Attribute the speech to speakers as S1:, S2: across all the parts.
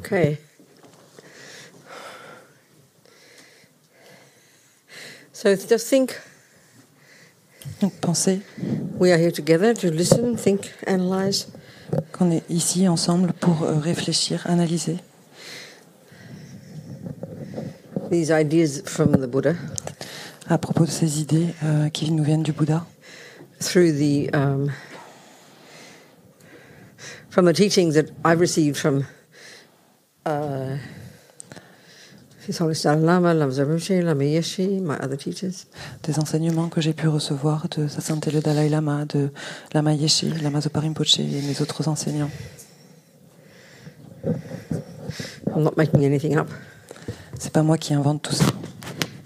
S1: Okay. So just think
S2: Donc pensez
S1: we are here together to listen, think, analyze.
S2: qu'on est ici ensemble pour euh, réfléchir, analyser
S1: these ideas from the Buddha
S2: à propos de ces idées euh, qui nous viennent du Bouddha,
S1: through the um, from the teachings that I've received from uh, His Holiness Dalai Lama, Lama Rinpoche, Lama Yeshe, my other teachers,
S2: des enseignements que j'ai pu recevoir de Sa Sainteté le Dalai Lama, de Lama Yeshe, Lama Zopa Rinpoche et mes autres enseignants.
S1: I'm not making anything up.
S2: C'est pas moi qui invente tout ça.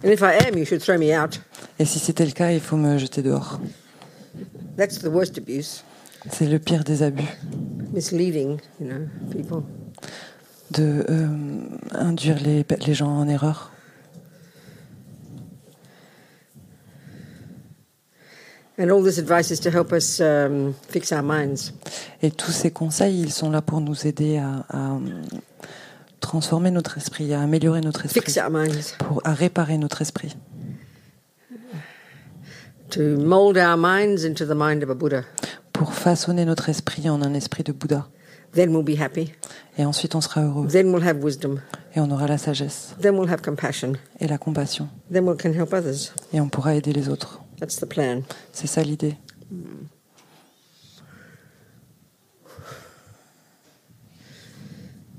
S1: And if I am, you should throw me out.
S2: Et si c'était le cas, il faut me jeter dehors.
S1: That's the worst abuse,
S2: C'est le pire des abus,
S1: misleading, you know, people.
S2: de euh, induire les, pe- les gens en erreur.
S1: And all this advice is to help us um, fix our minds.
S2: Et tous ces conseils, ils sont là pour nous aider à, à, euh, transformer notre esprit, à améliorer notre esprit,
S1: Fix our minds.
S2: pour, à réparer notre esprit,
S1: To mold our minds into the mind of a Buddha.
S2: pour façonner notre esprit en un esprit de Bouddha.
S1: Then we'll be happy.
S2: Et ensuite, on sera heureux.
S1: Then we'll have wisdom.
S2: Et on aura la sagesse
S1: Then we'll have compassion.
S2: et la compassion.
S1: Then we can help others.
S2: Et on pourra aider les autres.
S1: That's the plan.
S2: C'est ça l'idée.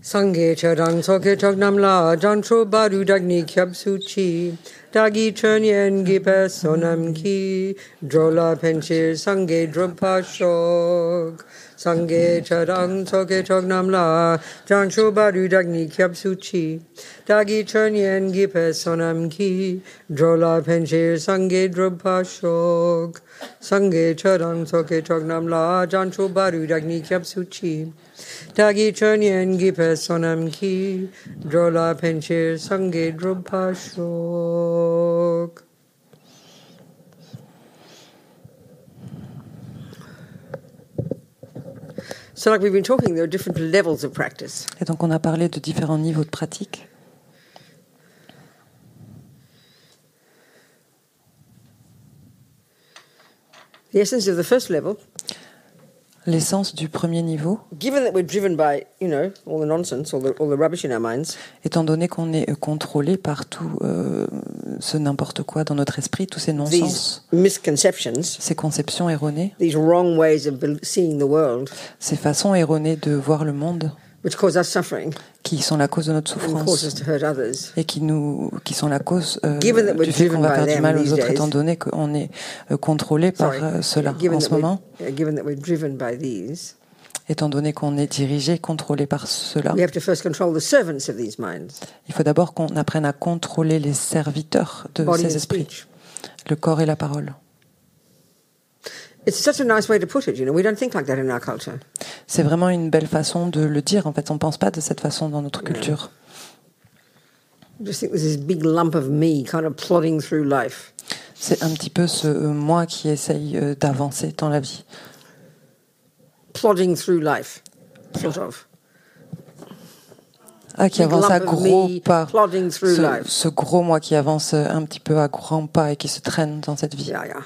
S1: Sangye chodang soke chognam la jantro baru dagni kyab suchi dagi chernyen gipe sonam ki drola penchir sangye drupa shog sangye chodang soke chognam la jantro baru dagni kyab suchi dagi chernyen gipe sonam ki drola penchir sangye drupa shog sangye chodang soke chognam la jantro baru dagni kyab suchi Dagi chönyen gipe sonam ki drola penchir sange drupa shok. So, like we've been talking, there are different levels of practice.
S2: Et donc, on a parlé de différents niveaux de pratique.
S1: The essence of the first level,
S2: L'essence du premier niveau,
S1: given that we're driven by, you know, all the nonsense, all the, all the rubbish in our minds,
S2: étant donné qu'on est euh, contrôlé par tout euh, ce n'importe quoi dans notre esprit, tous ces
S1: these
S2: non-sens,
S1: misconceptions,
S2: ces conceptions erronées,
S1: these wrong ways of bel- seeing the world,
S2: ces façons erronées de voir le monde,
S1: which cause us suffering
S2: qui sont la cause de notre
S1: and cause us
S2: souffrance
S1: to hurt others.
S2: et qui nous, qui sont la cause euh,
S1: Given that we're
S2: du fait qu'on
S1: driven by
S2: va faire du
S1: them
S2: mal aux
S1: these
S2: autres,
S1: days.
S2: étant donné qu'on est euh, contrôlé par
S1: Sorry.
S2: euh, cela
S1: Given
S2: en
S1: that
S2: ce
S1: we're-
S2: moment,
S1: uh, given that we're driven by these,
S2: étant donné qu'on est dirigé, contrôlé par cela.
S1: we have to first control the servants of these minds,
S2: Il faut d'abord qu'on apprenne à contrôler les serviteurs de
S1: body
S2: ces
S1: and
S2: esprits,
S1: speech.
S2: le corps et la parole.
S1: It's such a nice way to put it. You know, we don't think like that in our culture.
S2: C'est vraiment une belle façon de le dire. En fait, on ne pense pas de cette façon dans notre culture.
S1: We just think there's this big lump of me kind of plodding through life.
S2: C'est un petit peu ce euh, moi qui essaye euh, d'avancer dans la vie.
S1: Plodding through life, sort of.
S2: Ah, qui
S1: Big
S2: avance à
S1: lump of
S2: gros
S1: me
S2: pas.
S1: plodding through
S2: Ce,
S1: life.
S2: ce gros moi qui avance euh, un petit peu à grands pas et qui se traîne dans cette vie.
S1: Yeah, yeah.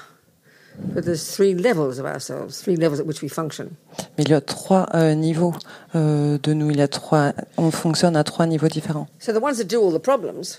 S1: But there's three levels of ourselves, three levels at which we function.
S2: Mais il y a trois euh, niveaux euh, de nous. Il y a trois. On fonctionne à trois niveaux différents.
S1: So the ones that do all the problems,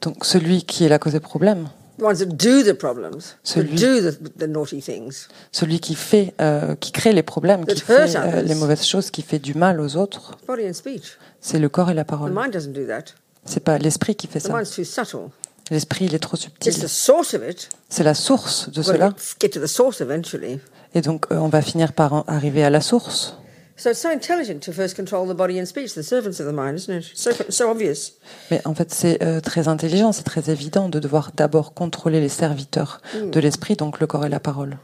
S2: Donc celui qui est la cause des problèmes,
S1: the ones that do the problems,
S2: So
S1: that
S2: you-
S1: do the, the naughty things,
S2: celui qui fait, euh, qui crée les problèmes, qui
S1: That hurt
S2: fait euh,
S1: others.
S2: les mauvaises choses, qui fait du mal aux autres,
S1: body and speech.
S2: c'est le corps et la
S1: The
S2: parole.
S1: mind doesn't do that.
S2: C'est pas l'esprit qui fait
S1: The
S2: ça.
S1: mind's too subtle.
S2: L'esprit, il est trop
S1: It's
S2: subtil.
S1: the source of it.
S2: C'est la source de
S1: We'll
S2: cela.
S1: get, get to the source eventually.
S2: Et donc, euh, on va finir par en- arriver à la source.
S1: So it's so intelligent to first control the body and speech, the servants of the mind, isn't it? So, so obvious.
S2: Mais en fait, c'est euh, très intelligent, c'est très évident de devoir d'abord contrôler les serviteurs de l'esprit, donc le corps et la parole.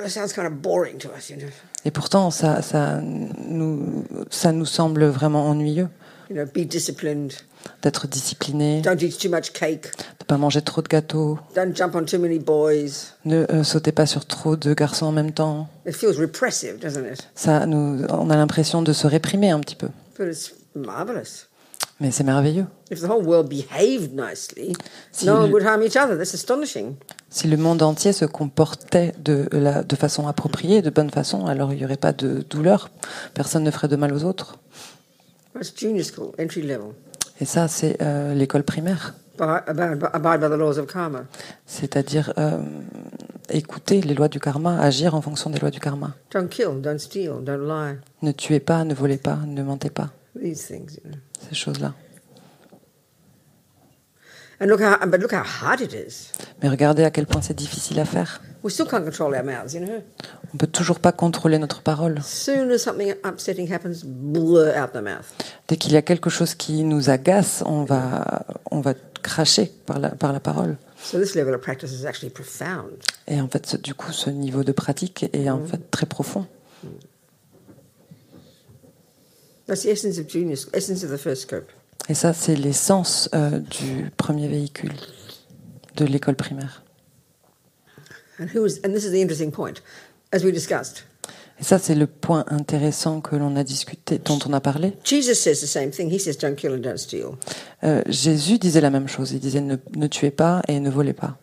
S1: It sounds kind of boring to us, you know.
S2: Et pourtant, ça, ça, nous, ça nous semble vraiment ennuyeux
S1: You know, be disciplined.
S2: d'être discipliné, de
S1: Don't eat too much cake.
S2: ne pas manger trop de gâteaux,
S1: Don't jump on too many boys.
S2: ne euh, sauter pas sur trop de garçons en même temps.
S1: It feels repressive, doesn't it?
S2: Ça, nous, on a l'impression de se réprimer un petit peu.
S1: But it's marvelous.
S2: Mais c'est merveilleux.
S1: If the whole world behaved nicely,
S2: Si
S1: no one
S2: le-
S1: would harm each other. That's astonishing.
S2: Si le monde entier se comportait de, la, de façon appropriée, de bonne façon, alors il n'y aurait pas de douleur. Personne ne ferait de mal aux autres.
S1: That's junior school, entry level.
S2: Et ça, c'est euh, l'école primaire.
S1: Abide, abide, abide by the laws of karma.
S2: C'est-à-dire euh, écouter les lois du karma, agir en fonction des lois du karma.
S1: Don't kill, don't steal, don't lie.
S2: Ne tuez pas, ne volez pas, ne mentez pas.
S1: These things, you know.
S2: Ces choses-là.
S1: And look how, but look how hard it is.
S2: Mais regardez à quel point c'est difficile à faire.
S1: We still can't control our mouths, you know.
S2: On peut toujours pas contrôler notre parole.
S1: Soon as something upsetting happens, blur out the mouth.
S2: Dès qu'il y a quelque chose qui nous agace, on va, on va cracher par la, par la parole.
S1: So this level of practice is actually profound.
S2: Et en fait, ce- du coup, ce niveau de pratique est en fait très profond.
S1: That's the essence of junior school, essence of the first scope.
S2: Et ça, c'est l'essence euh, du premier véhicule de l'école primaire.
S1: And who is, and this is the interesting point, as we discussed.
S2: Et ça, c'est le point intéressant que l'on a discuté, dont on a parlé.
S1: Jesus says the same thing. He says, "Don't kill and don't steal."
S2: Euh, Jésus disait la même chose. Il disait ne, ne tuez pas et ne volez pas.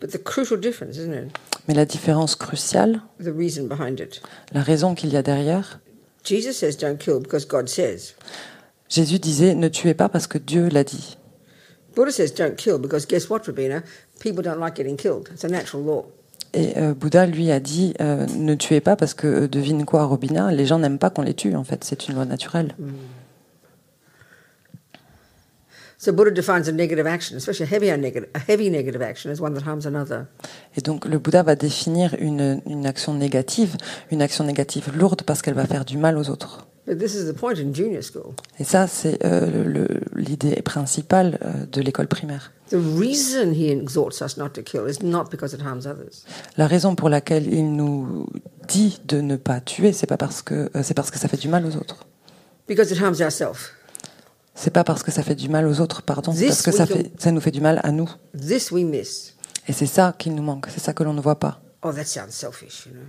S1: But the crucial difference, isn't it,
S2: Mais la différence cruciale,
S1: the reason behind it.
S2: la raison qu'il y a derrière,
S1: Jesus says, "Don't kill," because God says.
S2: Jésus disait ne tuez pas parce que Dieu l'a dit.
S1: Buddha says, "Don't kill," because guess what, Rabina? People don't like getting killed. It's a natural law.
S2: Et euh, Bouddha, lui, a dit euh, ne tuez pas parce que, euh, devine quoi, Robina, les gens n'aiment pas qu'on les tue, en fait, c'est une loi naturelle.
S1: So Buddha defines a negative action, especially a heavy, negative, a heavy negative action, as one that harms another.
S2: Et donc, le Bouddha va définir une, une action négative, une action négative lourde parce qu'elle va faire du mal aux autres.
S1: But this is the point in junior school.
S2: Et ça, c'est euh, le- l'idée principale euh, de l'école primaire.
S1: The reason he exhorts us not to kill is not because it harms others.
S2: La raison pour laquelle il nous dit de ne pas tuer, c'est pas parce que euh, c'est parce que ça fait du mal aux autres.
S1: because it harms ourselves.
S2: C'est pas parce que ça fait du mal aux autres, pardon, c'est
S1: This
S2: parce que ça,
S1: we can-
S2: fait, ça nous fait du mal à nous.
S1: This we miss.
S2: Et c'est ça qui nous manque, c'est ça que l'on ne voit pas.
S1: Oh, that sounds selfish, you know.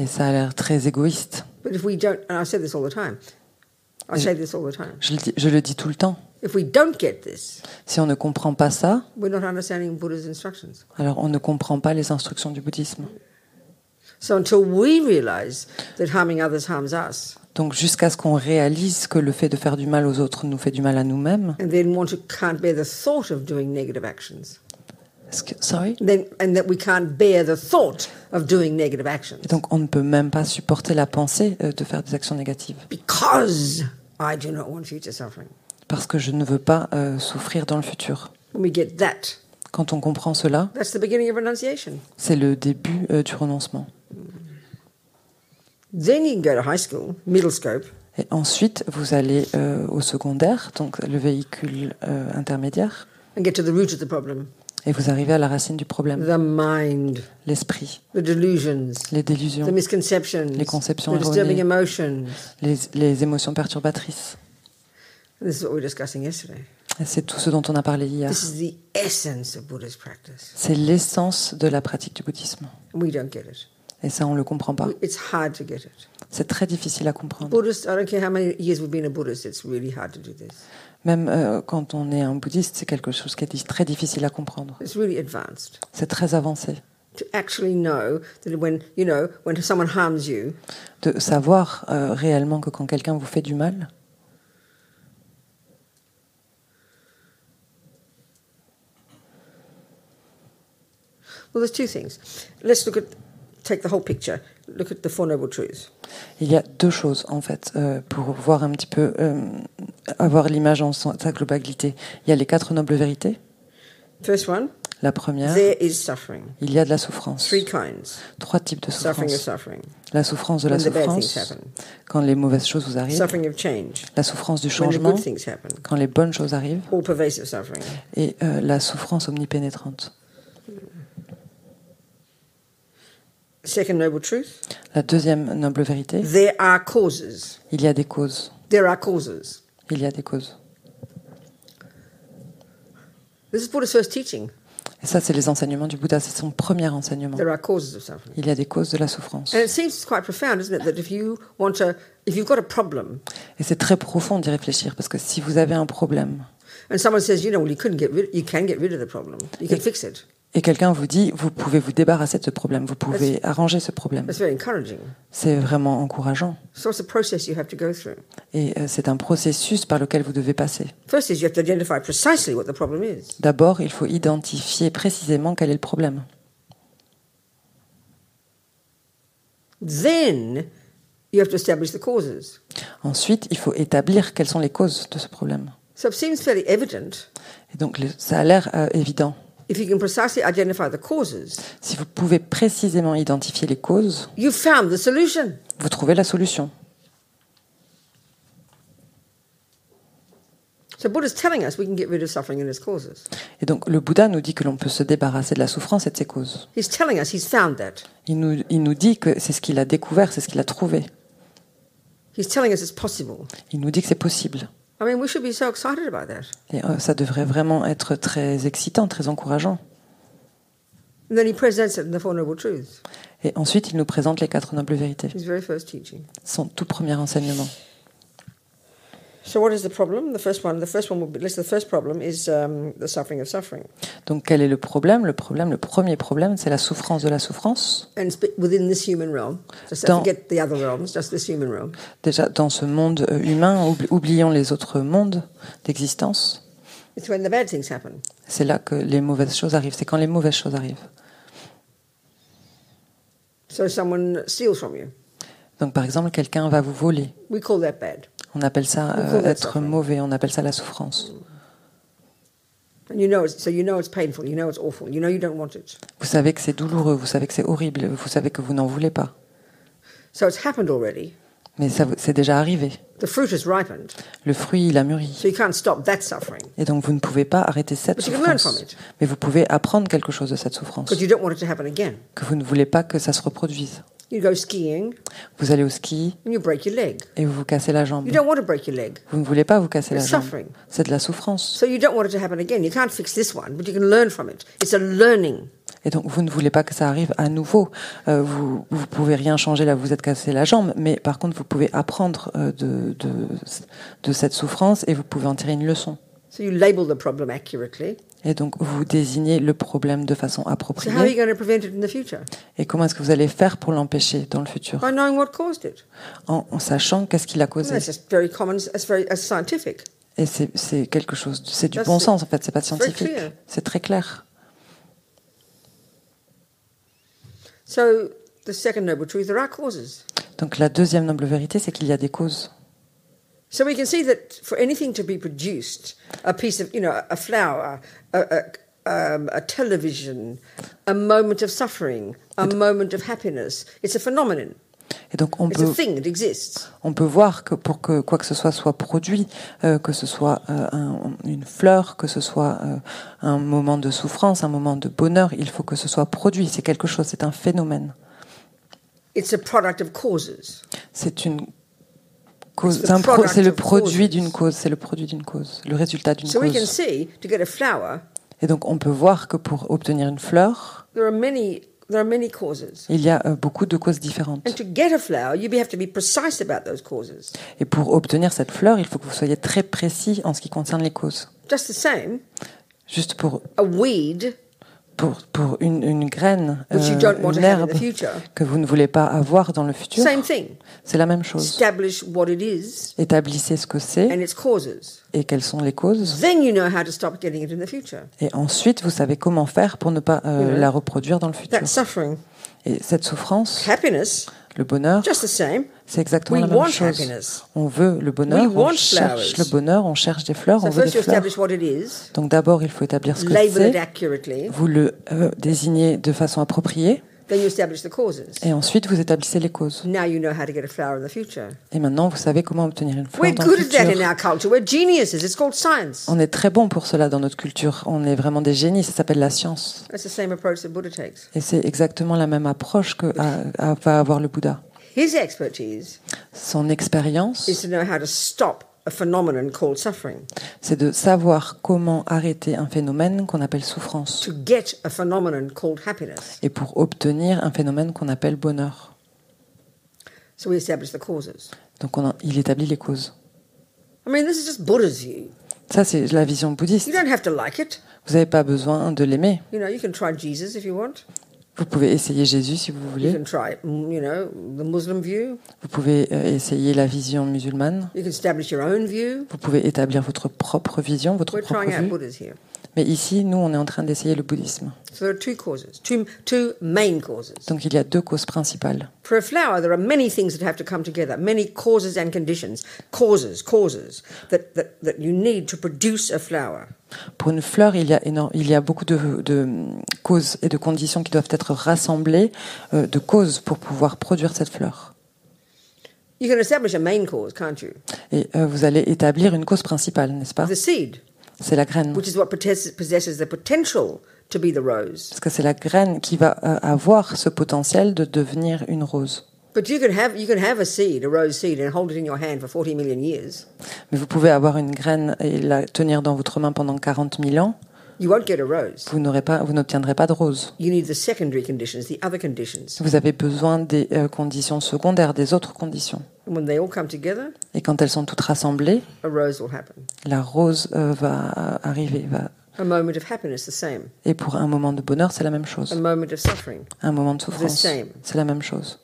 S2: Et ça a l'air très égoïste.
S1: But if we don't, and I say this all the time, I say this all the time.
S2: Je le, dis, je le dis tout le temps.
S1: If we don't get this,
S2: Si on ne comprend pas ça,
S1: we're not understanding Buddha's instructions.
S2: alors on ne comprend pas les instructions du bouddhisme.
S1: So until we realize that harming others harms us,
S2: Donc jusqu'à ce qu'on réalise que le fait de faire du mal aux autres nous fait du mal à nous-mêmes,
S1: and then want to can't bear the thought of doing negative actions,
S2: est-ce que- sorry.
S1: then and that we can't bear the thought of doing negative actions
S2: Et donc on ne peut même pas supporter la pensée euh, de faire des actions négatives,
S1: because I do not want future suffering.
S2: parce que je ne veux pas euh, souffrir dans le futur.
S1: When we get that,
S2: Quand on comprend cela,
S1: that's the beginning of renunciation.
S2: c'est le début euh, du renoncement.
S1: Then you can go to high school, middle scope,
S2: Et ensuite, vous allez euh, au secondaire, donc le véhicule euh, intermédiaire,
S1: and get to the root of the problem
S2: et vous arrivez à la racine du problème,
S1: the mind,
S2: l'esprit,
S1: the delusions,
S2: les
S1: the
S2: délusions.
S1: misconceptions,
S2: Les conceptions
S1: the disturbing
S2: erronées.
S1: emotions.
S2: les, les émotions perturbatrices.
S1: And this is what we were discussing yesterday.
S2: Et C'est tout ce dont on a parlé hier.
S1: This is the essence of Buddha's practice,
S2: C'est l'essence de la pratique du bouddhisme.
S1: and we don't get it.
S2: Et ça, on ne le comprend pas.
S1: We- It's hard to get it.
S2: C'est très difficile à comprendre.
S1: Buddhist, I don't care how many years we've been a Buddhist, it's really hard to do this.
S2: Même euh, quand on est un bouddhiste, c'est quelque chose qui est di- très difficile à comprendre.
S1: It's really advanced
S2: C'est très avancé.
S1: to actually know that when you know when someone harms you,
S2: De savoir euh, réellement que quand quelqu'un vous fait du mal,
S1: well, there's two things. Let's look at take the whole picture. Look at the four noble truths.
S2: il y a deux choses, en fait, euh, pour voir un petit peu, euh, avoir l'image en son- sa globalité. Il y a les quatre nobles vérités.
S1: First one,
S2: La première,
S1: there is suffering.
S2: il y a de la souffrance.
S1: Three kinds.
S2: Trois types de
S1: Suffering of
S2: souffrance.
S1: suffering.
S2: La souffrance de la
S1: When the bad
S2: souffrance,
S1: things happen.
S2: quand les mauvaises choses vous arrivent,
S1: Suffering of change.
S2: la souffrance du
S1: When the
S2: changement,
S1: good things happen.
S2: quand les bonnes choses arrivent,
S1: All pervasive suffering.
S2: et euh, la souffrance omnipénétrante.
S1: Second noble truth,
S2: La deuxième noble vérité,
S1: there are causes.
S2: il y a des causes.
S1: There are causes.
S2: Il y a des causes.
S1: This is Buddha's first teaching.
S2: Et ça, c'est les enseignements du Bouddha, c'est son premier enseignement.
S1: There are causes of suffering.
S2: Il y a des causes de la souffrance.
S1: And it seems quite profound, isn't it, that if you want to, if you've got a problem,
S2: Et c'est très profond d'y réfléchir, parce que si vous avez un problème
S1: and someone says, you know, well, you couldn't get rid, you can get rid of the problem, you can fix it.
S2: et quelqu'un vous dit, vous pouvez vous débarrasser de ce problème, vous pouvez arranger ce problème,
S1: That's very encouraging.
S2: c'est vraiment encourageant.
S1: So it's a process you have to go through.
S2: Et euh, c'est un processus par lequel vous devez passer.
S1: First is you have to identify precisely what the problem is.
S2: D'abord, il faut identifier précisément quel est le problème.
S1: Then you have to establish the causes.
S2: Ensuite, il faut établir quelles sont les causes de ce problème.
S1: So it seems fairly evident
S2: Et donc, le- ça a l'air euh, évident.
S1: if you can precisely identify the causes,
S2: Si vous pouvez précisément identifier les causes,
S1: you've found the solution.
S2: vous trouvez la solution.
S1: So Buddha's telling us we can get rid of suffering and its causes.
S2: Et donc, le Bouddha nous dit que l'on peut se débarrasser de la souffrance et de ses causes.
S1: He's telling us he's found that.
S2: Il nous, il nous dit que c'est ce qu'il a découvert, c'est ce qu'il a trouvé.
S1: He's telling us it's possible.
S2: Il nous dit que c'est possible.
S1: I mean, we should be so excited about that.
S2: Et euh, ça devrait vraiment être très excitant, très encourageant.
S1: And then he presents it in the Four Noble Truths,
S2: Et ensuite, il nous présente les quatre nobles vérités,
S1: his very first teaching.
S2: son tout premier enseignement.
S1: So, what is the problem? The first one, the first one, will be, let's- the first problem is um, the suffering of suffering,
S2: Donc, quel est le problème Le problème, le premier problème, c'est la souffrance de la souffrance.
S1: and it's bit- within this human realm. Just
S2: Don't-
S1: forget the other realms, just this human realm.
S2: Déjà, dans ce monde euh, humain, oubli- oublions les autres mondes d'existence.
S1: It's when the bad things happen.
S2: C'est là que les mauvaises choses arrivent. C'est quand les mauvaises choses arrivent.
S1: So, someone steals from you.
S2: Donc, par exemple, quelqu'un va vous voler.
S1: We call that bad,
S2: On appelle ça euh, être mauvais. On appelle ça la souffrance.
S1: and you know it's so you know it's painful. You know it's awful. You know you don't want it.
S2: Vous savez que c'est douloureux. Vous savez que c'est horrible. Vous savez que vous n'en voulez pas.
S1: So it's happened already.
S2: Mais ça, vous- c'est déjà arrivé.
S1: The fruit has ripened,
S2: Le fruit, il a mûri.
S1: so you can't stop that suffering
S2: Et donc, vous ne pouvez pas arrêter cette
S1: But you can learn
S2: souffrance.
S1: from it.
S2: Mais vous pouvez apprendre quelque chose de cette souffrance.
S1: because you don't want it to happen again.
S2: Que vous ne voulez pas que ça se reproduise.
S1: You go skiing
S2: Vous allez au ski
S1: and you break your leg.
S2: et vous vous cassez la jambe.
S1: You don't want to break your leg.
S2: Vous ne voulez pas vous casser la
S1: It's
S2: jambe.
S1: suffering.
S2: C'est de la souffrance.
S1: So you don't want it to happen again. You can't fix this one, but you can learn from it. It's a learning.
S2: Et donc, vous ne voulez pas que ça arrive à nouveau. Euh, vous vous pouvez rien changer là, vous vous êtes cassé la jambe, mais par contre, vous pouvez apprendre euh, de, de, de cette souffrance et vous pouvez en tirer une leçon.
S1: So you label the problem accurately.
S2: Et donc, vous désignez le problème de façon
S1: So how are you
S2: appropriée.
S1: going to prevent it in the future?
S2: Et comment est-ce que vous allez faire pour l'empêcher dans le futur
S1: By knowing what caused it.
S2: en, en sachant qu'est-ce qui l'a
S1: And
S2: causé.
S1: that's just very common. That's very that's scientific.
S2: Et c'est c'est quelque chose, c'est du
S1: Ça,
S2: bon
S1: c'est-
S2: sens en fait, c'est pas
S1: very
S2: scientifique.
S1: clear.
S2: C'est très clair.
S1: So the second noble truth: there are causes.
S2: Donc, la deuxième noble vérité, c'est qu'il y a des causes.
S1: So we can see that for anything to be produced, a piece of you know a flower, a, a, um, a television, a moment of suffering, a moment of happiness. It's a phenomenon.
S2: Et donc, on
S1: It's a
S2: peut
S1: thing. It exists.
S2: On peut voir que pour que quoi que ce soit soit produit, euh, que ce soit euh, un- une fleur, que ce soit euh, un moment de souffrance, un moment de bonheur, il faut que ce soit produit. C'est quelque chose, c'est un phénomène.
S1: It's a product of causes.
S2: C'est une cause.
S1: It's the
S2: c'est un pro-
S1: product
S2: C'est le
S1: of
S2: produit
S1: causes.
S2: d'une cause. C'est le produit d'une cause. Le résultat d'une
S1: So we can
S2: cause.
S1: see to get a flower,
S2: Et donc on peut voir que pour obtenir une fleur,
S1: there are many there are many causes.
S2: il y a euh, beaucoup de causes
S1: And
S2: différentes.
S1: to get a flower, you have to be precise about those causes.
S2: Et pour obtenir cette fleur, il faut que vous soyez très précis en ce qui concerne les causes.
S1: Just the same,
S2: Juste pour
S1: a weed
S2: pour, pour une, une graine,
S1: Which you
S2: euh,
S1: don't want
S2: une
S1: to have in
S2: herbe
S1: the future.
S2: que vous ne voulez pas avoir dans le futur,
S1: Same thing.
S2: c'est la même chose.
S1: Establish what it is
S2: Établissez ce que c'est
S1: and its causes.
S2: et quelles sont les causes.
S1: Then you know how to stop getting it in the future.
S2: Et ensuite, vous savez comment faire pour ne pas euh,
S1: Mhm.
S2: la reproduire dans le futur.
S1: That's suffering.
S2: Et cette souffrance,
S1: Happiness,
S2: le bonheur,
S1: just the same.
S2: c'est exactement
S1: We
S2: la même
S1: want
S2: chose.
S1: happiness.
S2: On veut le bonheur,
S1: We
S2: on
S1: want
S2: cherche
S1: flowers.
S2: le bonheur, on cherche des fleurs,
S1: So
S2: on veut
S1: first
S2: des
S1: you
S2: fleurs.
S1: establish what it is,
S2: Donc d'abord, il faut établir ce que
S1: label it
S2: c'est,
S1: accurately,
S2: vous le euh, désignez de façon appropriée,
S1: then you establish the causes.
S2: et ensuite vous établissez les causes.
S1: Now you know how to get a flower in the future.
S2: Et maintenant, vous savez comment obtenir une fleur
S1: We're
S2: dans le
S1: good at that
S2: futur.
S1: in our culture. We're geniuses. It's called science.
S2: On est très bon pour cela dans notre culture. On est vraiment des génies. Ça s'appelle la science.
S1: That's the same approach that Buddha takes.
S2: Et c'est exactement la même approche que a- a- va avoir le Bouddha.
S1: His expertise
S2: Son expérience,
S1: is to know how to stop a phenomenon called suffering.
S2: C'est de savoir comment arrêter un phénomène qu'on appelle souffrance
S1: To get a phenomenon called happiness.
S2: et pour obtenir un phénomène qu'on appelle bonheur.
S1: So we establish the causes.
S2: Donc on en- il établit les causes.
S1: I mean, this is just Buddha's view.
S2: Ça, c'est la vision
S1: You
S2: bouddhiste.
S1: don't have to like it.
S2: Vous n'avez pas besoin de l'aimer.
S1: You know, you can try Jesus if you want.
S2: Vous pouvez essayer Jésus si vous
S1: You
S2: voulez.
S1: can try, mm, you know, the Muslim view.
S2: Vous pouvez euh, essayer la vision musulmane.
S1: You can establish your own view.
S2: Vous pouvez établir votre propre vision, votre
S1: We're
S2: propre
S1: trying out
S2: vue.
S1: Buddhas here.
S2: Mais ici, nous, on est en train d'essayer le bouddhisme.
S1: So there are two causes, two, two main causes.
S2: Donc il y a deux causes principales.
S1: For a flower, there are many things that have to come together, many causes and conditions, causes, causes that, that, that you need to produce a flower.
S2: Pour une fleur, il y a, énorme, il y a beaucoup de, de, hum, causes et de conditions qui doivent être rassemblées, euh, de causes pour pouvoir produire cette fleur.
S1: You can establish a main cause, can't you?
S2: Et euh, vous allez établir une cause principale, n'est-ce pas
S1: The seed,
S2: C'est la graine.
S1: which is what possesses, possesses the potential to be the rose.
S2: Parce que c'est la graine qui va euh, avoir ce potentiel de devenir une rose.
S1: But you can have you can have a seed, a rose seed, and hold it in your hand for forty million years.
S2: Mais vous pouvez avoir une graine et la tenir dans votre main pendant 40 000 ans,
S1: You won't get a rose.
S2: vous n'aurez pas, vous n'obtiendrez pas de rose.
S1: You need the secondary conditions, the other conditions.
S2: Vous avez besoin des euh, conditions secondaires, des autres conditions.
S1: And when they all come together,
S2: Et quand elles sont toutes rassemblées,
S1: a rose will happen.
S2: la rose euh, va arriver. Va...
S1: A moment of happiness, the same.
S2: Et pour un moment de bonheur, c'est la même
S1: A
S2: chose.
S1: moment of suffering.
S2: Un moment de souffrance,
S1: same.
S2: c'est la même chose.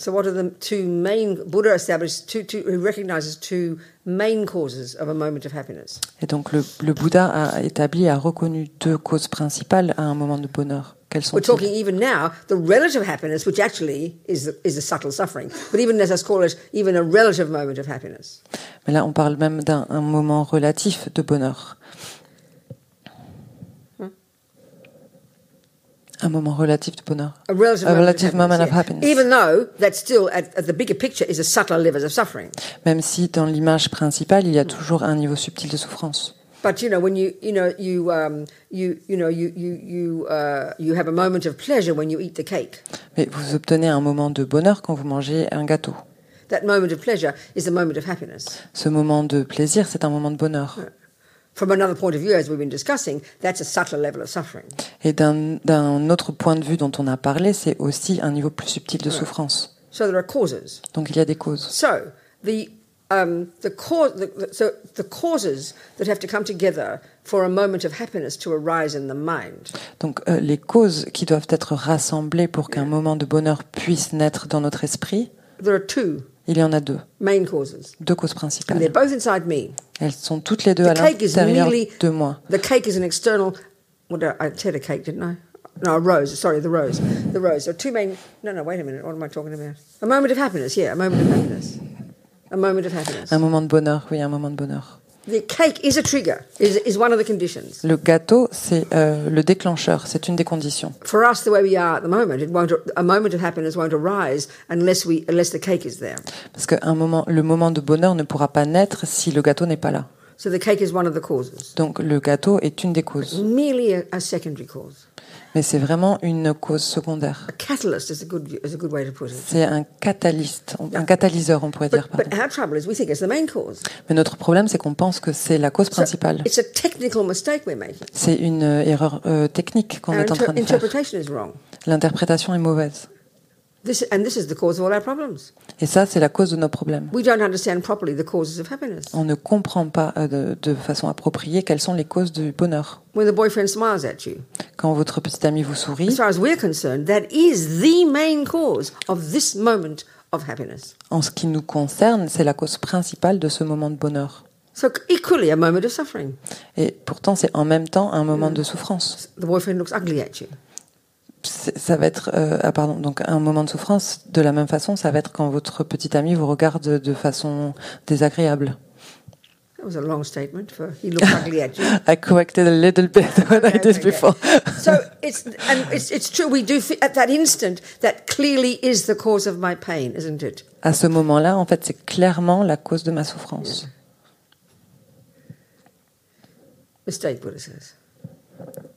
S1: So, what are the two main? Buddha established two, two. He recognizes two main causes of a moment of happiness.
S2: Et donc le, le Bouddha a établi, a reconnu deux causes principales à un moment de bonheur. Quelles sont
S1: We're talking even now the relative happiness, which actually is the, is a subtle suffering. But even let us call it even a relative moment of happiness.
S2: Mais là, on parle même d'un un moment relatif de bonheur. Un moment relatif de bonheur.
S1: A relative,
S2: A relative moment of
S1: yeah.
S2: happiness.
S1: Even though that still, at, at the bigger picture, is a subtler level of suffering.
S2: Même si dans l'image principale, il y a toujours un niveau subtil de souffrance.
S1: But you know, when you you know you um, you you know you you you uh, you have a moment of pleasure when you eat the cake.
S2: Mais vous obtenez un moment de bonheur quand vous mangez un gâteau.
S1: That moment of pleasure is a moment of happiness.
S2: Ce moment de plaisir, c'est un moment de bonheur.
S1: From another point of view, as we've been discussing, that's a subtler level of suffering.
S2: Et d'un d'un autre point de vue dont on a parlé, c'est aussi un niveau plus subtil de souffrance.
S1: So there are causes.
S2: Donc il y a des causes.
S1: So the um, the cause the, the, so the causes that have to come together for a moment of happiness to arise in the mind.
S2: Donc euh, les causes qui doivent être rassemblées pour qu'un moment de bonheur puisse naître dans notre esprit,
S1: There are two
S2: il y en a deux,
S1: main causes,
S2: deux causes
S1: and they're
S2: principales.
S1: both inside me.
S2: Elles sont toutes les deux à
S1: The cake is
S2: l'intérieur
S1: merely-
S2: de moi.
S1: The cake is an external. What did I, I said a cake, didn't I? No, a rose. Sorry, the rose. The rose. There are two main. No, no. Wait a minute. What am I talking about? A moment of happiness. Yeah, a moment of happiness. A moment of happiness.
S2: Un moment de bonheur, oui, un moment de bonheur.
S1: the cake is a trigger. Is is one of the conditions
S2: Le gâteau, c'est euh, le déclencheur, c'est une des conditions.
S1: for us. The way we are at the moment, it won't. A moment of happiness won't arise unless we unless the cake is there.
S2: Parce que un moment, le moment de bonheur ne pourra pas naître si le gâteau n'est pas là.
S1: So the cake is one of the causes.
S2: Donc le gâteau est une des causes.
S1: Merely a, a secondary cause.
S2: Mais c'est vraiment une cause secondaire.
S1: A catalyst is a good is a good way to put it.
S2: C'est un catalyste, un catalyseur, on pourrait dire.
S1: But,
S2: pardon.
S1: but our trouble is we think it's the main cause.
S2: Mais notre problème, c'est qu'on pense que c'est la cause
S1: So
S2: principale.
S1: it's a technical mistake we're making.
S2: C'est une euh, erreur euh, technique qu'on
S1: Our
S2: est en
S1: inter-
S2: train de faire.
S1: interpretation is wrong.
S2: L'interprétation est mauvaise.
S1: This, and this is the cause of all our problems.
S2: Et ça, c'est la cause de nos problèmes.
S1: We don't understand properly the causes of happiness.
S2: On ne comprend pas euh, de, de façon appropriée quelles sont les causes du bonheur.
S1: When the boyfriend smiles at you,
S2: Quand votre petit ami vous
S1: as
S2: sourit,
S1: far as we're concerned, that is the main cause of this moment of happiness.
S2: en ce qui nous concerne, c'est la cause principale de ce moment de bonheur.
S1: So, equally, a moment of suffering.
S2: Et pourtant, c'est en même temps un moment de souffrance.
S1: The boyfriend looks ugly at you.
S2: C'est- Ça va être, euh, ah, pardon, donc un moment de souffrance, de la même façon, ça va être quand votre petit ami vous regarde de façon désagréable.
S1: That was a long statement for he looks ugly at you.
S2: I corrected a little bit what I
S1: That's
S2: did
S1: okay.
S2: before.
S1: So it's and it's, it's true. We do fe- at that instant. That clearly is the cause of my pain, isn't it?
S2: À ce moment-là, en fait, c'est clairement la cause de ma souffrance.
S1: Mistake, Buddha says.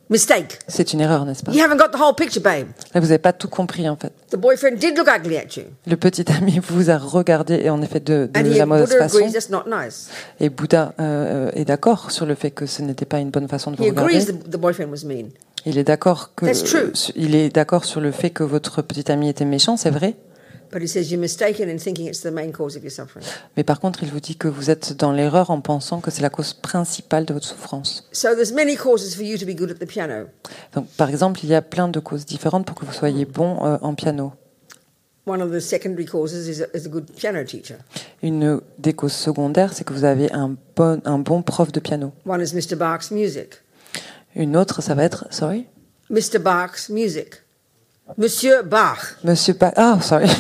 S1: mistake.
S2: C'est une erreur, n'est-ce pas
S1: You haven't got the whole picture, babe.
S2: Là, vous n'avez pas tout compris, en fait.
S1: The boyfriend did look ugly at you.
S2: Le petit ami vous a regardé, et en effet, de, de
S1: And he,
S2: la mauvaise
S1: Buddha
S2: façon.
S1: agrees that's not nice.
S2: Et Bouddha euh, est d'accord sur le fait que ce n'était pas une bonne façon de vous
S1: He agrees
S2: regarder.
S1: the, the boyfriend was mean.
S2: Il est d'accord que
S1: That's true.
S2: su- il est d'accord sur le fait que votre petit ami était méchant, c'est vrai.
S1: But he says you're mistaken in thinking it's the main cause of your suffering.
S2: Mais par contre, il vous dit que vous êtes dans l'erreur en pensant que c'est la cause principale de votre souffrance.
S1: So there's many causes for you to be good at the piano.
S2: Donc, par exemple, il y a plein de causes différentes pour que vous soyez bon euh, en piano.
S1: One of the secondary causes is a, is a good piano teacher.
S2: Une des causes secondaires, c'est que vous avez un bon, un bon prof de piano.
S1: One is Mr. Bach's music.
S2: Une autre, ça va être, sorry,
S1: Mr. Bach's music. Monsieur Bach.
S2: Monsieur Bach. Ah, sorry.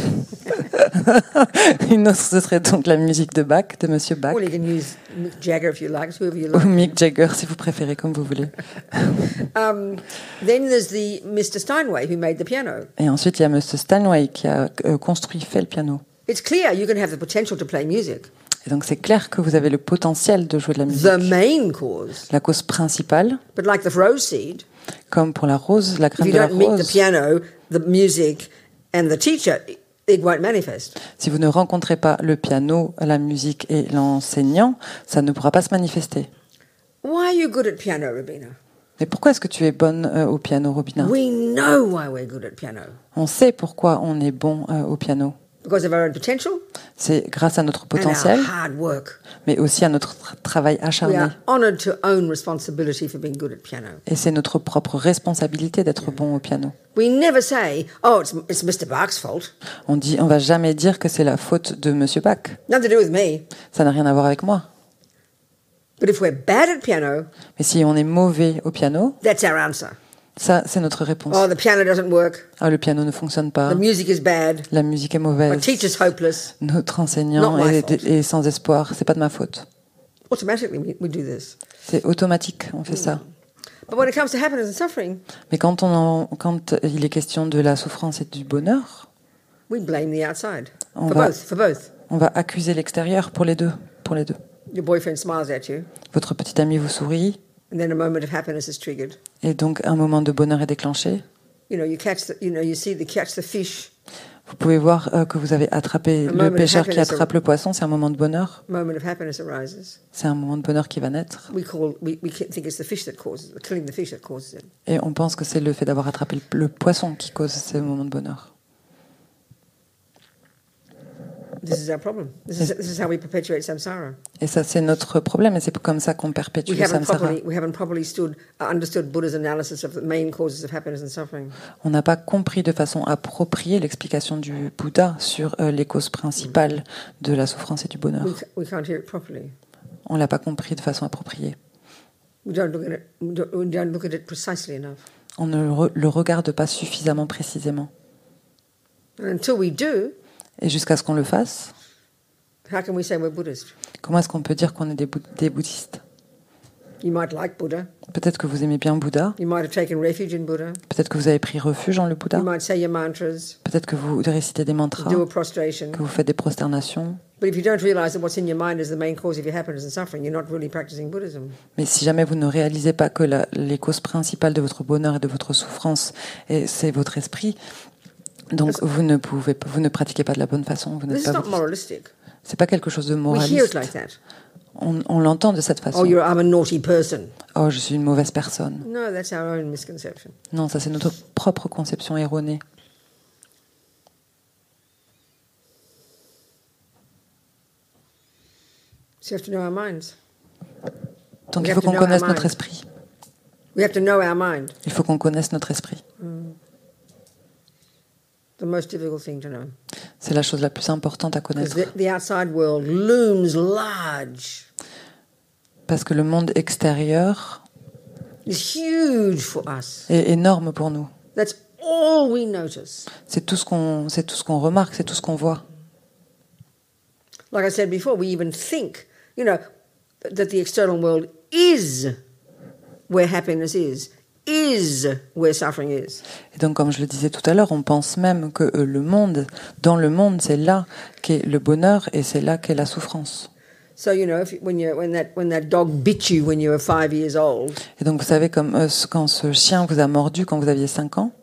S2: Une autre, ce serait donc la musique de Bach, de Monsieur Bach,
S1: Well, you can use Mick Jagger if you like, it's whoever you
S2: ou
S1: like.
S2: Mick Jagger, si vous préférez, comme vous voulez.
S1: Um, then there's the Mr. Steinway who made the piano.
S2: Et ensuite, il y a Monsieur Stanway qui a euh, construit, fait le piano.
S1: It's clear you can have the potential to play music.
S2: Et donc, c'est clair que vous avez le potentiel de jouer de la musique.
S1: The main cause.
S2: La cause principale,
S1: But like the rose seed,
S2: comme pour la rose, la
S1: if
S2: crème
S1: you
S2: de la
S1: don't meet the
S2: rose,
S1: piano, the music, and the teacher, it won't manifest.
S2: si vous ne rencontrez pas le piano, la musique et l'enseignant, ça ne pourra pas se manifester.
S1: Why are you good at piano, Rubina?
S2: Mais pourquoi est-ce que tu es bonne euh, au piano, Robina
S1: We know why we're good at piano.
S2: On sait pourquoi on est bon euh, au piano.
S1: Because of our own potential
S2: C'est grâce à notre
S1: and
S2: potentiel,
S1: our hard work.
S2: mais aussi à notre tra- travail
S1: We
S2: acharné.
S1: are honoured to own responsibility for being good at piano.
S2: Et c'est notre propre responsabilité d'être bon au piano.
S1: We never say, oh, it's, it's Mr. Bach's fault.
S2: On dit, on va jamais dire que c'est la faute de Monsieur Bach.
S1: Nothing to do with me.
S2: Ça n'a rien à voir avec moi.
S1: But if we're bad at piano,
S2: Mais si on est mauvais au piano,
S1: that's our answer.
S2: ça, c'est notre réponse.
S1: Oh, the piano doesn't work.
S2: Ah, le piano ne fonctionne pas.
S1: The music is bad.
S2: La musique est
S1: My
S2: mauvaise.
S1: teacher's hopeless.
S2: Notre enseignant
S1: Not my
S2: est,
S1: fault.
S2: est sans espoir. C'est pas de ma faute.
S1: Automatically, we, we do this.
S2: C'est automatique, on fait ça.
S1: But when it comes to happiness and suffering,
S2: Mais quand, on en- quand il est question de la souffrance et du bonheur,
S1: we blame the outside.
S2: On
S1: for
S2: va-
S1: both, for both.
S2: on va accuser l'extérieur pour les deux. Pour les deux.
S1: Your boyfriend smiles at you,
S2: Votre petit ami vous sourit,
S1: and then a moment of happiness is triggered.
S2: et donc un moment de bonheur est déclenché.
S1: You know, you catch the, you know, you see the catch the fish
S2: Vous pouvez voir euh, que vous avez attrapé
S1: Un
S2: le
S1: moment de
S2: pêcheur qui
S1: happiness.
S2: attrape le poisson. C'est un moment de bonheur.
S1: moment of happiness arises.
S2: C'est un moment de bonheur qui va naître.
S1: We call we, we think it's the fish that causes killing the fish that causes it.
S2: Et on pense que c'est le fait d'avoir attrapé le- le poisson qui cause ces moments de bonheur.
S1: This is our problem. This is this is how we perpetuate samsara.
S2: Et ça, c'est notre problème, et c'est comme ça qu'on perpétue
S1: We
S2: le
S1: haven't
S2: samsara.
S1: properly we haven't properly stood uh, understood Buddha's analysis of the main causes of happiness and suffering.
S2: On n'a pas compris de façon appropriée l'explication du Bouddha sur euh, les causes principales de la souffrance et du bonheur.
S1: We, ca- we can't hear it properly.
S2: On l'a pas compris de façon appropriée.
S1: We don't look at it. We don't, we don't look at it precisely enough.
S2: On ne le, re- le regarde pas suffisamment précisément.
S1: And until we do,
S2: Et jusqu'à ce qu'on le fasse,
S1: how can we say we're Buddhist?
S2: comment est-ce qu'on peut dire qu'on est des, bou- des bouddhistes
S1: You might like Buddha.
S2: Peut-être que vous aimez bien Bouddha,
S1: You might have taken refuge in Buddha.
S2: peut-être que vous avez pris refuge en le Bouddha,
S1: You might say your mantras,
S2: peut-être que vous récitez des mantras,
S1: do a
S2: que
S1: prostration.
S2: vous faites des prosternations.
S1: But if you don't realize that what's in your mind is the main cause of your happiness and suffering, you're not really practicing Buddhism.
S2: Mais si jamais vous ne réalisez pas que la- les causes principales de votre bonheur et de votre souffrance, et c'est votre esprit, donc vous ne pouvez, pas- vous ne pratiquez pas de la bonne façon. Vous n'êtes
S1: This
S2: pas.
S1: is not
S2: bouddhiste.
S1: moralistic.
S2: C'est pas quelque chose de
S1: We hear it
S2: moraliste.
S1: like that.
S2: On, on l'entend de cette
S1: Oh,
S2: façon.
S1: you're, I'm a naughty person.
S2: Oh, je suis une mauvaise personne.
S1: No, that's our own misconception.
S2: Non, ça c'est notre propre conception erronée.
S1: So you have to know our minds.
S2: Donc
S1: We
S2: il
S1: have
S2: faut
S1: to
S2: qu'on
S1: know our
S2: connaisse
S1: mind.
S2: notre esprit.
S1: We have to know our mind.
S2: Il faut qu'on connaisse notre esprit.
S1: The most difficult thing to know.
S2: C'est la chose la plus importante à
S1: Because
S2: connaître.
S1: the, the outside world looms large,
S2: Parce que le monde extérieur
S1: it's huge for us.
S2: est énorme pour nous.
S1: That's all we notice.
S2: C'est tout ce qu'on, c'est tout ce qu'on remarque, c'est tout ce qu'on voit.
S1: Like I said before, we even think, you know, that the external world is where happiness is, is where suffering is.
S2: Et donc, comme je le disais tout à l'heure, on pense même que euh, le monde, dans le monde, c'est là qu'est le bonheur et c'est là qu'est la souffrance.
S1: So you know, if, when you when that when that dog bit you when you were five years old,
S2: Et donc, vous savez, comme euh, ce- quand ce chien vous a mordu quand vous aviez 5 ans,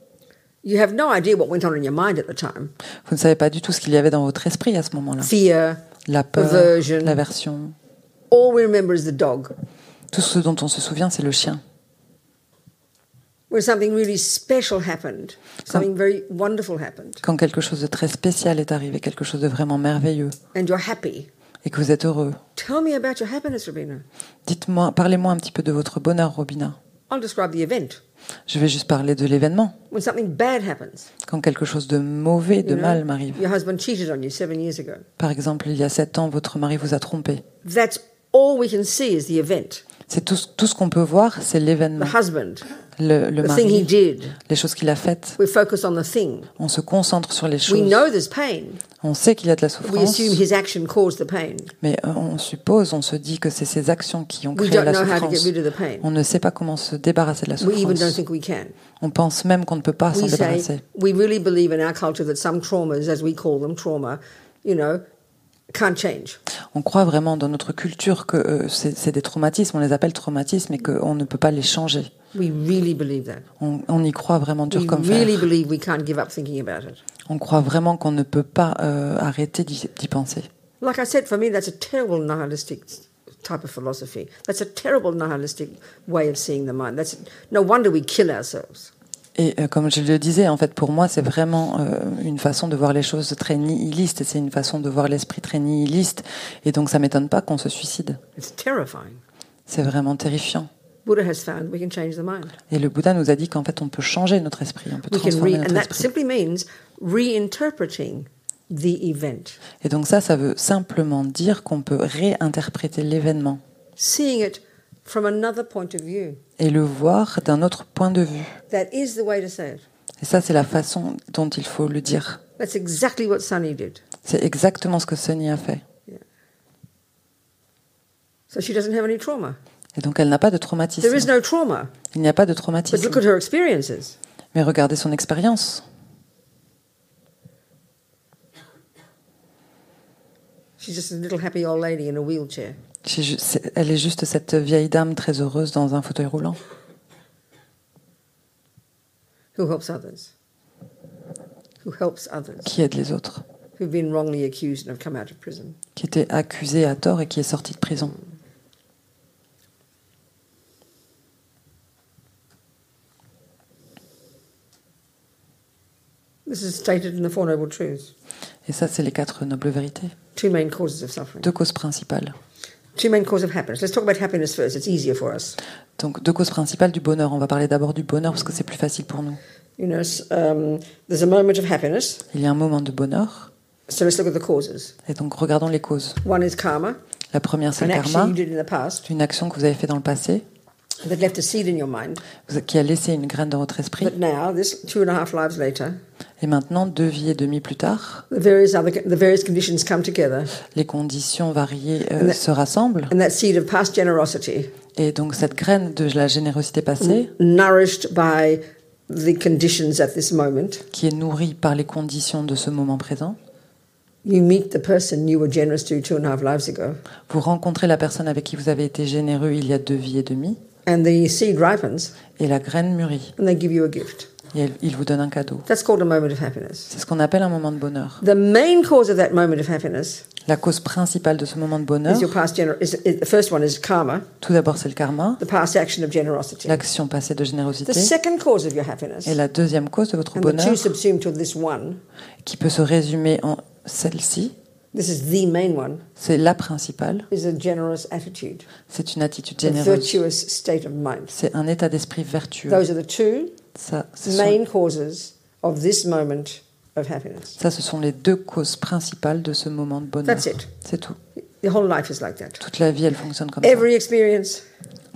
S1: you have no idea what went on in your mind at the time.
S2: vous ne savez pas du tout ce qu'il y avait dans votre esprit à ce moment-là.
S1: Fear.
S2: La peur,
S1: Aversion.
S2: l'aversion.
S1: All we remember is the dog.
S2: Tout ce dont on se souvient, c'est le chien.
S1: When something really special happened, something very wonderful happened,
S2: Quand quelque chose de très spécial est arrivé, quelque chose de vraiment merveilleux,
S1: and you're happy.
S2: et que vous êtes heureux,
S1: Tell me about your happiness, Rabina.
S2: dites-moi, parlez-moi un petit peu de votre bonheur, Robina.
S1: I'll describe the event.
S2: Je vais juste parler de l'événement.
S1: When something bad happens,
S2: Quand quelque chose de mauvais, de
S1: you know,
S2: mal m'arrive.
S1: your husband cheated on you seven years ago.
S2: Par exemple, il y a 7 ans, votre mari vous a trompé.
S1: That's all we can see is the event,
S2: C'est tout, ce- tout ce qu'on peut voir, c'est
S1: the
S2: l'événement,
S1: husband,
S2: le, le
S1: Mm. the thing he
S2: mari,
S1: did.
S2: les choses qu'il a faites.
S1: We focus on the thing.
S2: On se concentre sur les
S1: We
S2: choses.
S1: know there's pain.
S2: On sait qu'il y a de la
S1: We
S2: souffrance,
S1: assume his action caused the pain.
S2: mais euh, on suppose, on se dit que c'est ces actions qui ont
S1: We
S2: créé
S1: don't
S2: la
S1: know how to
S2: souffrance.
S1: get rid of the pain.
S2: On ne sait pas comment se débarrasser de la
S1: We even don't
S2: souffrance.
S1: think we can.
S2: On pense même qu'on ne peut pas s'en
S1: We say
S2: débarrasser.
S1: we really believe in our culture that some traumas, as we call them, trauma, you know, can't change.
S2: On croit vraiment dans notre culture que euh, c'est c'est des traumatismes, on les appelle traumatismes et qu'on ne peut pas les changer.
S1: We really believe that.
S2: On, on y croit vraiment dur
S1: We
S2: comme
S1: really
S2: fer.
S1: believe we can't give up thinking about it.
S2: On croit vraiment qu'on ne peut pas euh, arrêter d'y d'y penser.
S1: Like I said, for me, that's a terrible nihilistic type of philosophy. That's a terrible nihilistic way of seeing the mind. That's no wonder we kill ourselves.
S2: Et euh, comme je le disais, en fait, pour moi, c'est vraiment euh, une façon de voir les choses très nihiliste. C'est une façon de voir l'esprit très nihiliste. Et donc, ça m'étonne pas qu'on se suicide.
S1: It's terrifying.
S2: C'est vraiment terrifiant.
S1: Buddha has found we can change the mind.
S2: Et le Bouddha nous a dit qu'en fait, on peut changer notre esprit, on peut
S1: We can re,
S2: transformer
S1: and
S2: notre
S1: that
S2: esprit.
S1: simply means reinterpreting the event,
S2: Et donc ça, ça veut simplement dire qu'on peut réinterpréter l'événement
S1: seeing it from another point of view.
S2: et le voir d'un autre point de vue.
S1: That is the way to say it.
S2: Et ça, c'est la façon dont il faut le dire.
S1: That's exactly what Sunny did.
S2: C'est exactement ce que Sonny a fait.
S1: So she doesn't have any trauma.
S2: Et donc, elle n'a pas de
S1: There is
S2: traumatism.
S1: no trauma.
S2: Il n'y a pas de
S1: But
S2: traumatisme.
S1: look at her experiences.
S2: Mais regardez son expérience.
S1: She's just a little happy old lady in a wheelchair.
S2: J'ai ju- c'est- Elle est juste cette vieille dame très heureuse dans un fauteuil roulant
S1: who helps others, who helps others
S2: qui aide les autres,
S1: who've been wrongly accused and have come out of prison.
S2: qui était accusée à tort et qui est sortie de prison.
S1: This is stated in the Four Noble Truths,
S2: Et ça, c'est les quatre nobles vérités.
S1: two main causes of suffering,
S2: Deux causes principales.
S1: two main causes of happiness. Let's talk about happiness first, it's easier for us.
S2: Donc, deux causes principales du bonheur. On va parler d'abord du bonheur parce que c'est plus facile pour nous.
S1: You know, s- um, there's a moment of happiness,
S2: Il y a un moment de bonheur.
S1: so let's look at the causes.
S2: Et donc, regardons les causes.
S1: One is karma,
S2: La première, c'est
S1: an
S2: le karma,
S1: action you did in the past
S2: une action que vous avez faite dans le passé,
S1: that left a seed in your mind,
S2: vous- qui a laissé une graine dans votre esprit.
S1: but now, this two and a half lives later,
S2: Et maintenant, deux vies et demie plus tard,
S1: the various other the various conditions come together,
S2: les conditions variées euh, se rassemblent.
S1: and that seed of past generosity,
S2: Et donc, cette graine de la générosité passée,
S1: nourished by the conditions at this moment,
S2: qui est nourrie par les conditions de ce moment présent,
S1: you meet the person you were generous to two and a half lives ago,
S2: vous rencontrez la personne avec qui vous avez été généreux il y a deux vies et demie,
S1: and the seed ripens,
S2: et la graine mûrit,
S1: and they give you a gift.
S2: et elle- il vous donne un cadeau.
S1: That's called a moment of happiness.
S2: C'est ce qu'on appelle un moment de bonheur.
S1: The main cause of that moment of happiness
S2: La cause principale de ce moment de bonheur,
S1: is your past gener- is, is- the first one is karma,
S2: tout d'abord, c'est le karma,
S1: the past action of generosity.
S2: l'action passée de générosité,
S1: The second cause of your happiness,
S2: et la deuxième cause de votre
S1: and the two
S2: bonheur,
S1: subsumed to this one.
S2: qui peut se résumer en celle-ci,
S1: This is the main one.
S2: c'est la principale,
S1: Is a generous attitude,
S2: c'est une attitude
S1: a
S2: généreuse,
S1: virtuous state of mind.
S2: c'est un état d'esprit vertueux.
S1: Those are the two
S2: Ça, ce sont,
S1: main causes of this moment of happiness.
S2: ça, ce sont les deux causes principales de ce moment de bonheur.
S1: That's it.
S2: C'est tout.
S1: The whole life is like that.
S2: Toute la vie, elle fonctionne comme
S1: Every experience,
S2: ça.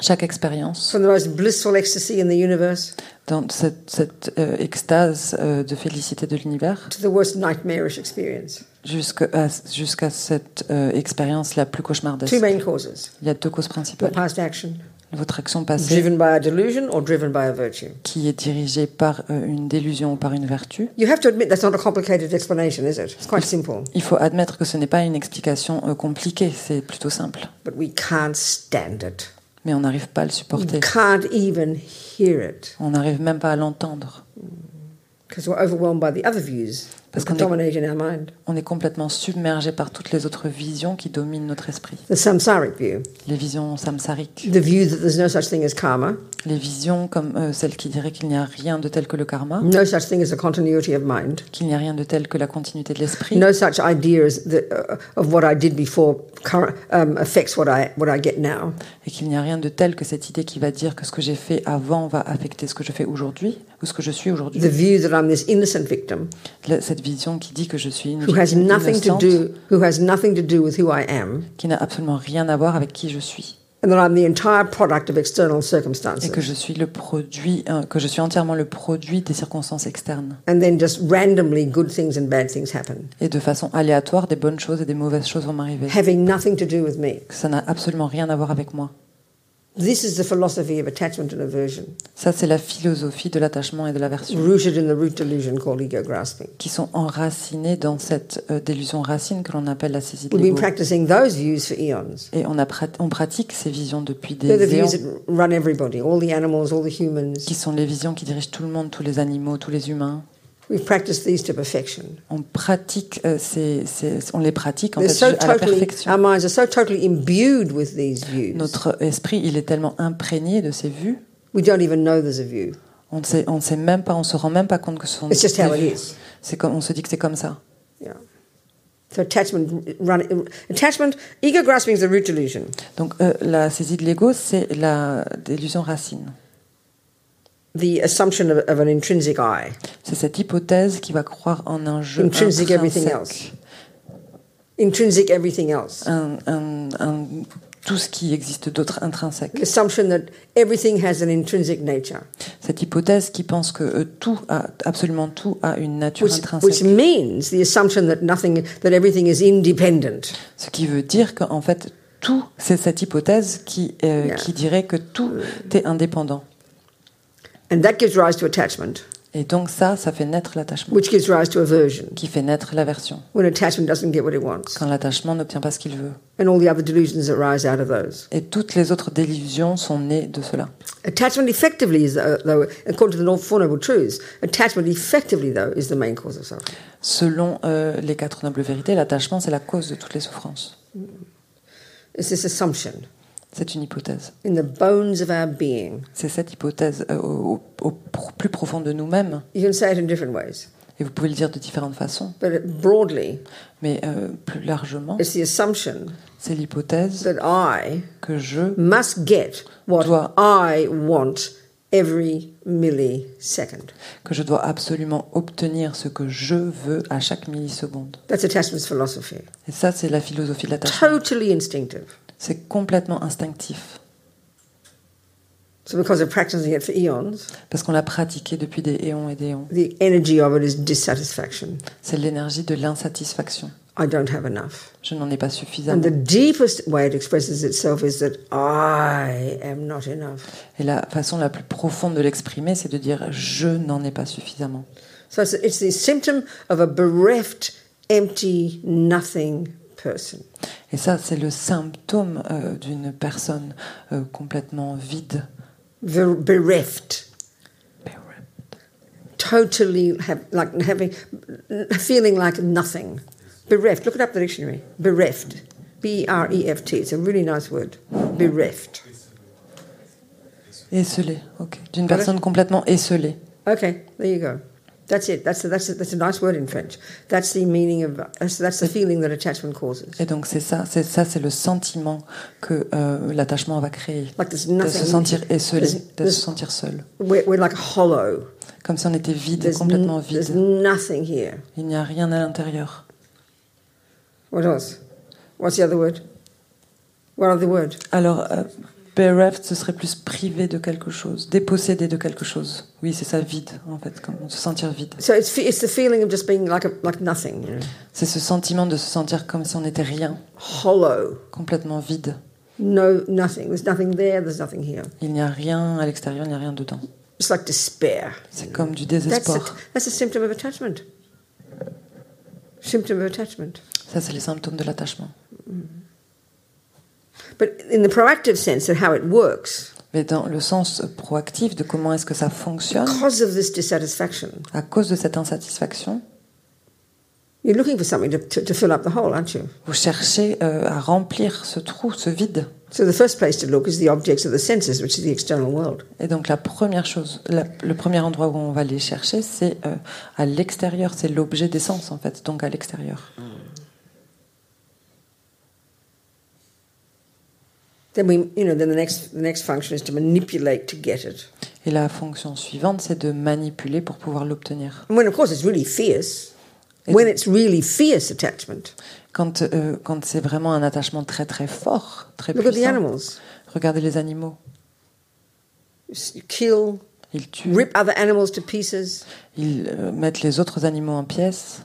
S2: Chaque expérience,
S1: from the most blissful ecstasy in the universe
S2: dans cette, cette, euh, extase euh, de félicité de l'univers,
S1: to the worst nightmarish experience.
S2: jusqu'à jusqu'à cette euh, expérience la plus
S1: Two
S2: cauchemardesque.
S1: main causes
S2: Il y a deux causes
S1: your
S2: principales.
S1: past action
S2: La, votre action passée
S1: driven by a delusion or driven by a virtue.
S2: qui est dirigée par euh, une délusion ou par une vertu.
S1: You have to admit that's not a complicated explanation, is it? It's quite simple.
S2: Il faut admettre que ce n'est pas une explication euh, compliquée, c'est plutôt simple.
S1: But we can't stand it.
S2: Mais on n'arrive pas à le supporter.
S1: We can't even hear it
S2: On n'arrive même pas à l'entendre.
S1: because we're overwhelmed by the other views
S2: Parce
S1: that
S2: qu'on est-
S1: dominate in our mind.
S2: On est complètement submergé par toutes les autres visions qui dominent notre esprit.
S1: The samsaric view,
S2: Les visions samsariques,
S1: the view that there's no such thing as karma,
S2: les visions comme euh, celle qui dirait qu'il n'y a rien de tel que le karma,
S1: no such thing as a continuity of mind,
S2: qu'il n'y a rien de tel que la continuité de l'esprit,
S1: no such idea as the, uh, of what I did before current, um, affects what I what I get now.
S2: et qu'il n'y a rien de tel que cette idée qui va dire que ce que j'ai fait avant va affecter ce que je fais aujourd'hui ou ce que je suis aujourd'hui.
S1: The view that I'm this innocent victim
S2: La- Cette vision qui dit que je suis une
S1: who has
S2: victime
S1: nothing to
S2: innocente,
S1: do who has nothing to do with who I am,
S2: qui n'a absolument rien à voir avec qui je suis.
S1: and that I'm the entire product of external
S2: et que
S1: circumstances,
S2: je suis le produit, euh, que je suis entièrement le produit des circonstances externes.
S1: and then just randomly good things and bad things happen,
S2: Et de façon aléatoire, des bonnes choses et des mauvaises choses vont m'arriver.
S1: having nothing to do with me.
S2: Ça n'a absolument rien à voir avec moi.
S1: This is the philosophy of attachment and aversion,
S2: Ça, c'est la philosophie de l'attachement et de l'aversion,
S1: rooted in the root delusion called ego grasping.
S2: qui sont enracinées dans cette euh, délusion racine que l'on appelle la saisie de
S1: We've been
S2: l'ego.
S1: practicing those views for eons.
S2: Et on, a prat- on pratique ces visions depuis
S1: They're the
S2: des éons,
S1: views that run everybody, all the animals, all the humans.
S2: qui sont les visions qui dirigent tout le monde, tous les animaux, tous les humains.
S1: We've practiced these to perfection.
S2: On pratique, euh, ces- ces- on les pratique en
S1: They're
S2: fait
S1: so
S2: à la
S1: totally,
S2: perfection.
S1: our minds are so totally imbued with these views.
S2: Notre esprit, il est tellement imprégné de ces vues
S1: We don't even know there's a view.
S2: On ne sait, on ne sait même pas, on se rend même pas compte que ce sont
S1: It's just
S2: des
S1: how it
S2: vues.
S1: is.
S2: C'est comme, on se dit que c'est comme ça.
S1: Yeah. So attachment, run, attachment, ego grasping is the root delusion.
S2: Donc euh, la saisie de l'ego, c'est la délusion racine.
S1: The assumption of, of an intrinsic I,
S2: C'est cette hypothèse qui va croire en un jeu
S1: Intrinsic everything
S2: intrinsèque,
S1: intrinsic everything else.
S2: un, un- un- tout ce qui existe d'autre intrinsèque.
S1: The assumption that everything has an intrinsic nature,
S2: Cette hypothèse qui pense que euh, tout, a, absolument tout, a une nature
S1: which, which
S2: intrinsèque.
S1: means the assumption that nothing, that everything is independent.
S2: Ce qui veut dire qu'en fait, tout, c'est cette hypothèse qui, euh,
S1: Yeah.
S2: qui dirait que tout est indépendant.
S1: And that gives rise to attachment,
S2: Et donc ça, ça fait naître l'attachement,
S1: which gives rise to aversion,
S2: qui fait naître l'aversion.
S1: when attachment doesn't get what it wants,
S2: quand l'attachement n'obtient pas ce qu'il veut.
S1: and all the other delusions that rise out of those.
S2: Et toutes les autres délusions sont nées de cela.
S1: Attachment effectively is, uh, though, according to the Four Noble Truths, attachment effectively, though, is the main cause of suffering.
S2: Selon euh, les quatre nobles vérités, l'attachement, c'est la cause de toutes les souffrances.
S1: It's this assumption
S2: C'est une hypothèse.
S1: in the bones of our being.
S2: C'est cette hypothèse euh, au, au- au pro- plus profond de nous-mêmes,
S1: You can say it in different ways,
S2: et vous pouvez le dire de différentes façons,
S1: but it- broadly,
S2: mais euh, plus largement,
S1: it's the assumption
S2: c'est l'hypothèse
S1: that I
S2: que je
S1: must get what
S2: Doit.
S1: I want every millisecond.
S2: que je dois absolument obtenir ce que je veux à chaque milliseconde.
S1: That's attachment's philosophy.
S2: Et ça, c'est la philosophie de l'attachement.
S1: Totally instinctive.
S2: C'est complètement instinctif,
S1: So, because of practicing it for eons,
S2: parce qu'on l'a pratiqué depuis des éons et des éons.
S1: the energy of it is dissatisfaction.
S2: C'est l'énergie de l'insatisfaction.
S1: I don't have enough.
S2: Je n'en ai pas
S1: And
S2: suffisamment.
S1: the deepest way it expresses itself is that I am not enough.
S2: Et la façon la plus profonde de l'exprimer, c'est de dire je n'en ai pas suffisamment.
S1: So it's, it's the symptom of a bereft, empty, nothing person.
S2: Et ça, c'est le symptôme euh, d'une personne euh, complètement vide.
S1: Ver- bereft. Totally have, like having, feeling like nothing. Bereft. Look it up the dictionary. Bereft. B R E F T. It's a really nice word. Bereft.
S2: Esselé, ok. D'une personne complètement esselée.
S1: Okay, there you go. That's it. That's a, that's a, that's a nice word in French. That's the meaning of that's, that's the feeling that attachment causes.
S2: Et donc c'est ça, c'est ça, c'est le sentiment que euh, l'attachement va créer.
S1: Like there's
S2: De se sentir
S1: nothing.
S2: esselé,
S1: There's-
S2: de se
S1: there's-
S2: sentir seul.
S1: We're, we're like hollow.
S2: Comme si on était vide,
S1: There's,
S2: complètement
S1: n- there's
S2: vide.
S1: nothing here.
S2: Il n'y a rien à l'intérieur.
S1: What else? What's the other word? What other word?
S2: Alors, euh, bereft, ce serait plus privé de quelque chose, dépossédé de quelque chose. Oui, c'est ça, vide, en fait, comme se sentir vide.
S1: So it's fe- it's the feeling of just being like a, like nothing, you know,
S2: C'est ce sentiment de se sentir comme si on n'était rien,
S1: hollow,
S2: complètement vide,
S1: no nothing. There's nothing there. There's nothing here.
S2: Il n'y a rien à l'extérieur, il n'y a rien dedans.
S1: It's like despair.
S2: C'est comme du
S1: That's a,
S2: désespoir.
S1: that's a symptom of attachment. Symptom of attachment.
S2: Ça, c'est les symptômes de l'attachement.
S1: But in the proactive sense of how it works,
S2: Mais dans le sens proactif de comment est-ce que ça fonctionne,
S1: because of this dissatisfaction,
S2: à cause de cette insatisfaction,
S1: you're looking for something to, to, to fill up the hole, aren't you?
S2: vous cherchez euh, à remplir ce trou, ce vide.
S1: So the first place to look is the objects of the senses, which is the external world.
S2: Et donc la première chose, la- le premier endroit où on va les chercher, c'est euh, à l'extérieur, c'est l'objet des sens en fait, donc à l'extérieur.
S1: Then we, you know, then the next the next function is to manipulate to get it.
S2: Et la fonction suivante, c'est de manipuler pour pouvoir l'obtenir.
S1: And when, of course, it's really fierce,
S2: It's-
S1: when it's really fierce attachment,
S2: Quand, euh, quand c'est vraiment un attachement très très fort, très
S1: look at the
S2: puissant,
S1: animals.
S2: regardez les animaux.
S1: You kill,
S2: Ils tuent,
S1: rip other animals to pieces.
S2: ils euh, mettent les autres animaux en pièces.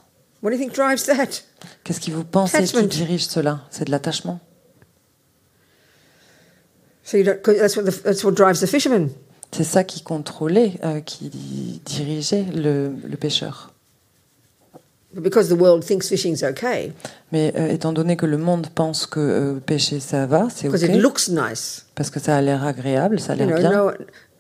S1: What do you think drives that?
S2: Qu'est-ce qui vous pensez qui
S1: Attachment.
S2: dirige cela C'est de l'attachement.
S1: So you don't. 'cause that's what the, that's what drives the fisherman.
S2: C'est ça qui contrôlait, euh, qui dirigeait le, le pêcheur.
S1: But because the world thinks fishing's okay,
S2: Mais euh, étant donné que le monde pense que euh, pêcher ça va, c'est
S1: because
S2: ok,
S1: it looks nice.
S2: parce que ça a l'air agréable, ça a
S1: You
S2: l'air
S1: know,
S2: bien.
S1: no,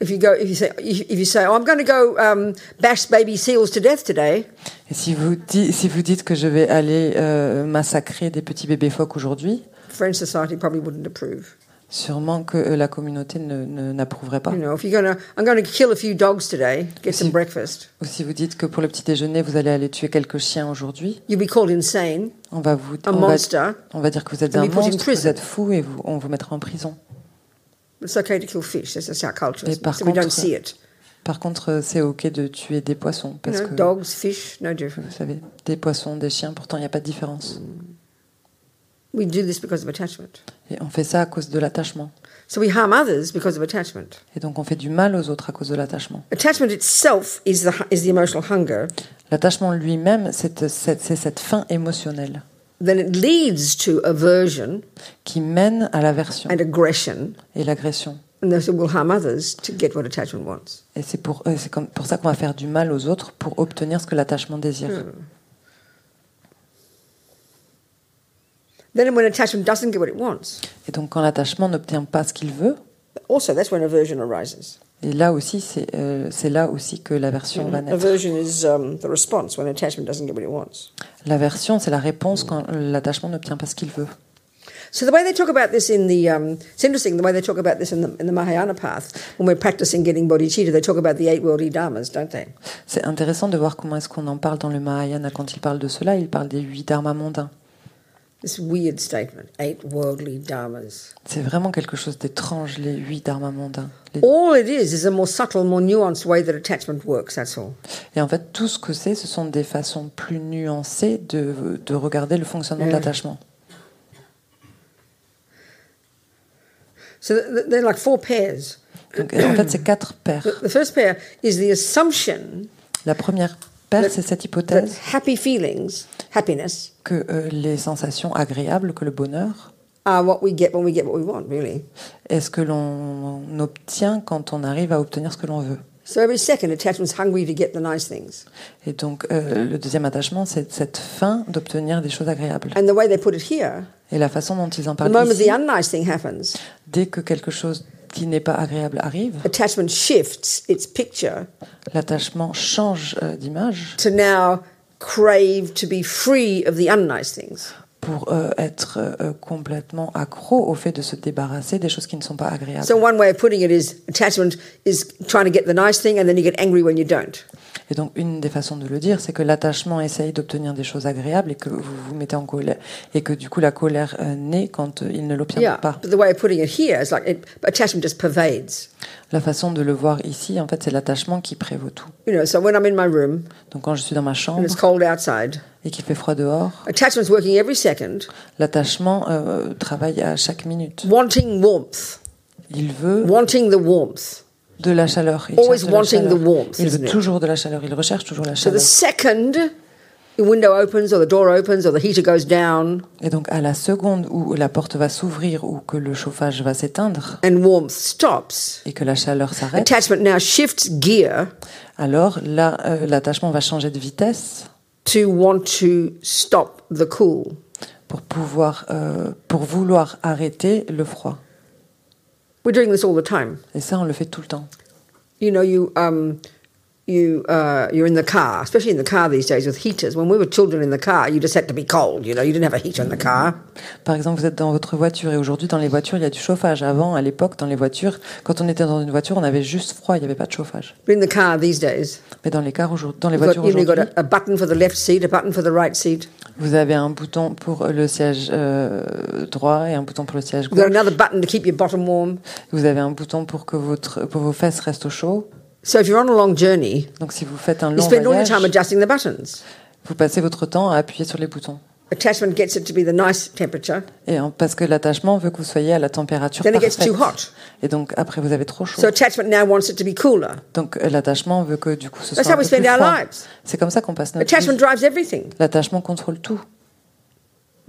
S1: if you go, if you say, if, if you say, oh, I'm going to go um, bash baby seals to death today,
S2: Et si vous, di- si vous dites que je vais aller euh, massacrer des petits bébés phoques aujourd'hui,
S1: French society probably wouldn't approve.
S2: sûrement que euh, la communauté ne- ne- n'approuverait pas.
S1: You know, if you're going to, I'm going to kill a few dogs today, get some breakfast.
S2: Ou si vous dites que pour le petit déjeuner, vous allez aller tuer quelques chiens aujourd'hui,
S1: You'll be called insane,
S2: on va vous
S1: a
S2: on va,
S1: monster.
S2: on va dire que vous êtes
S1: And
S2: un
S1: we put in
S2: monstre, que vous
S1: prison.
S2: êtes fou et vous- on vous mettra en prison.
S1: It's okay to kill fish. That's just our culture.
S2: Mais
S1: isn't
S2: par
S1: it? so we don't
S2: contre,
S1: see it.
S2: Par contre, euh, c'est ok de tuer des poissons
S1: You
S2: parce
S1: know,
S2: que
S1: dogs, fish, no different.
S2: vous savez, des poissons, des chiens, pourtant il n'y a pas de différence.
S1: We do this because of attachment.
S2: Et on fait ça à cause de l'attachement.
S1: So we harm others because of attachment.
S2: Et donc on fait du mal aux autres à cause de l'attachement.
S1: Attachment itself is the hu- is the emotional hunger.
S2: L'attachement lui-même, c'est c'est- c'est cette faim émotionnelle
S1: Then it leads to aversion
S2: qui mène à l'aversion
S1: and aggression,
S2: et l'agression.
S1: and those who will harm others to get what attachment wants.
S2: Et c'est pour, euh, c'est comme- pour ça qu'on va faire du mal aux autres pour obtenir ce que l'attachement désire.
S1: Then when attachment doesn't get what it wants,
S2: Et donc quand l'attachement n'obtient pas ce qu'il veut,
S1: also that's when aversion arises.
S2: et là aussi, c'est euh, c'est là aussi que
S1: Mm-hmm.
S2: l'aversion
S1: Hmm.
S2: va naître.
S1: Aversion is um, the response when attachment doesn't get what it wants.
S2: L'aversion, c'est la réponse quand l'attachement n'obtient pas ce qu'il veut.
S1: So the way they talk about this in the um, it's interesting the way they talk about this in the in the Mahayana path when we're practicing getting bodhicitta they talk about the eight worldly dharmas don't they
S2: C'est intéressant de voir comment est-ce qu'on en parle dans le Mahayana. Quand il parle de cela, il parle des huit dharmas mondains.
S1: this weird statement eight worldly dharmas
S2: C'est vraiment quelque chose d'étrange, les huit dharmas mondains. Les-
S1: all it is is a more subtle more nuanced way that attachment works that's all
S2: Et en fait, tout ce que c'est, ce sont des façons plus nuancées de, de regarder le fonctionnement de
S1: Ouais.
S2: l'attachement.
S1: so th- th- they're like four pairs
S2: Donc, en fait, c'est quatre
S1: the,
S2: paires.
S1: the first pair is the assumption
S2: La première paire,
S1: Le-
S2: c'est cette
S1: that
S2: hypothèse
S1: happy feelings happiness
S2: que euh, les sensations agréables, que le bonheur,
S1: are what we get when we get what we want really
S2: est ce que l'on obtient quand on arrive à obtenir ce que l'on veut.
S1: so every second attachment's hungry to get the nice things
S2: Et donc, euh, le deuxième attachement, c'est cette fin d'obtenir des choses agréables.
S1: and the way they put it here
S2: Et la façon dont ils en
S1: the
S2: parlent
S1: moment
S2: ici,
S1: the unnice thing happens
S2: dès que quelque chose qui n'est pas agréable arrive,
S1: attachment shifts its picture
S2: l'attachement change euh, d'image
S1: to now crave to be free of the unnice things.
S2: pour euh, être euh, complètement accro au fait de se débarrasser des choses qui ne sont pas agréables.
S1: So one way of putting it is attachment is trying to get the nice thing and then you get angry when you don't.
S2: Et donc une des façons de le dire, c'est que l'attachement essaye d'obtenir des choses agréables et que vous vous mettez en colère et que du coup la colère euh, naît quand euh, il ne l'obtient
S1: Yeah.
S2: pas.
S1: But the way of putting it here is like it, attachment just pervades.
S2: La façon de le voir ici, en fait, c'est l'attachement qui prévaut tout.
S1: You know, so when I'm in my room
S2: Donc quand je suis dans ma chambre
S1: and it's cold outside,
S2: et qu'il fait froid dehors,
S1: attachment's working every second,
S2: l'attachement euh, travaille à chaque minute.
S1: wanting warmth,
S2: Il veut
S1: wanting the warmth.
S2: de la chaleur. Il,
S1: Always
S2: cherche de la
S1: wanting
S2: chaleur.
S1: the warmth,
S2: il
S1: isn't
S2: veut
S1: it?
S2: toujours de la chaleur. Il recherche toujours la
S1: So the
S2: chaleur.
S1: second the window opens or the door opens or the heater goes down
S2: Et donc, à la seconde où la porte va s'ouvrir ou que le chauffage va s'éteindre
S1: and warmth stops,
S2: et que la chaleur s'arrête,
S1: attachment now shifts gear
S2: alors là, euh, l'attachement va changer de vitesse
S1: to want to stop the cool.
S2: pour pouvoir, euh, pour vouloir arrêter le froid.
S1: We're doing this all the time.
S2: Et ça, on le fait tout le temps.
S1: You know, you um, you uh, you're in the car, especially in the car these days with heaters. When we were children in the car, you just had to be cold. You know, you didn't have a heater in the car.
S2: Par exemple, vous êtes dans votre voiture et aujourd'hui, dans les voitures, il y a du chauffage. Avant, à l'époque, dans les voitures, quand on était dans une voiture, on avait juste froid, il n'y avait pas de chauffage.
S1: But in the car these days,
S2: Mais dans les, cars aujourd'hui- dans les
S1: you've got,
S2: voitures
S1: you know, you've got
S2: aujourd'hui,
S1: a, a button for the left seat, a button for the right seat.
S2: vous avez un bouton pour le siège euh, droit et un bouton pour le siège
S1: You've got
S2: gauche.
S1: another button to keep your bottom warm.
S2: Vous avez un bouton pour que votre, pour vos fesses restent au chaud.
S1: So if you're on a long journey,
S2: Donc, si vous faites un
S1: you
S2: long
S1: spend all your time
S2: voyage,
S1: adjusting the buttons.
S2: vous passez votre temps à appuyer sur les boutons.
S1: Attachment gets it to be the nice temperature.
S2: Et hein, parce que l'attachement veut que vous soyez à la température
S1: Then it gets
S2: parfaite.
S1: too hot.
S2: Et donc après vous avez trop chaud.
S1: So attachment now wants it to be cooler.
S2: Donc euh, l'attachement veut que du coup ce
S1: That's
S2: soit un
S1: how we
S2: peu plus
S1: spend our
S2: froid.
S1: lives.
S2: C'est comme ça qu'on passe notre
S1: Attachment
S2: vie.
S1: drives everything.
S2: L'attachement contrôle tout.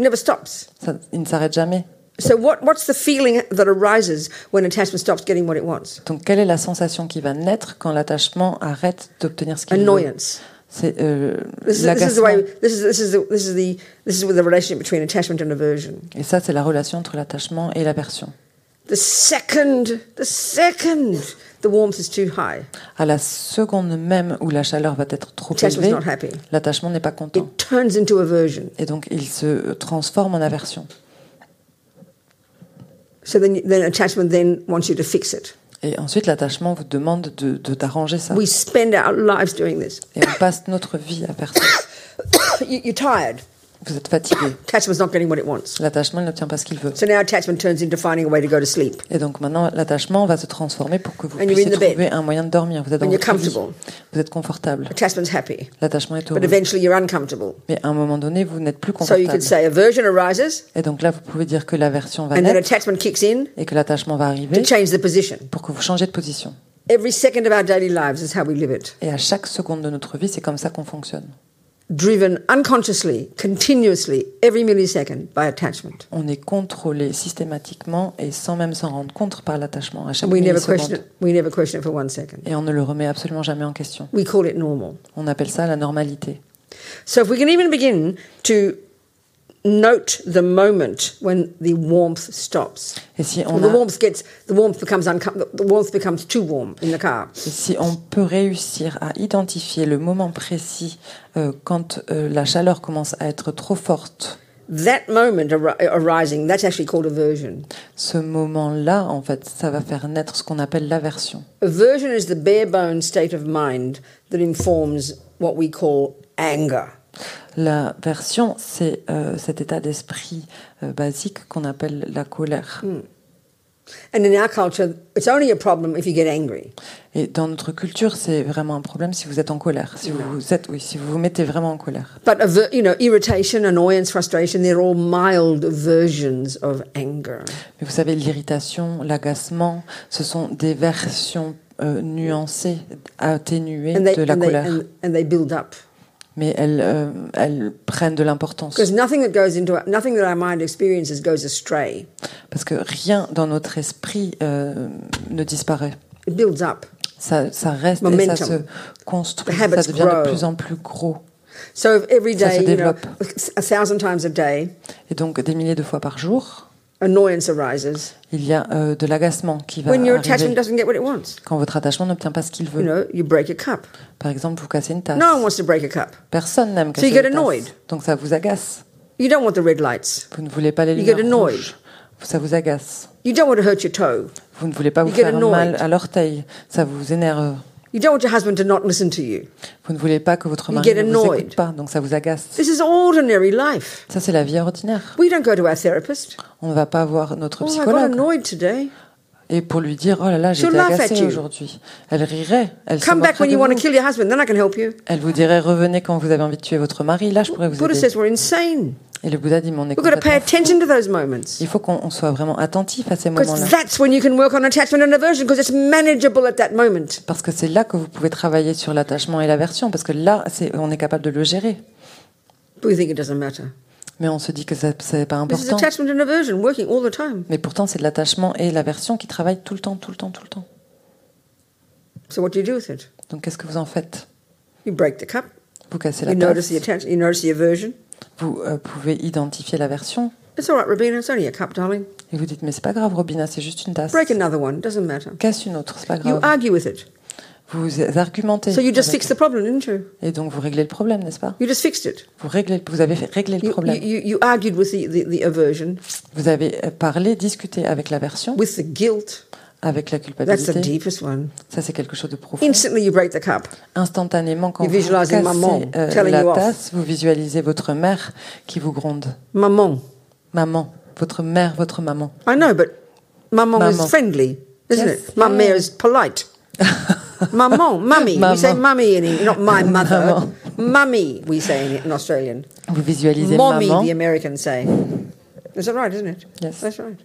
S1: Never stops.
S2: Ça, il ne s'arrête jamais.
S1: So what, what's the feeling that arises when attachment stops getting what it wants?
S2: Donc quelle est la sensation qui va naître quand l'attachement arrête d'obtenir ce qu'il veut
S1: Annoyance.
S2: C'est euh,
S1: This is, this is the
S2: l'agacement.
S1: way. This is this is the, this is the this is with the relationship between attachment and aversion.
S2: Et ça c'est la relation entre l'attachement et l'aversion.
S1: The second, the second, the warmth is too high.
S2: À la seconde même où la chaleur va être trop
S1: Attachment's
S2: élevée,
S1: not happy.
S2: l'attachement n'est pas content.
S1: It turns into aversion.
S2: Et donc il se transforme en aversion.
S1: So then, then attachment then wants you to fix it.
S2: Et ensuite, l'attachement vous demande de de- d'arranger ça.
S1: We spend our lives doing this.
S2: Et on passe notre vie à faire ça.
S1: You, you're tired.
S2: Vous êtes fatigué.
S1: Attachment's not getting what it wants.
S2: L'attachement il n'obtient pas ce qu'il veut.
S1: So now attachment turns into finding a way to go to sleep.
S2: Et donc maintenant, l'attachement va se transformer pour que vous
S1: And you're
S2: puissiez
S1: in the bed.
S2: trouver un moyen de dormir. Vous êtes, dans
S1: And you're
S2: votre lit.
S1: comfortable.
S2: vous êtes confortable.
S1: Attachment's happy,
S2: L'attachement est
S1: but
S2: heureux.
S1: eventually you're uncomfortable.
S2: Mais à un moment donné, vous n'êtes plus
S1: So you could
S2: confortable.
S1: say aversion arises,
S2: Et donc là, vous pouvez dire que l'aversion va
S1: and then
S2: naître
S1: attachment kicks in
S2: et que l'attachement va
S1: to
S2: arriver
S1: change the position.
S2: pour que vous changez de position.
S1: Every second of our daily lives is how we live it.
S2: Et à chaque seconde de notre vie, c'est comme ça qu'on fonctionne.
S1: Driven unconsciously, continuously, every millisecond by attachment.
S2: On est contrôlé systématiquement et sans même s'en rendre compte par l'attachement à chaque
S1: And we never question
S2: milliseconde.
S1: it. We never question it for one second.
S2: Et on ne le remet absolument jamais en question.
S1: We call it normal.
S2: On appelle ça la normalité.
S1: So if we can even begin to note the moment when the warmth stops.
S2: Et si
S1: Well,
S2: on,
S1: the
S2: a-
S1: warmth gets the warmth becomes uncom- the warmth becomes too warm in the car.
S2: et si on peut réussir à identifier le moment précis euh, quand euh, la chaleur commence à être trop forte,
S1: That moment ar- arising, that's actually called aversion.
S2: ce moment-là, en fait, ça va faire naître ce qu'on appelle l'aversion.
S1: Aversion is the bare bone state of mind that informs what we call anger.
S2: L'aversion, c'est euh, cet état d'esprit euh, basique qu'on appelle la colère.
S1: Mm. And in our culture, it's only a problem if you get angry.
S2: Et dans notre culture, c'est vraiment un problème si vous êtes en colère, si vous, vous êtes, oui, si vous vous mettez vraiment en colère.
S1: But aver- you know, irritation, annoyance, frustration—they're all mild versions of anger.
S2: Mais vous savez, l'irritation, l'agacement, ce sont des versions euh, nuancées, atténuées
S1: And they,
S2: de la
S1: and, they,
S2: colère.
S1: and, and they build up
S2: mais elles, euh, elles prennent de l'importance.
S1: because nothing that goes into nothing that our mind experiences goes astray.
S2: Parce que rien dans notre esprit euh, ne disparaît.
S1: It builds up.
S2: Ça, ça reste et ça
S1: Momentum.
S2: se construit,
S1: The habits
S2: ça devient
S1: grow.
S2: de plus en plus gros.
S1: So if every
S2: Ça
S1: day,
S2: se
S1: you know,
S2: développe.
S1: a thousand times a day,
S2: Et donc, des milliers de fois par jour,
S1: annoyance arises
S2: il y a euh, de l'agacement qui va
S1: when your attachment
S2: arriver
S1: doesn't get what it wants.
S2: quand votre attachement n'obtient pas ce qu'il veut.
S1: You know, you break a cup.
S2: Par exemple, vous cassez une tasse.
S1: No one wants to break a cup.
S2: Personne n'aime
S1: So you
S2: casser
S1: get
S2: une tasse.
S1: annoyed.
S2: Donc, ça vous agace.
S1: You don't want the red lights.
S2: Vous ne voulez pas les
S1: You get
S2: lumières
S1: annoyed.
S2: rouges. Ça vous agace.
S1: You don't want to hurt your toe.
S2: Vous ne voulez pas vous
S1: get
S2: faire
S1: annoyed.
S2: mal à l'orteil. Ça vous énerve.
S1: You don't want your husband to not listen to you.
S2: Vous ne voulez pas que votre
S1: You
S2: mari
S1: get
S2: ne vous
S1: annoyed.
S2: écoute pas, donc ça vous agace.
S1: This is ordinary life.
S2: Ça, c'est la vie ordinaire.
S1: We don't go to our therapist.
S2: On ne va pas voir notre
S1: Oh, I got
S2: psychologue
S1: annoyed today.
S2: et pour lui dire Oh là là, j'ai
S1: She'll
S2: été
S1: laugh at
S2: agacée
S1: you.
S2: aujourd'hui. Elle rirait. Elle, se
S1: Come back when
S2: moquerait
S1: you want
S2: de
S1: to
S2: vous.
S1: kill your husband, then I can help you.
S2: Elle vous dirait Revenez quand vous avez envie de tuer votre mari. Là, je pourrais vous
S1: Buddha
S2: aider.
S1: says we're insane.
S2: Et le Bouddha dit Mais on est
S1: We've got to pay
S2: complètement fous.
S1: attention to those moments.
S2: Il faut qu'on on soit vraiment attentif à ces moments-là.
S1: Because that's when you can work on attachment and aversion because it's manageable at that moment.
S2: Parce que c'est là que vous pouvez travailler sur l'attachement et l'aversion, parce que là, c'est- on est capable de le gérer.
S1: But we think it doesn't matter.
S2: Mais on se dit que ça c'est pas
S1: This is
S2: important.
S1: attachment and aversion working all the time.
S2: Mais pourtant, c'est de l'attachement et l'aversion qui travaillent tout le temps, tout le temps, tout le temps.
S1: So what do you do with it?
S2: Donc, qu'est-ce que vous en faites
S1: You break the cup.
S2: Vous cassez la
S1: You notice
S2: tasse.
S1: the attachment. You notice the aversion.
S2: Vous euh, pouvez identifier l'aversion
S1: It's all right, Rabina. It's only a cup, darling.
S2: et vous dites mais c'est pas grave, Robina, c'est juste une tasse.
S1: Break another one. Doesn't matter.
S2: Casse une autre, c'est pas
S1: You
S2: grave.
S1: argue with it.
S2: Vous argumentez.
S1: So you just
S2: avec-
S1: fixed the problem, didn't you?
S2: Et donc vous réglez le problème, n'est-ce pas
S1: You just fixed it.
S2: Vous réglez, vous avez fait régler le
S1: You,
S2: problème.
S1: you, you argued with the, the, the aversion,
S2: Vous avez euh, parlé, discuté avec l'aversion,
S1: with the guilt.
S2: avec la
S1: That's the
S2: culpabilité.
S1: deepest one.
S2: Ça c'est quelque chose de profond.
S1: Instantly, you break the cup.
S2: Instantanément, quand
S1: You
S2: vous
S1: visualize
S2: cassez
S1: maman
S2: euh,
S1: telling
S2: la
S1: you off.
S2: tasse, vous visualisez votre mère qui vous gronde.
S1: Maman.
S2: Maman, votre mère, votre maman.
S1: I know, but maman,
S2: Maman.
S1: is friendly, isn't
S2: Yes,
S1: it? Maman
S2: yeah.
S1: is polite. maman, mummy. We say
S2: Maman.
S1: mummy in English, not my mother. mummy, we say in, in Australian.
S2: Vous visualisez
S1: Mommy,
S2: maman.
S1: the Americans say. Is that right, isn't it?
S2: Yes.
S1: That's right.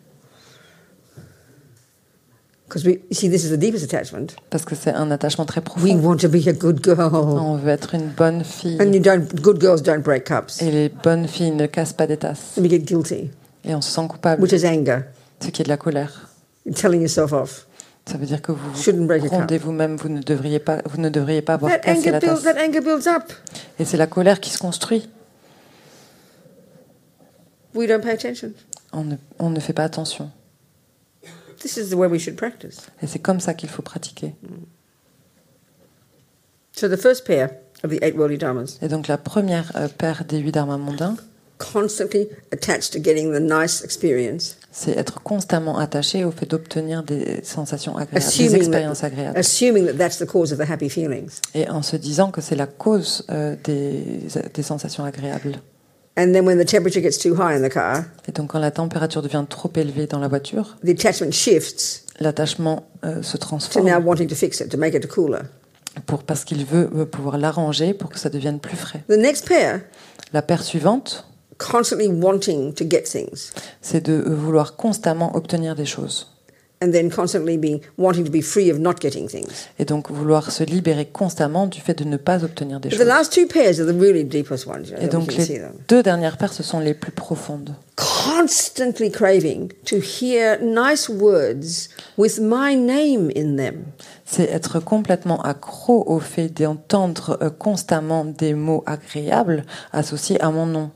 S1: Because we you see, this is the deepest attachment.
S2: Parce que c'est un attachement très
S1: We
S2: profond.
S1: want to be a good girl.
S2: On veut être une bonne fille.
S1: And you don't, good girls don't break cups.
S2: Et les bonnes filles ne cassent pas des tasses.
S1: And we get guilty,
S2: Et on se sent coupable,
S1: which is anger.
S2: ce qui est de la colère.
S1: You're telling yourself off.
S2: Ça veut dire que vous
S1: Shouldn't break
S2: vous
S1: it up.
S2: rendez vous-même, vous ne devriez pas, vous ne devriez pas avoir
S1: That
S2: cassé
S1: anger,
S2: la
S1: build,
S2: tasse.
S1: that anger builds up.
S2: Et c'est la colère qui se construit.
S1: We don't pay attention.
S2: On ne, on ne fait pas attention.
S1: This is the way we should practice.
S2: Et c'est comme ça qu'il faut pratiquer.
S1: So the first pair of the eight worldly dharmas,
S2: Et donc la première euh, paire des huit dharmas mondains,
S1: constantly attached to getting the nice experience,
S2: c'est être constamment attaché au fait d'obtenir des sensations agréables, des
S1: assuming
S2: expériences
S1: that,
S2: agréables,
S1: assuming that that's the cause of the happy feelings.
S2: et en se disant que c'est la cause euh, des, des sensations agréables.
S1: And then when the temperature gets too high in the car,
S2: Et donc quand la température devient trop élevée dans la voiture,
S1: the attachment shifts
S2: l'attachement euh, se
S1: to now
S2: transforme
S1: wanting to fix it, to make it cooler.
S2: pour, parce qu'il veut euh, pouvoir l'arranger pour que ça devienne plus frais.
S1: The next pair,
S2: La paire suivante,
S1: constantly wanting to get things
S2: c'est de euh, vouloir constamment obtenir des choses.
S1: and then constantly being wanting to be free of not getting things.
S2: Et donc vouloir se libérer constamment du fait de ne pas obtenir des
S1: But the
S2: choses.
S1: last two pairs are the really deepest ones. You know,
S2: Et
S1: that we
S2: donc
S1: can see
S2: les
S1: them.
S2: deux dernières paires, ce sont les plus profondes.
S1: Constantly craving to hear nice words with my name in them.
S2: C'est être complètement accro au fait d'entendre euh, constamment des mots agréables associés à mon nom.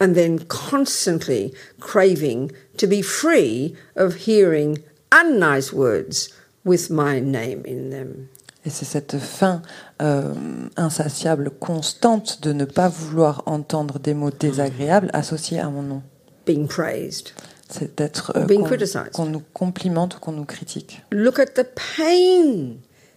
S1: and then constantly craving to be free of hearing unnice words with my name in them.
S2: Et c'est cette faim euh, insatiable, constante de ne pas vouloir entendre des mots désagréables associés à mon nom.
S1: Being praised.
S2: C'est d'être euh,
S1: Being
S2: qu'on
S1: criticized.
S2: qu'on nous complimente ou qu'on nous critique.
S1: Look at the pain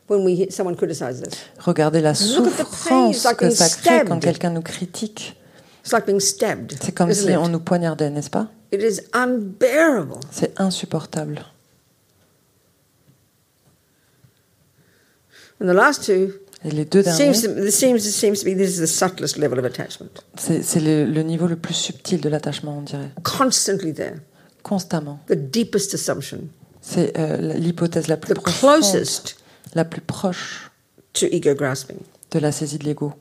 S1: when we hear someone criticises us.
S2: Regardez la
S1: Look at the pain, it's
S2: souffrance
S1: like
S2: que
S1: being
S2: ça crée quand
S1: stabbed.
S2: quelqu'un nous critique.
S1: It's like being stabbed.
S2: C'est comme
S1: isn't
S2: si
S1: it?
S2: on nous poignardait, n'est-ce pas
S1: it is unbearable.
S2: C'est insupportable.
S1: And the last two
S2: Et les deux derniers,
S1: seems to, this seems it seems to be this is the subtlest level of attachment.
S2: c'est c'est le, le niveau le plus subtil de l'attachement, on dirait.
S1: Constantly there.
S2: Constamment.
S1: The deepest assumption.
S2: C'est euh, la- l'hypothèse la plus
S1: The
S2: profonde,
S1: closest
S2: la plus proche
S1: to ego grasping.
S2: de la saisie de l'ego,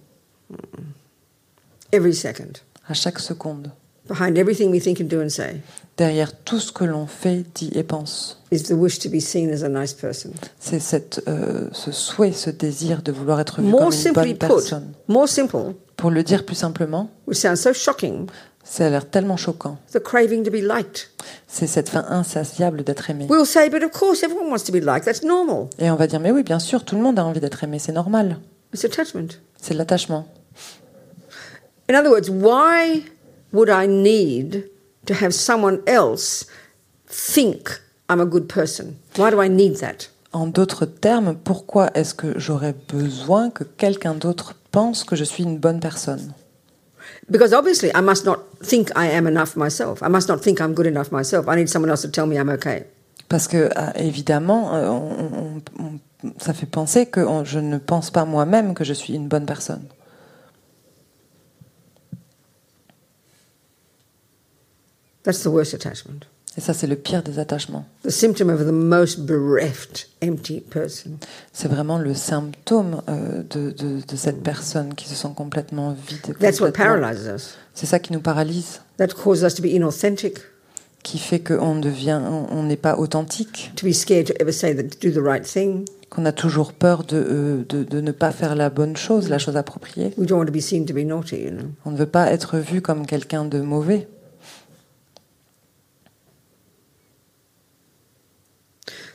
S1: Every second.
S2: à chaque seconde.
S1: Behind everything we think and do and say.
S2: Derrière tout ce que l'on fait, dit et pense,
S1: is the wish to be seen as a nice person.
S2: c'est cette, euh, ce souhait, ce désir de vouloir être vu
S1: More
S2: comme une
S1: simply
S2: bonne
S1: put,
S2: personne.
S1: more simple,
S2: Pour le dire plus simplement,
S1: which sounds so shocking,
S2: ça a l'air tellement choquant.
S1: the craving to be liked.
S2: C'est cette fin insatiable d'être aimé.
S1: We'll say, but of course everyone wants to be liked. That's normal.
S2: Et on va dire, mais oui, bien sûr, tout le monde a envie d'être aimé, c'est normal.
S1: It's attachment.
S2: C'est de l'attachement.
S1: In other words, why would I need to have someone else think I'm a good person? Why do I need that?
S2: En d'autres termes, pourquoi est-ce que j'aurais besoin que quelqu'un d'autre pense que je suis une bonne personne
S1: Because obviously I must not think I am enough myself. I must not think I'm good enough myself. I need someone else to tell me I'm okay.
S2: Parce que ah, évidemment, euh, on- on- on- ça fait penser que on- je ne pense pas moi-même que je suis une bonne personne.
S1: That's the worst attachment.
S2: Et ça, c'est le pire des attachements.
S1: the symptom of the most bereft, empty person.
S2: C'est vraiment le symptôme euh, de, de- de cette personne qui se sent complètement vide.
S1: That's what
S2: complètement-
S1: paralyzes us.
S2: C'est ça qui nous paralyse,
S1: That causes us to be inauthentic,
S2: qui fait qu'on devient, on on n'est pas authentique,
S1: to be scared to ever say that do the right thing.
S2: qu'on a toujours peur de, euh, de, de ne pas faire la bonne chose, la chose appropriée.
S1: We don't want to be seen to be naughty, you know.
S2: On ne veut pas être vu comme quelqu'un de mauvais.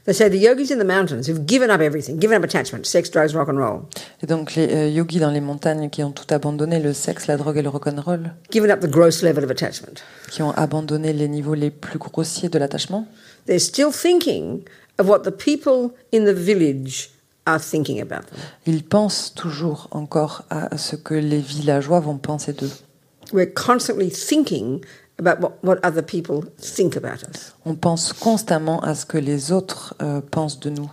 S1: They say the yogis in the mountains who've given up everything, given up attachment, sex, drugs, rock and roll,
S2: Et donc les euh, yogis dans les montagnes qui ont tout abandonné, le sexe, la drogue et le rock'n'roll,
S1: given up the gross level of attachment.
S2: qui ont abandonné les niveaux les plus grossiers de l'attachement,
S1: They're still thinking of what the people in the village are thinking about them.
S2: ils pensent toujours encore à ce que les villageois vont penser d'eux.
S1: We're constantly thinking about what, what other people think about us.
S2: On pense constamment à ce que les autres euh, pensent de nous.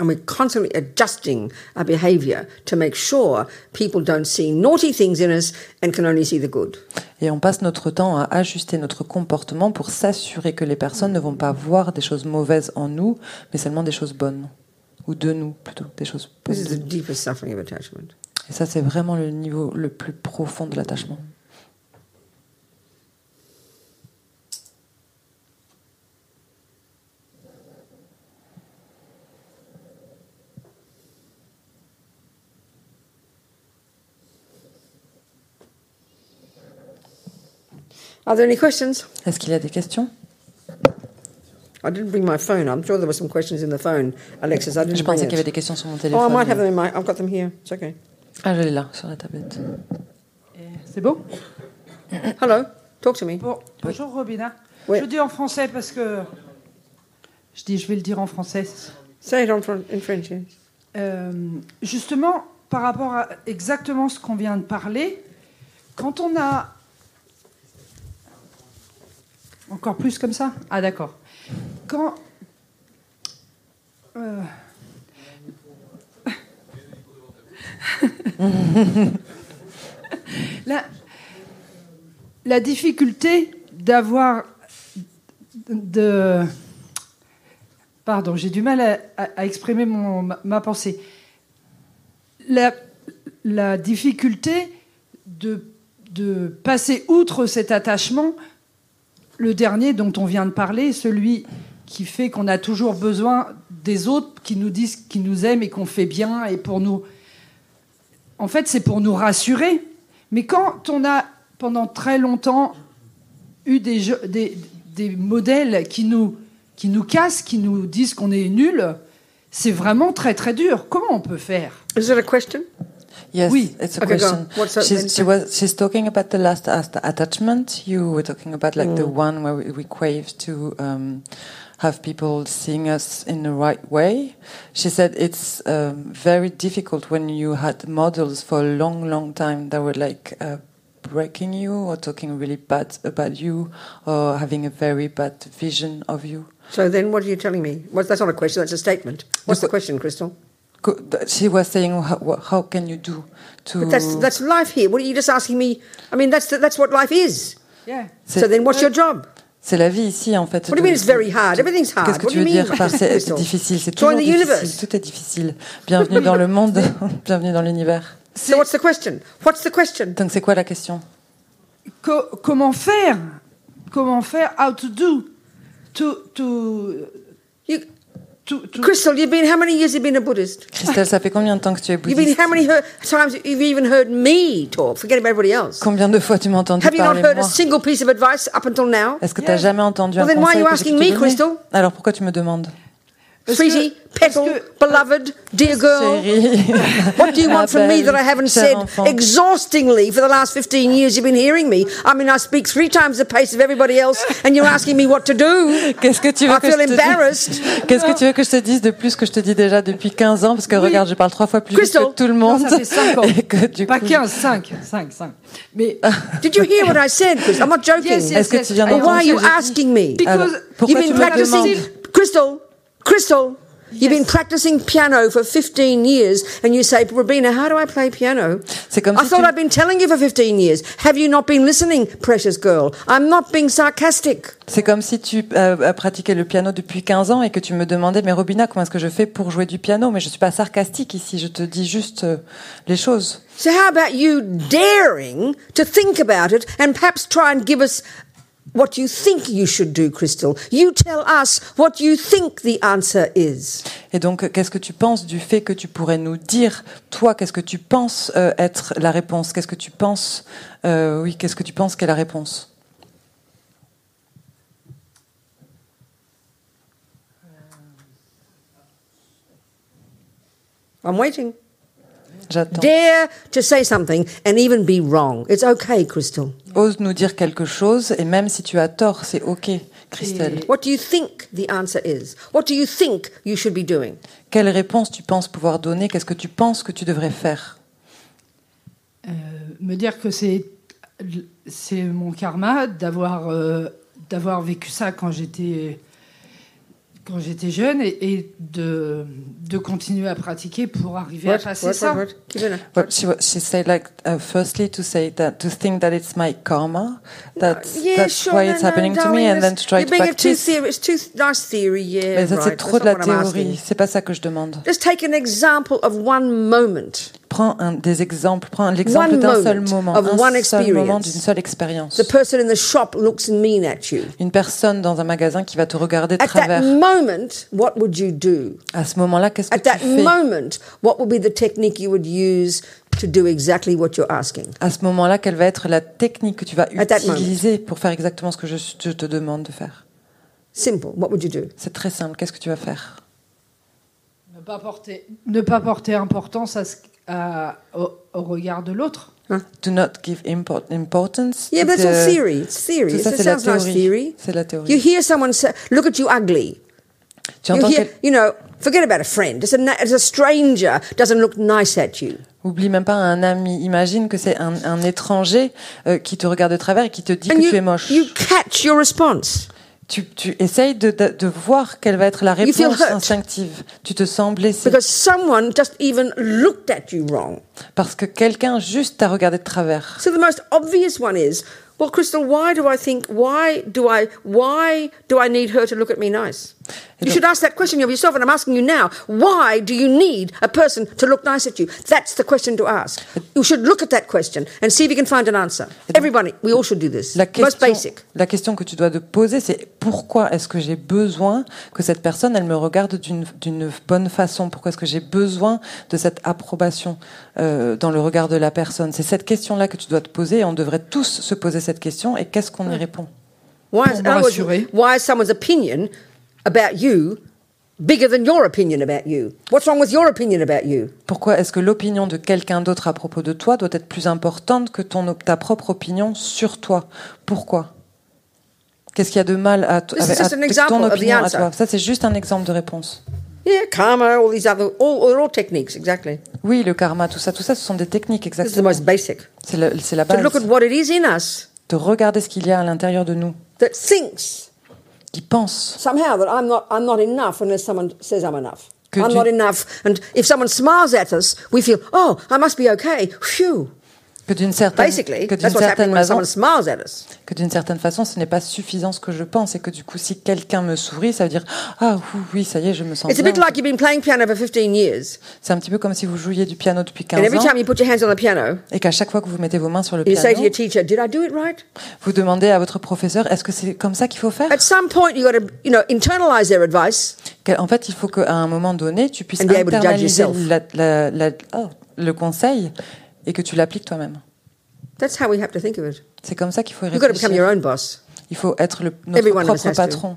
S1: And we're constantly adjusting our behavior to make sure people don't see naughty things in us and can only see the good.
S2: Et on passe notre temps à ajuster notre comportement pour s'assurer que les personnes ne vont pas voir des choses mauvaises en nous, mais seulement des choses bonnes. Ou de nous, plutôt, des choses
S1: This is the
S2: positives.
S1: deepest suffering of attachment.
S2: Et ça, c'est vraiment le niveau le plus profond de l'attachement.
S1: Are there any questions?
S2: Est-ce qu'il y a des questions
S1: I didn't bring my phone. I'm sure there were some questions in the phone, Alexis. I didn't
S2: Je
S1: bring
S2: pensais qu'il y avait
S1: it.
S2: des questions sur mon
S1: Oh, I
S2: téléphone.
S1: might have them in my. I've got them here. It's okay.
S2: Ah, je l'ai là, sur la tablette.
S3: C'est beau
S1: Hello. Talk to me.
S3: Bon, Bonjour Robina.
S1: Oui.
S3: Je dis en français parce que. Je dis, je vais le dire en français.
S1: Say it on fr- in French. Yes.
S3: Euh, justement, par rapport à exactement ce qu'on vient de parler, quand on a. Encore plus comme ça Ah, d'accord. Quand. Euh, la, la difficulté d'avoir. de Pardon, j'ai du mal à, à- à exprimer mon- ma, ma pensée. La, la difficulté de, de passer outre cet attachement, le dernier dont on vient de parler, celui qui fait qu'on a toujours besoin des autres qui nous disent qu'ils nous aiment et qu'on fait bien et pour nous. En fait, c'est pour nous rassurer. Mais quand on a pendant très longtemps eu des, jeux- des, des modèles qui nous, qui nous cassent, qui nous disent qu'on est nul, c'est vraiment très très dur. Comment on peut faire
S1: Is it a question?
S2: Yes,
S3: Oui.
S2: it's a
S1: Okay, go
S2: question.
S1: on. What's that
S2: she's,
S1: then?
S2: she was she's talking about the last as- attachment. You were talking about like
S1: Mm.
S2: the one where we, we crave to um, have people seeing us in the right way. She said it's um, very difficult when you had models for a long, long time that were like. Uh, breaking you or talking really bad about you or having a very bad vision of you
S1: So then, what are you telling me? Well, that's not a question. That's a statement. What's the question, Crystal?
S2: Co- th- she was saying how, wha- how can you do to
S1: But that's that's life here. What are you just asking me? I mean, that's the, that's what life is.
S2: C'est-
S1: So then, what's your job?
S2: C'est la vie ici, en fait.
S1: What do you
S2: de-
S1: mean it's very hard? Everything's hard.
S2: Qu'est-ce que
S1: What
S2: tu
S1: do
S2: veux
S1: you
S2: dire
S1: mean?
S2: par c'est c'est
S1: Crystal.
S2: difficile C'est
S1: Join
S2: toujours
S1: the
S2: difficile.
S1: universe.
S2: Tout est difficile. Bienvenue dans le monde. Bienvenue dans l'univers.
S1: So what's the question? What's the question?
S2: Donc c'est quoi la question
S3: Co- Comment faire Comment faire How to do to, to,
S1: You,
S3: to, to-
S1: Crystal, you've been how many years? You've been a Buddhist.
S2: Christelle, ça fait combien de temps que tu es
S1: You've been
S2: bouddhiste
S1: how many heard, times you've even heard me talk? Forget about everybody else.
S2: Combien de fois tu m'as entendu
S1: Have you not
S2: parler
S1: heard a
S2: moi
S1: single piece of advice up until now?
S2: Est-ce que tu n'as
S3: Yeah.
S2: jamais entendu un
S1: Well, then why
S2: conseil
S1: are you
S2: que j'ai pu
S1: asking
S2: te
S1: me,
S2: donner
S1: Crystal
S2: Alors pourquoi tu me demandes
S3: Parce que-
S1: Sweetie,
S3: parce
S1: petal,
S3: que-
S1: beloved, dear girl,
S2: Chérie.
S1: what do you want from me that I haven't
S2: Cher
S1: said
S2: enfant.
S1: exhaustingly for the last 15 years you've been hearing me? I mean, I speak three times the pace of everybody else, and you're asking me what to do.
S2: Qu'est-ce que tu veux
S1: I
S2: que je
S1: feel
S2: te
S1: embarrassed.
S2: dise Qu'est-ce que tu veux que je te dise de plus que je te dis déjà depuis 15 ans Parce que regarde, je parle trois fois plus vite
S1: Crystal.
S2: que tout le
S3: Non,
S2: monde.
S3: ça fait 5 ans.
S2: Et que du
S3: Pas
S2: coup, Ah.
S3: 15, 5. 5, 5. Mais.
S1: Did you hear what I said, Crystal? I'm not joking.
S3: Yes, yes,
S2: Est-ce que
S3: yes.
S2: tu viens
S3: I
S1: But
S2: d'entendre
S1: why are
S2: ce que
S1: you
S2: j'ai dit
S1: asking me?
S3: Because-
S2: Alors,
S3: You've
S1: You've
S2: pourquoi tu
S1: been
S2: me le demandes
S1: practicing, Crystal, Crystal, You've been practicing piano for 15 years and you say, Rabina, how do I play piano?
S2: C'est comme
S1: I
S2: si
S1: thought
S2: tu-
S1: I've been telling you for 15 years. Have you not been listening, precious girl? I'm not being sarcastic.
S2: C'est comme si tu euh, pratiquais le piano depuis 15 ans et que tu me demandais, mais Robina, comment est-ce que je fais pour jouer du piano Mais je suis pas sarcastique ici, je te dis juste euh, les choses.
S1: So, how about you daring to think about it and perhaps try and give us what you think you should do, Crystal? You tell us what you think the answer is.
S2: Et donc, euh, qu'est-ce que tu penses du fait que tu pourrais nous dire, toi, qu'est-ce que tu penses euh, être la réponse Qu'est-ce que tu penses, euh, oui, qu'est-ce que tu penses qu'est la réponse
S1: I'm waiting.
S2: J'attends.
S1: Dare to say something and even be wrong. It's okay, Crystal.
S2: Ose nous dire quelque chose et même si tu as tort, c'est ok, Christelle.
S1: What do you think the answer is? What do you think you should be doing?
S2: Quelle réponse tu penses pouvoir donner Qu'est-ce que tu penses que tu devrais faire
S3: Euh, me dire que c'est c'est mon karma d'avoir euh, d'avoir vécu ça quand j'étais quand j'étais jeune et, et de de continuer à pratiquer pour arriver à passer ça.
S1: Given a-
S2: Well, she, wa- she said, like, uh, firstly, to say that, to think that it's my karma, that
S1: Yeah,
S2: that's
S1: sure,
S2: why
S1: no,
S2: it's
S1: no,
S2: happening to
S1: darling,
S2: me, and
S1: that's-
S2: then to try
S1: you're
S2: to
S1: being a too
S2: practice.
S1: theory, it's too nice theory, yeah.
S2: Mais ça, c'est
S1: right.
S2: trop
S1: That's
S2: de la
S1: not what I'm asking.
S2: théorie. C'est pas ça que je demande.
S1: Just take an example of one moment.
S2: Prends un des exemples. Prends l'exemple
S1: One
S2: d'un seul
S1: moment
S2: moment,
S1: of one
S2: un seul moment
S1: experience.
S2: d'une seule expérience.
S1: The person in the shop looks mean at you.
S2: Une personne dans un magasin qui va te regarder de
S1: At that
S2: travers.
S1: moment, what would you do?
S2: À ce moment-là, qu'est-ce que
S1: At
S2: tu
S1: that
S2: fais
S1: moment, what would be the technique you would use to do exactly what you're asking?
S2: À ce moment-là, quelle va être la technique que tu vas
S1: At that moment.
S2: utiliser pour faire exactement ce que je, je te demande de faire
S1: Simple. What would you do?
S2: C'est très simple. Qu'est-ce que tu vas faire
S3: Ne pas porter ne pas porter importance à, ce- à- au, au regard de l'autre.
S2: Do not give import, importance.
S1: Yeah,
S2: to
S1: but it's all
S2: the-
S1: theory. It's theory.
S2: Tout ça,
S1: It
S2: c'est la
S1: sounds nice
S2: théorie.
S1: theory.
S2: C'est la
S1: You
S2: théorie.
S1: hear someone say, "Look at you, ugly."
S2: Tu
S1: You
S2: entends
S1: hear,
S2: quel-
S1: you know, forget about a friend. It's a, na- it's a stranger doesn't look nice at you.
S2: Oublie même pas un ami. Imagine que c'est un, un étranger euh, qui te regarde de travers et qui te dit que tu es
S1: you,
S2: moche.
S1: you catch your response.
S2: Tu, tu essayes de, de, de voir quelle va être la
S1: You feel
S2: réponse
S1: hurt.
S2: instinctive. Tu te sens blessé
S1: Because someone just even looked at you wrong.
S2: parce que quelqu'un juste t'a regardé de travers.
S1: So the most obvious one is, well, Crystal, why do I think, why do I, why do I need her to look at me nice? You
S2: don't-
S1: should ask that question of yourself, and I'm asking you now. Why do you need a person to look nice at you? That's the question to ask. You should look at that question and see if you can find an answer. Everybody, we all should do this.
S2: La
S1: Most
S2: question,
S1: basic.
S2: la question que tu dois te poser, c'est pourquoi est-ce que j'ai besoin que cette personne, elle me regarde d'une d'une bonne façon Pourquoi est-ce que j'ai besoin de cette approbation euh, dans le regard de la personne C'est cette question-là que tu dois te poser et on devrait tous se poser cette question et qu'est-ce qu'on y répond
S1: Why
S3: Pour
S1: is,
S3: me
S1: in other words,
S3: rassurer.
S1: why is someone's opinion about you bigger than your opinion about you? What's wrong with your opinion about you?
S2: Pourquoi est-ce que l'opinion de quelqu'un d'autre à propos de toi doit être plus importante que ton, op- ta propre opinion sur toi Pourquoi Qu'est-ce qu'il y a de mal à, to-
S1: This is
S2: avec- à
S1: just an
S2: avec
S1: example
S2: ton
S1: of the
S2: opinion à
S1: answer.
S2: toi Ça, c'est juste un exemple de réponse.
S1: Yeah, karma, all these other, all, all, all techniques, exactly.
S2: Oui, le karma, tout ça, tout ça, ce sont des techniques,
S1: This is the
S2: exactement.
S1: most basic.
S2: C'est la, c'est la
S1: To look at
S2: base.
S1: what it is in us
S2: De regarder ce qu'il y a à l'intérieur de nous,
S1: that thinks
S2: qui pense.
S1: somehow that I'm not, I'm not enough unless someone says I'm enough.
S2: Could
S1: I'm
S2: you-
S1: not enough. And if someone smiles at us, we feel, oh, I must be okay. Phew.
S2: Que d'une certaine,
S1: Basically,
S2: que d'une
S1: that's what's happening
S2: certaine,
S1: when
S2: façon,
S1: someone smiles at us.
S2: que d'une certaine façon, ce n'est pas suffisant ce que je pense et que du coup, si quelqu'un me sourit, ça veut dire ah oui, oui, ça y est, je me sens
S1: It's a
S2: bien.
S1: bit like you've been playing piano for 15 years,
S2: C'est un petit peu comme si vous jouiez du piano depuis
S1: and
S2: 15
S1: every
S2: ans
S1: time you put your hands on the piano,
S2: et qu'à chaque fois que vous mettez vos mains sur le
S1: you say to
S2: piano,
S1: your teacher, "Did I do it right?"
S2: vous demandez à votre professeur est-ce que c'est comme ça qu'il faut faire
S1: At some point, you got to, you know, internalize their advice.
S2: Qu'en- En fait, il faut qu'à un moment donné, tu puisses
S1: And be able to judge
S2: internaliser
S1: yourself.
S2: la- la- la- oh, le conseil et que tu l'appliques toi-même.
S1: That's how we have to think of it.
S2: C'est comme ça qu'il faut y
S1: You've got to become your
S2: réfléchir.
S1: own boss.
S2: Il faut être le, notre
S1: Everyone of us
S2: propre
S1: has to.
S2: patron.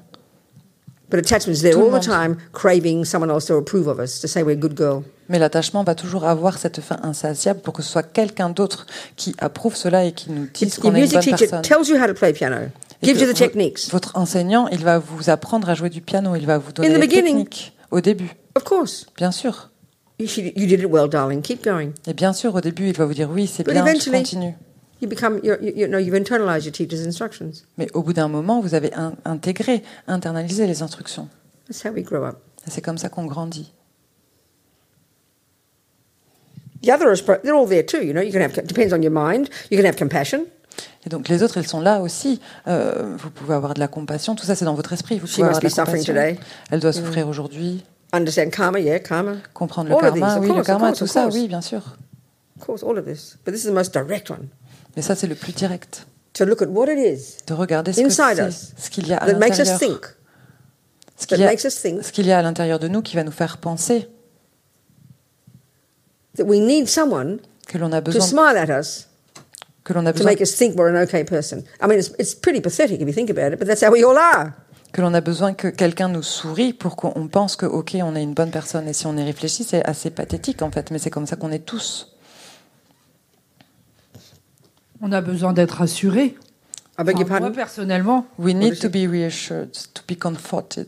S1: But attachment's there
S2: Tout le
S1: all the time,
S2: monde.
S1: craving someone else to approve of us, to say we're a good girl.
S2: Mais l'attachement va toujours avoir cette fin insatiable pour que ce soit quelqu'un d'autre qui approuve cela et qui nous dise
S1: Your
S2: qu'on est une
S1: music
S2: bonne
S1: teacher
S2: personne.
S1: tells you how to play piano,
S2: Et
S1: gives
S2: que
S1: you the
S2: vo-
S1: techniques.
S2: Votre enseignant, il va vous apprendre à jouer du piano, il va vous donner
S1: In the
S2: les
S1: beginning.
S2: techniques au début,
S1: Of course,
S2: bien sûr.
S1: you, should, you did it well, darling. Keep going.
S2: Et bien sûr, au début, il va vous dire oui, c'est
S1: But
S2: bien, tu
S1: eventually-
S2: continues.
S1: You become, you're, you, you know, you've internalized your teacher's instructions.
S2: Mais au bout d'un moment, vous avez in- intégré, internalisé les instructions.
S1: That's how we grow up.
S2: C'est comme ça qu'on grandit.
S1: The other is, pro- they're all there too, you know. You can have, depends on your mind, you can have compassion.
S2: Et donc les autres, ils sont là aussi. Euh, vous pouvez avoir de la compassion. Tout ça, c'est dans votre esprit. Vous
S1: She
S2: pouvez
S1: must
S2: avoir de la
S1: be suffering
S2: compassion.
S1: today. Mm.
S2: Elle doit souffrir aujourd'hui.
S1: Understand karma, yeah, karma.
S2: Comprendre
S1: All
S2: le
S1: of these, Oh,
S2: karma,
S1: of
S2: oui, le
S1: course, of
S2: karma,
S1: course,
S2: tout
S1: of
S2: ça,
S1: course.
S2: oui, bien sûr.
S1: Of course, all of this. But this is the most direct one.
S2: Mais ça, c'est le plus direct.
S1: To look at what it is
S2: De regarder ce que
S1: inside
S2: c'est,
S1: us
S2: ce qu'il y a à
S1: that makes us
S2: l'intérieur.
S1: think.
S2: Ce qu'il
S1: that
S2: y, a-
S1: makes us think.
S2: ce qu'il y a à l'intérieur de nous qui va nous faire penser
S1: That we need someone
S2: que l'on a
S1: to
S2: besoin,
S1: smile at us
S2: que l'on a
S1: to
S2: besoin,
S1: make us think we're an okay person. I mean, it's, it's pretty pathetic if you think about it, but that's how we all are.
S2: que l'on a besoin que quelqu'un nous sourie pour qu'on on pense que ok, on est une bonne personne. Et si on y réfléchit, c'est assez pathétique en fait. Mais c'est comme ça qu'on est tous.
S3: On a besoin d'être rassuré.
S1: I beg your
S3: Enfin, moi,
S1: pardon?
S3: personnellement,
S2: We
S1: is
S2: need to be reassured, to be comforted.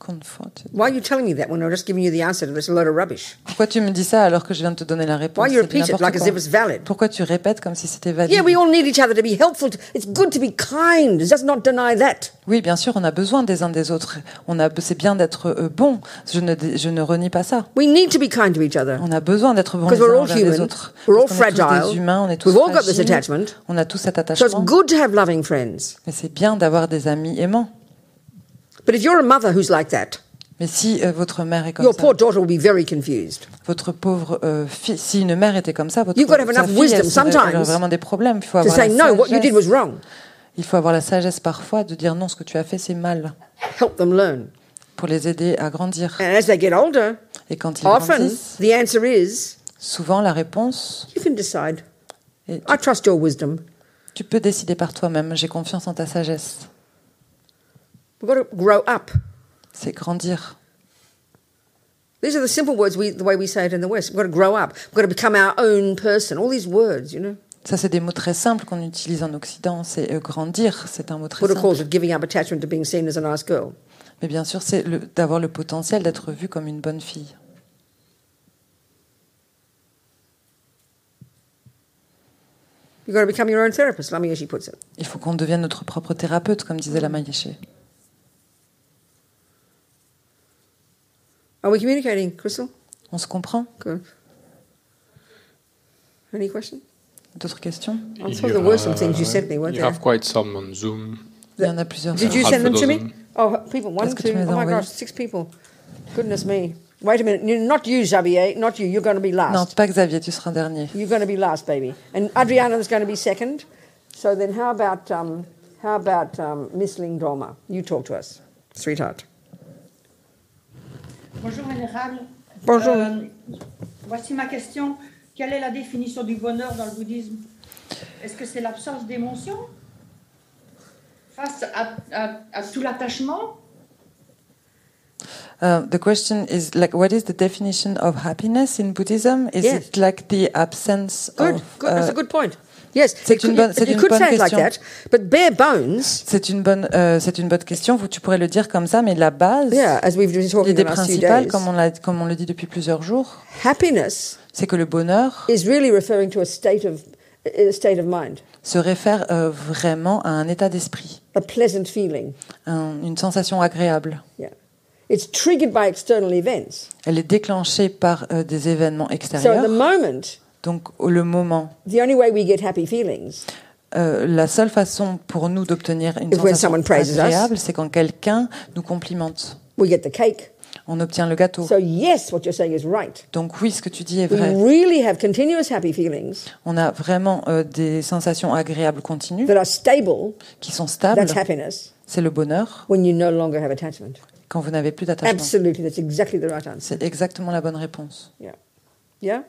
S2: Comforted.
S1: Why are you telling me that when I'm just giving you the answer to this load of rubbish?
S2: Pourquoi tu me dis ça alors que je viens de te donner la réponse
S1: Why you
S2: C'est du
S1: repeat it
S2: n'importe
S1: like as
S2: quoi.
S1: if it's valid?
S2: Pourquoi tu répètes comme si c'était valide
S1: Yeah, we all need each other to be helpful. To, it's good to be kind. Let's not deny that.
S2: Oui, bien sûr, on a besoin des uns des autres. On a, c'est bien d'être euh, bon. Je ne, dé- je ne renie pas ça.
S1: We need to be kind to each other.
S2: On a besoin d'être bon les
S1: Because we're
S2: uns
S1: all
S2: envers les
S1: human,
S2: autres.
S1: we're all
S2: Parce qu'on est tous
S1: fragile,
S2: des humains, on est tous
S1: we've all got this
S2: fragiles,
S1: attachment.
S2: on a tous cet
S1: So it's
S2: attachement.
S1: good to have loving friends.
S2: Mais c'est bien d'avoir des amis aimants.
S1: But if you're a mother who's like that,
S2: Mais si euh, votre mère est comme
S1: your
S2: ça,
S1: poor daughter will be very confused.
S2: votre pauvre euh, fille, si une mère était comme ça, votre
S1: You've got to have
S2: sa
S1: enough
S2: fille,
S1: wisdom
S2: elle serait- elle aurait
S1: sometimes
S2: vraiment des problèmes. Il faut
S1: To
S2: avoir la
S1: say, no, what you did was
S2: sagesse.
S1: wrong.
S2: Il faut avoir la sagesse parfois de dire non, ce que tu as fait, c'est mal,
S1: Help them learn.
S2: pour les aider à grandir.
S1: And as they get older,
S2: Et quand ils
S1: often
S2: grandissent,
S1: the answer is,
S2: souvent la réponse,
S1: you can decide.
S2: est
S1: I trust your wisdom.
S2: tu peux décider par toi-même. J'ai confiance en ta sagesse.
S1: We've got to grow up.
S2: C'est grandir.
S1: These are the simple words, we, the way we say it in the West. We've got to grow up. We've got to become our own person. All these words, you know.
S2: Ça, c'est des mots très simples qu'on utilise en Occident. C'est euh, grandir, c'est un mot très
S1: Buddha
S2: simple.
S1: calls it giving up attachment to being seen as a nice girl.
S2: Mais bien sûr, c'est le- d'avoir le potentiel d'être vu comme une bonne fille.
S1: You've got to become your own therapist, Lama Yeshe puts it.
S2: Il faut qu'on devienne notre propre thérapeute, comme disait la Maïeché.
S1: Are we communicating, Crystal?
S2: On se comprend
S1: Good. Any questions?
S2: D'autres questions
S1: I thought there were some things you sent me, weren't
S4: uh, You
S1: there?
S4: have quite some on Zoom.
S2: Il y en a plusieurs.
S1: Did you
S4: Half
S1: send
S4: a
S1: them to me?
S4: dozen.
S1: Oh, people, one,
S2: Est-ce que
S1: two,
S2: tu me les
S1: oh
S2: as
S1: my
S2: envoyés?
S1: gosh, six people. Goodness me. Wait a minute. you- Not you, Xavier. Not you. You're going to be
S2: Non,
S1: last.
S2: pas Xavier, tu seras dernier.
S1: You're going to be last, baby. And Adriana's going to be second. So then how about, um, how about um, Miss Ling Dorma? You talk to us, sweetheart.
S5: Bonjour, Vénérable.
S1: Bonjour.
S5: Euh, voici ma question. Quelle est la définition du bonheur dans le bouddhisme Est-ce que c'est l'absence d'émotion face à, à- à tout l'attachement
S2: Uh, the question is like, what is the definition of happiness in Buddhism? Is
S1: Yes.
S2: it like the absence
S1: Good.
S2: of?
S1: good. That's
S2: uh,
S1: a good point. Yes.
S2: c'est
S1: it could-
S2: une bonne-
S1: you
S2: c'est une
S1: could
S2: bonne
S1: say it like
S2: question.
S1: that, but bare bones,
S2: c'est une bonne, euh, c'est une bonne question. Vous, tu pourrais le dire comme ça, mais la base,
S1: yeah, as we've been talking the
S2: l'idée
S1: last few
S2: principale,
S1: days,
S2: comme on, l'a- comme on le dit depuis plusieurs jours,
S1: happiness
S2: c'est que le bonheur
S1: is really referring to a state of, a state of mind,
S2: se réfère euh, vraiment à un état d'esprit,
S1: a pleasant feeling.
S2: un- une sensation agréable.
S1: Yeah. It's triggered by external events.
S2: Elle est déclenchée par euh, des événements
S1: So at
S2: extérieurs.
S1: the moment,
S2: Donc, au- le moment,
S1: the only way we get happy feelings
S2: euh, la seule façon pour nous d'obtenir une
S1: Is when
S2: sensation
S1: someone praises us.
S2: agréable, c'est quand quelqu'un nous complimente.
S1: we get the cake.
S2: On obtient le gâteau.
S1: So Mm-hmm. yes, what you're saying is right.
S2: Donc oui, ce que tu dis est
S1: We
S2: vrai.
S1: really have continuous happy feelings
S2: On a vraiment euh, des sensations agréables continues
S1: that are stable.
S2: qui sont stables.
S1: That's happiness
S2: C'est le bonheur
S1: when you no longer have attachment.
S2: quand vous n'avez plus d'attachement.
S1: Absolutely, that's exactly the right answer.
S2: C'est exactement la bonne réponse.
S1: Yeah, yeah.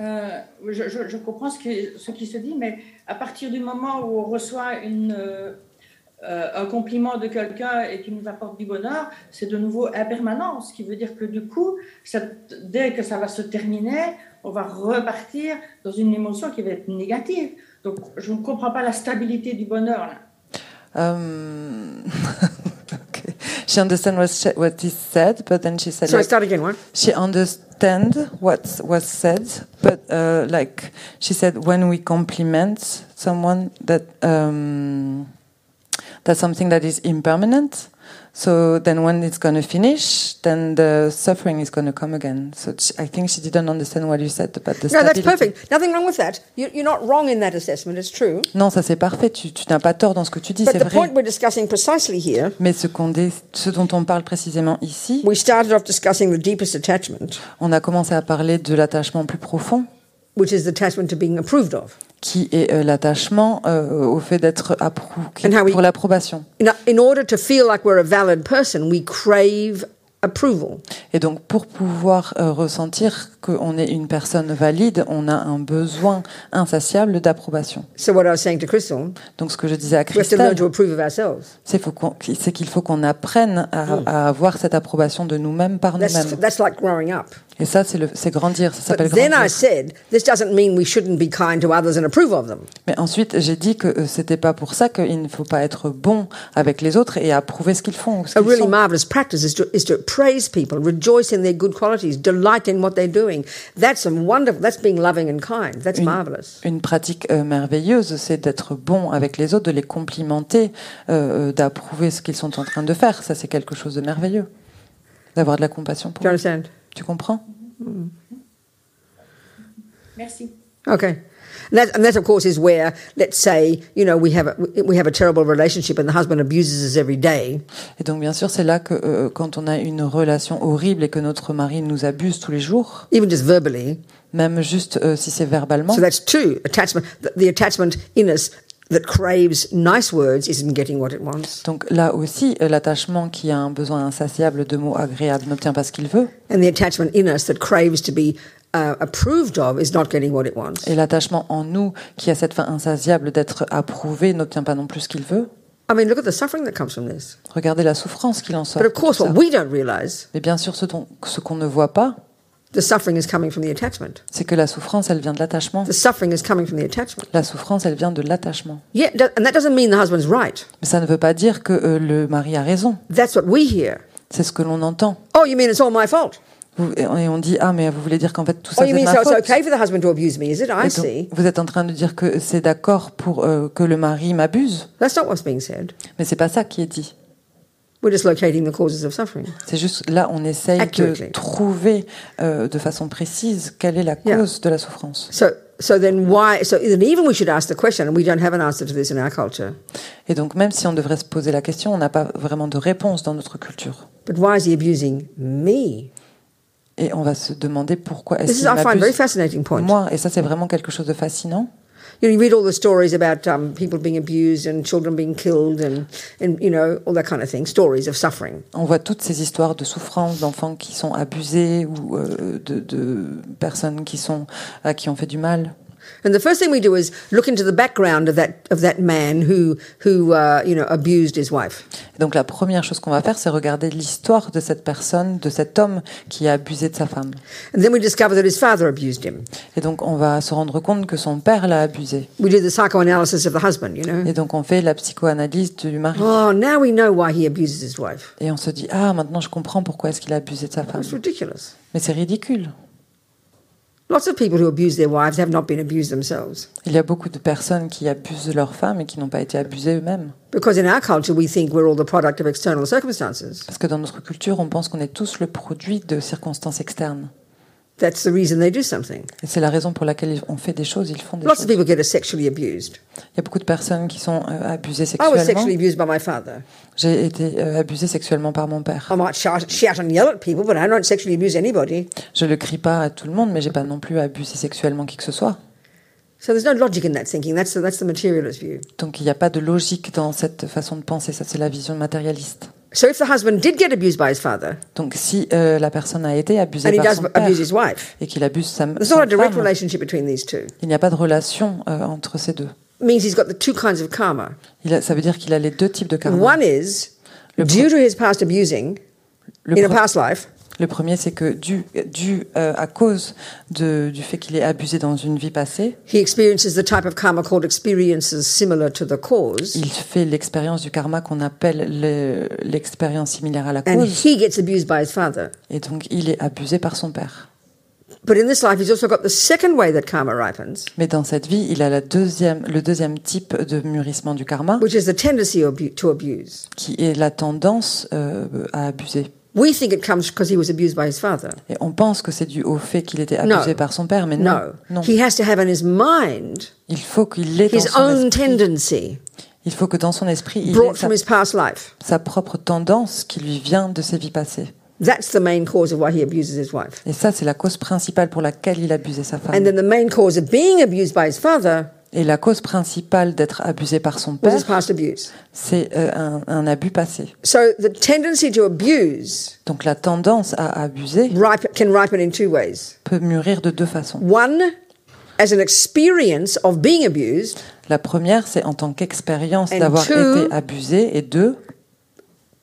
S5: Euh, je, je- je comprends ce qui, ce qui se dit, mais à partir du moment où on reçoit une, euh, euh, un compliment de quelqu'un et qui nous apporte du bonheur, c'est de nouveau impermanent, ce qui veut dire que du coup, ça- dès que ça va se terminer, on va repartir dans une émotion qui va être négative. Donc, je ne comprends pas la stabilité du bonheur. Là.
S2: Um, okay. She understands what, she- what is said, but then she said
S1: So I
S2: like,
S1: start again. One.
S2: she understand what was said, but uh, like she said, when we compliment someone, that um, that's something that is impermanent. So then, when it's going to finish, then the suffering is going to come again. So she, I think she didn't understand what you said about the
S1: No, that's
S2: stability.
S1: perfect. Nothing wrong with that. You, you're not wrong in that assessment. It's true.
S2: Non, ça c'est parfait. Tu, tu n'as pas tort dans ce que tu dis,
S1: But
S2: c'est
S1: the
S2: vrai.
S1: point we're discussing precisely here,
S2: Mais ce, qu'on dé- ce dont on parle précisément ici,
S1: we started off discussing the deepest attachment,
S2: on a commencé à parler de l'attachement plus profond,
S1: which is the attachment to being approved of.
S2: qui est euh, l'attachement euh, au fait d'être approu- qui-
S1: And how we-
S2: pour l'approbation.
S1: In, in order to feel like we're a valid person, we crave approval.
S2: Et donc, pour pouvoir euh, ressentir qu'on est une personne valide, on a un besoin insatiable d'approbation.
S1: So what I was saying to Crystal,
S2: Donc, ce que je disais à
S1: we have to learn
S2: Christelle,
S1: to approve of ourselves.
S2: c'est faut qu'on- c'est qu'il faut qu'on apprenne à, à avoir cette approbation de nous-mêmes par
S1: Mm. That's,
S2: nous-mêmes.
S1: that's like growing up.
S2: Et ça, c'est le- c'est grandir, ça
S1: But
S2: s'appelle
S1: then I
S2: grandir.
S1: said, this doesn't mean we shouldn't be kind to others and approve of them.
S2: Mais ensuite, j'ai dit que euh, c'était pas pour ça qu'il ne faut pas être bon avec les autres et approuver ce qu'ils font. ou ce
S1: A
S2: qu'ils
S1: really
S2: sont.
S1: marvelous practice is to, is to praise people, rejoice in their good qualities, delight in what they're doing. That's a wonderful, that's being loving and kind. That's marvelous.
S2: Une pratique euh, merveilleuse, c'est d'être bon avec les autres, de les complimenter, euh, euh, d'approuver ce qu'ils sont en train de faire. Ça, c'est quelque chose de merveilleux. D'avoir de la compassion
S1: Do
S2: pour
S1: you
S2: eux.
S1: understand?
S2: Tu comprends
S5: Merci.
S1: Okay. And that, and that, of course, is where, let's say, you know, we have a, we have a terrible relationship and the husband abuses us every day.
S2: Et donc, bien sûr, c'est là que euh, quand on a une relation horrible et que notre mari nous abuse tous les jours,
S1: even just verbally.
S2: même juste euh, si c'est verbalement,
S1: So that's two attachment. The, the attachment in us that craves nice words isn't getting what it wants,
S2: donc là aussi, euh, l'attachement qui a un besoin insatiable de mots agréables n'obtient pas ce qu'il veut.
S1: and the attachment in us that craves to be uh, approved of is not getting what it wants.
S2: Et l'attachement en nous, qui a cette fin insatiable d'être approuvé, n'obtient pas non plus ce qu'il veut.
S1: I mean, look at the suffering that comes from this.
S2: Regardez la souffrance qu'il en sort.
S1: But of
S2: de
S1: course,
S2: tout ça.
S1: what we don't realize,
S2: Mais bien sûr, ce, dont- ce qu'on ne voit pas,
S1: the suffering is coming from the attachment.
S2: c'est que la souffrance, elle vient de l'attachement.
S1: The suffering is coming from the attachment.
S2: La souffrance, elle vient de l'attachement.
S1: Yeah, do- and that doesn't mean the husband's right.
S2: Mais ça ne veut pas dire que euh, le mari a raison.
S1: That's what we hear.
S2: C'est ce que l'on entend.
S1: Oh, you mean it's all my fault?
S2: Vous- et et on dit ah mais vous voulez dire qu'en fait tout
S1: Oh,
S2: ça ah,
S1: you
S2: c'est de
S1: mean
S2: ma
S1: so it's
S2: faute.
S1: okay for the husband to abuse me, is it? I
S2: Et donc,
S1: see.
S2: vous êtes en train de dire que c'est d'accord pour euh, que le mari m'abuse,
S1: That's not what's being said.
S2: mais c'est pas ça qui est dit.
S1: We're just locating the causes of suffering.
S2: C'est juste là on essaye de
S1: Accurately.
S2: trouver euh, de façon précise quelle est la
S1: Yeah.
S2: cause de la souffrance.
S1: So, so then why? So then even we should ask the question, and we don't have an answer to this in our culture.
S2: Et donc même si on devrait se poser la question, on n'a pas vraiment de réponse dans notre culture.
S1: But why is he abusing me?
S2: Et on va se demander pourquoi
S1: This
S2: est-ce
S1: is,
S2: qu'il
S1: I find, a very
S2: m'abuse
S1: fascinating point.
S2: moi. Et ça c'est vraiment quelque chose de fascinant.
S1: You, know, you read all the stories about um, people being abused and children being killed, and and you know all that kind of thing. Stories of suffering.
S2: On voit toutes ces histoires de souffrance d'enfants qui sont abusés ou euh, de, de personnes qui sont à qui on fait du mal.
S1: And the first thing we do is look into the background of that of that man who who uh, you know abused his wife.
S2: Donc la première chose qu'on va faire, c'est regarder l'histoire de cette personne, de cet homme qui a abusé de sa femme.
S1: And then we discover that his father abused him.
S2: Et donc on va se rendre compte que son père l'a abusé.
S1: We do the psychoanalysis of the husband. You know.
S2: Et donc on fait la psychoanalyse du mari.
S1: Oh, now we know why he abuses his wife.
S2: Et on se dit, ah maintenant je comprends pourquoi est-ce qu'il a abusé de sa femme.
S1: That's ridiculous.
S2: Mais c'est ridicule.
S1: Lots of people who abuse their wives have not been abused themselves.
S2: Il y a beaucoup de personnes qui abusent de leur femme et qui n'ont pas été abusées eux-mêmes.
S1: Because in our culture, we think we're all the product of external circumstances.
S2: Parce que dans notre culture, on pense qu'on est tous le produit de circonstances externes.
S1: That's the reason they do something.
S2: Et c'est la raison pour laquelle on fait des choses, ils font des
S1: Lots
S2: choses.
S1: of people get sexually abused.
S2: Il y a beaucoup de personnes qui sont euh, abusées
S1: I was
S2: sexuellement.
S1: sexually abused by my father.
S2: J'ai été euh, abusée sexuellement par mon père.
S1: I might shout, shout and yell at people, but I don't sexually abuse anybody.
S2: Je le crie pas à tout le monde, mais j'ai pas non plus abusé sexuellement qui que ce soit.
S1: So there's no logic in that thinking. That's the, that's the materialist view.
S2: Donc il n'y a pas de logique dans cette façon de penser. Ça, c'est la vision matérialiste.
S1: So if the husband did get abused by his father,
S2: Donc si euh, la personne a été abusée
S1: and he
S2: par
S1: does
S2: son père
S1: abuse his wife,
S2: et qu'il abuse sa,
S1: there's
S2: sa
S1: not a direct
S2: femme,
S1: relationship between these two.
S2: il n'y a pas de relation euh, entre ces deux.
S1: It means he's got the two kinds of karma.
S2: Il a- ça veut dire qu'il a les deux types de karma.
S1: One is
S2: Le pro-
S1: due to his past abusing
S2: Le,
S1: in a
S2: pre-
S1: past life,
S2: le premier, c'est que dû, dû euh, à cause de- du fait qu'il est abusé dans une vie passée,
S1: He experiences the type of karma called experiences similar to the cause,
S2: il fait l'expérience du karma qu'on appelle le- l'expérience similaire à la
S1: and
S2: cause,
S1: he gets abused by his father.
S2: et donc il est abusé par son père.
S1: But in this life, he's also got the second way that karma ripens,
S2: Mais dans cette vie, il a la deuxième, le deuxième type de mûrissement du karma,
S1: which is the tendency abu- to abuse.
S2: qui est la tendance euh, à abuser.
S1: We think it comes because he was abused by his father.
S2: Et on pense que c'est dû au fait qu'il était abusé
S1: No.
S2: par son père, mais non.
S1: No.
S2: non.
S1: He has to have in his mind
S2: Il faut qu'il l'ait dans
S1: his
S2: son
S1: own
S2: esprit.
S1: tendency
S2: Il faut que dans son esprit, il ait
S1: brought
S2: sa,
S1: from his past life.
S2: sa propre tendance qui lui vient de ses vies passées.
S1: That's the main cause of why he abuses his wife.
S2: Et ça, c'est la cause principale pour laquelle il abusait sa femme.
S1: And then the main cause of being abused by his father
S2: Et la cause principale d'être abusé par son
S1: was his
S2: père,
S1: past abuse.
S2: c'est euh, un, un abus passé.
S1: So the tendency to abuse
S2: Donc la tendance à abuser
S1: ripe, can ripen in two ways.
S2: peut mûrir de deux façons.
S1: One, as an experience of being abused,
S2: La première, c'est en tant qu'expérience
S1: And
S2: d'avoir
S1: two-
S2: été abusé, et deux,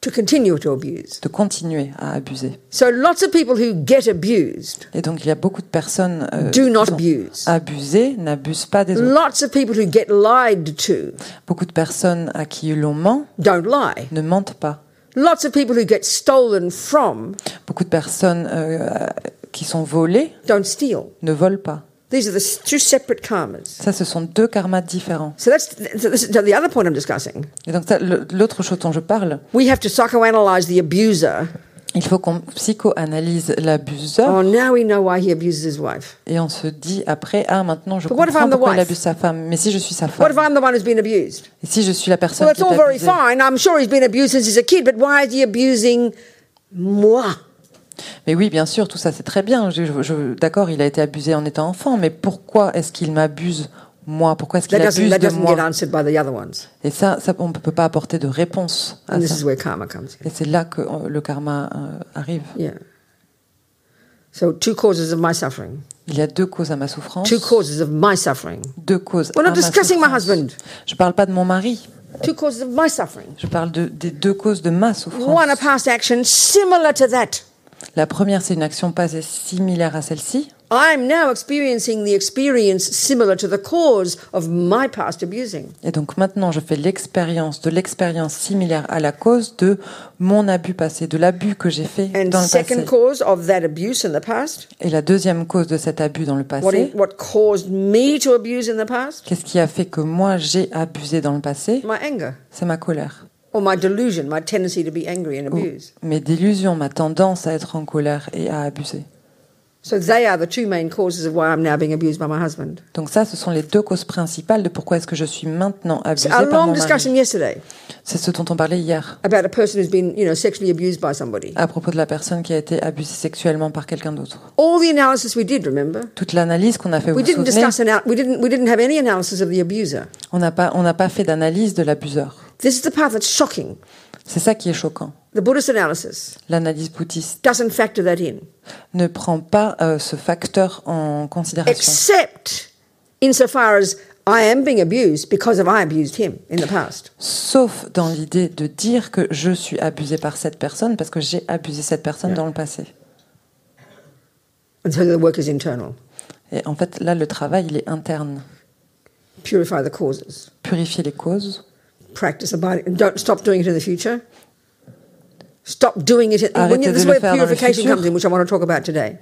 S1: to continue to abuse.
S2: de continuer à abuser.
S1: So lots of people who get abused
S2: Et donc il y a beaucoup de personnes euh,
S1: do not
S2: qui sont
S1: abuse. Mm.
S2: abusées, n'abusent pas des autres.
S1: Lots of people who get lied to
S2: Beaucoup de personnes à qui l'on ment
S1: don't lie.
S2: ne mentent pas.
S1: Lots of people who get stolen from
S2: Beaucoup de personnes euh, euh, qui sont volées
S1: don't steal.
S2: ne volent pas.
S1: These are the s- two separate karmas.
S2: Ça, ce sont deux karmas différents.
S1: So that's th- th- this is the other point I'm discussing.
S2: Et donc ça, le- l'autre chose dont je parle,
S1: We have to psychoanalyze the abuser.
S2: il faut qu'on psychoanalyse l'abuseur
S1: Oh, now we know why he abuses his wife.
S2: et on se dit après, ah maintenant je
S1: But what if I'm
S2: comprends
S1: the
S2: pourquoi il
S1: wife?
S2: abuse sa femme, mais si je suis sa
S1: What if
S2: femme,
S1: I'm the one who's been abused?
S2: et si je suis la personne
S1: Well, it's
S2: qui est
S1: all very
S2: abusée,
S1: fine. I'm sure he's been abused since he's a kid, but why is he abusing moi?
S2: Mais oui, bien sûr, tout ça c'est très bien. Je, je- je- D'accord, il a été abusé en étant enfant, mais pourquoi est-ce qu'il m'abuse moi Pourquoi est-ce
S1: That
S2: qu'il
S1: doesn't,
S2: abuse
S1: that
S2: de
S1: doesn't get
S2: moi
S1: answered by the other ones.
S2: Et ça, ça, on ne peut pas apporter de réponse à
S1: And this
S2: ça.
S1: is where karma comes in.
S2: Et c'est là que euh, le karma euh, arrive.
S1: Yeah. So, two causes of my suffering.
S2: Il y a deux causes à ma souffrance.
S1: Two causes of my suffering.
S2: Deux causes.
S1: We're
S2: à
S1: not
S2: ma
S1: discussing my
S2: souffrance.
S1: husband.
S2: Je parle pas de mon mari.
S1: Two causes of my suffering.
S2: Je parle de- des deux causes de ma souffrance.
S1: One, a past action similar to that.
S2: La première, c'est une action passée similaire à celle-ci.
S1: I'm now experiencing the experience similar to the cause of my past abusing.
S2: Et donc maintenant, je fais l'expérience de l'expérience similaire à la cause de mon abus passé, de l'abus que j'ai fait
S1: And
S2: dans le passé.
S1: second cause of that abuse in the past,
S2: Et la deuxième cause de cet abus dans le
S1: what,
S2: passé,
S1: what caused me to abuse in the past,
S2: qu'est-ce qui a fait que moi j'ai abusé dans le passé
S1: my anger
S2: C'est ma colère,
S1: or my delusion, my tendency to be angry and abuse.
S2: mes délusions, ma tendance à être en colère et à abuser.
S1: So they are the two main causes of why I'm now being abused by my husband.
S2: Donc ça, ce sont les deux causes principales de pourquoi est-ce que je suis maintenant abusée
S1: So our
S2: par
S1: long
S2: mon mari.
S1: discussion yesterday
S2: C'est ce dont on parlait hier
S1: about a person who's been, you know, sexually abused by somebody.
S2: à propos de la personne qui a été abusée sexuellement par quelqu'un d'autre.
S1: All the analysis we did, remember,
S2: Toute l'analyse qu'on a fait, vous
S1: we
S2: vous
S1: didn't
S2: souvenez,
S1: discuss an out, we didn't we didn't have any analysis of the abuser.
S2: on n'a pas, on n'a pas fait d'analyse de l'abuseur.
S1: This is the part that's shocking.
S2: C'est ça qui est choquant.
S1: The Buddhist analysis
S2: L'analyse bouddhiste
S1: doesn't factor that in,
S2: ne prend pas euh, ce facteur en considération.
S1: except insofar as I am being abused because of I abused him in the past.
S2: sauf dans l'idée de dire que je suis abusé par cette personne parce que j'ai abusé cette personne dans le passé.
S1: And so the work is internal.
S2: Et en fait, là, le travail, il est interne.
S1: Purify the causes.
S2: Purifier les causes,
S1: Practice abiding. And don't stop doing it in the future. Stop doing it. In, when
S2: Arrêtez
S1: you,
S2: de
S1: this is
S2: le
S1: where
S2: faire dans le
S1: purification
S2: futur.
S1: comes in, which I want to talk about today.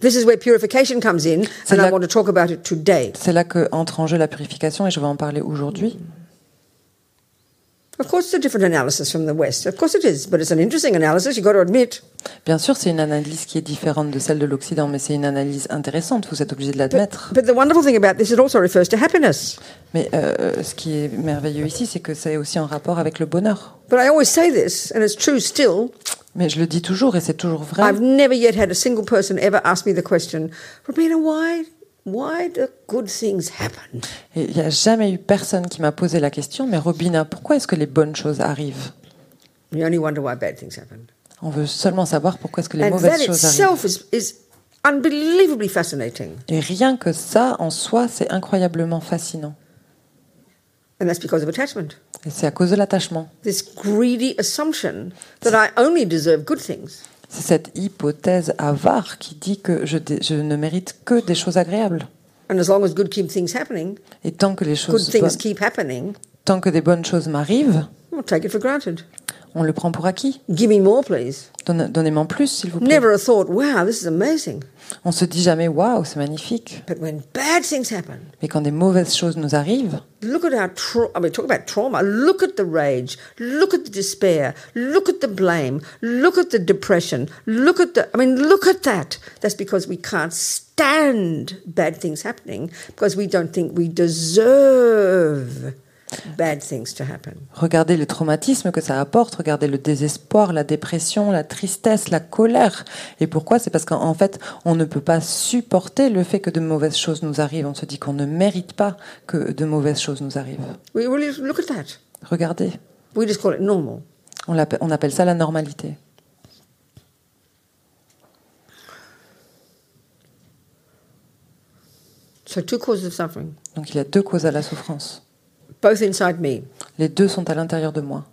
S1: This is where purification comes in, and
S2: C'est
S1: I
S2: la-
S1: want to talk about it today.
S2: c'est là que entre en jeu la purification et je vais en parler aujourd'hui.
S1: Of course, it's a different analysis from the West. Of course, it is, but it's an interesting analysis. You've got to admit.
S2: Bien sûr, c'est une analyse qui est différente de celle de l'Occident, mais c'est une analyse intéressante, vous êtes obligé de l'admettre.
S1: But the wonderful thing about this, it also refers to happiness.
S2: Mais euh, ce qui est merveilleux ici, c'est que c'est aussi en rapport avec le bonheur.
S1: But I always say this, and it's true still.
S2: Mais je le dis toujours et c'est toujours vrai.
S1: I've never yet had a single person ever ask me the question, Romina, why, why do good things happen?
S2: Et Il n'y a jamais eu personne qui m'a posé la question, mais Robina, pourquoi est-ce que les bonnes choses arrivent
S1: You only wonder why bad things happen.
S2: On veut seulement savoir pourquoi est-ce que les
S1: and
S2: mauvaises
S1: that
S2: choses arrivent.
S1: itself is, is unbelievably fascinating.
S2: Et rien que ça, en soi, c'est incroyablement fascinant.
S1: And that's because of attachment.
S2: Et c'est à cause de l'attachement.
S1: This greedy assumption that I only deserve good things.
S2: C'est cette hypothèse avare qui dit que je, dé- je ne mérite que des choses agréables.
S1: And as long as good keep things happening,
S2: Et tant que les
S1: good
S2: choses,
S1: things
S2: bonnes-
S1: keep happening,
S2: tant que des bonnes choses m'arrivent,
S1: I'll take it for granted.
S2: On le prend pour acquis.
S1: Give me more, please.
S2: Donne- Donnez-moi plus, s'il vous plaît.
S1: Never a thought, wow, this is amazing.
S2: On se dit jamais waouh, c'est magnifique.
S1: But when bad things happen,
S2: Mais quand des mauvaises choses nous arrivent,
S1: look at our tra- I mean, talk about trauma. Look at the rage. Look at the despair. Look at the blame. Look at the depression. Look at the. I mean, look at that. That's because we can't stand bad things happening because we don't think we deserve bad things to happen.
S2: regardez le traumatisme que ça apporte, regardez le désespoir, la dépression, la tristesse, la colère. Et pourquoi C'est parce qu'en en fait, on ne peut pas supporter le fait que de mauvaises choses nous arrivent. On se dit qu'on ne mérite pas que de mauvaises choses nous arrivent.
S1: We really look at that.
S2: Regardez,
S1: We just call it normal.
S2: on, l'appelle- on appelle ça la normalité.
S1: So two causes of suffering,
S2: Donc il y a deux causes à la souffrance.
S1: both inside me.
S2: Les deux sont à l'intérieur de moi.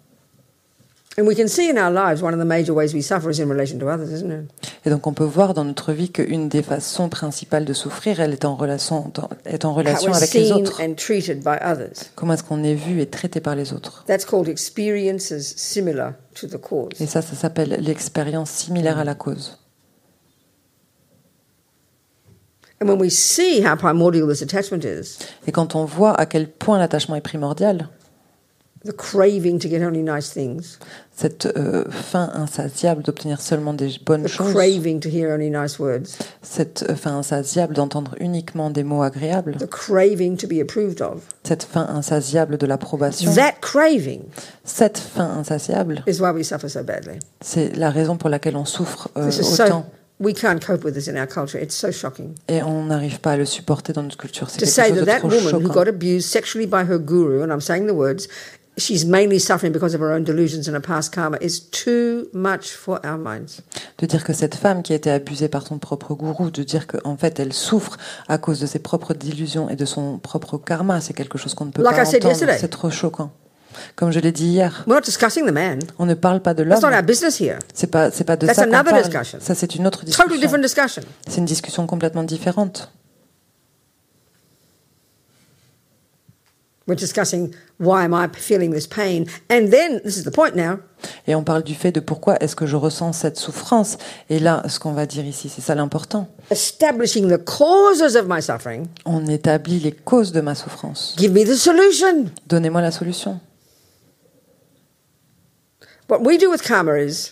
S1: And we can see in our lives one of the major ways we suffer is in relation to others, isn't it?
S2: Et donc on peut voir dans notre vie qu'une des façons principales de souffrir, elle est en relation, est en
S1: How
S2: relation
S1: we're
S2: avec les
S1: seen
S2: autres.
S1: and treated by others.
S2: Comment est-ce qu'on est vu et traité par les autres
S1: That's called experiences similar to the
S2: Et
S1: cause.
S2: ça, ça s'appelle l'expérience similaire à la cause.
S1: And when we see how primordial this attachment is,
S2: Et quand on voit à quel point l'attachement est primordial,
S1: the craving to get only nice things,
S2: cette euh, faim insatiable d'obtenir seulement des bonnes
S1: the
S2: choses,
S1: craving to hear only nice words,
S2: cette euh, faim insatiable d'entendre uniquement des mots agréables,
S1: the craving to be approved of,
S2: cette faim insatiable de l'approbation,
S1: that craving
S2: cette faim insatiable,
S1: is why we suffer so badly.
S2: c'est la raison pour laquelle on souffre euh,
S1: This is
S2: autant.
S1: so. We can't cope with this in our culture. It's so shocking.
S2: Et on n'arrive pas à le supporter dans notre culture. C'est
S1: to say
S2: quelque chose
S1: that that
S2: de trop
S1: woman who
S2: choquant.
S1: got abused sexually by her guru, and I'm saying the words, she's mainly suffering because of her own delusions and her past karma, is too much for our minds.
S2: De dire que cette femme qui a été abusée par son propre gourou, de dire qu'en fait elle souffre à cause de ses propres délusions et de son propre karma, c'est quelque chose qu'on ne peut
S1: Like
S2: pas
S1: I said
S2: entendre.
S1: yesterday.
S2: C'est trop choquant. Comme je l'ai dit hier,
S1: We're not discussing the man.
S2: on ne parle pas de l'homme.
S1: That's not our business here.
S2: C'est pas, c'est pas de
S1: That's
S2: ça qu'on
S1: another
S2: parle.
S1: discussion.
S2: Ça, c'est une autre discussion.
S1: Totally different discussion.
S2: C'est une discussion complètement différente.
S1: We're discussing why am I feeling this pain? And then, this is the point now,
S2: Et on parle du fait de pourquoi est-ce que je ressens cette souffrance. Et là, ce qu'on va dire ici, c'est ça l'important.
S1: establishing the causes of my suffering.
S2: On établit les causes de ma souffrance.
S1: Give me the solution.
S2: Donnez-moi la solution.
S1: What we do with karma is,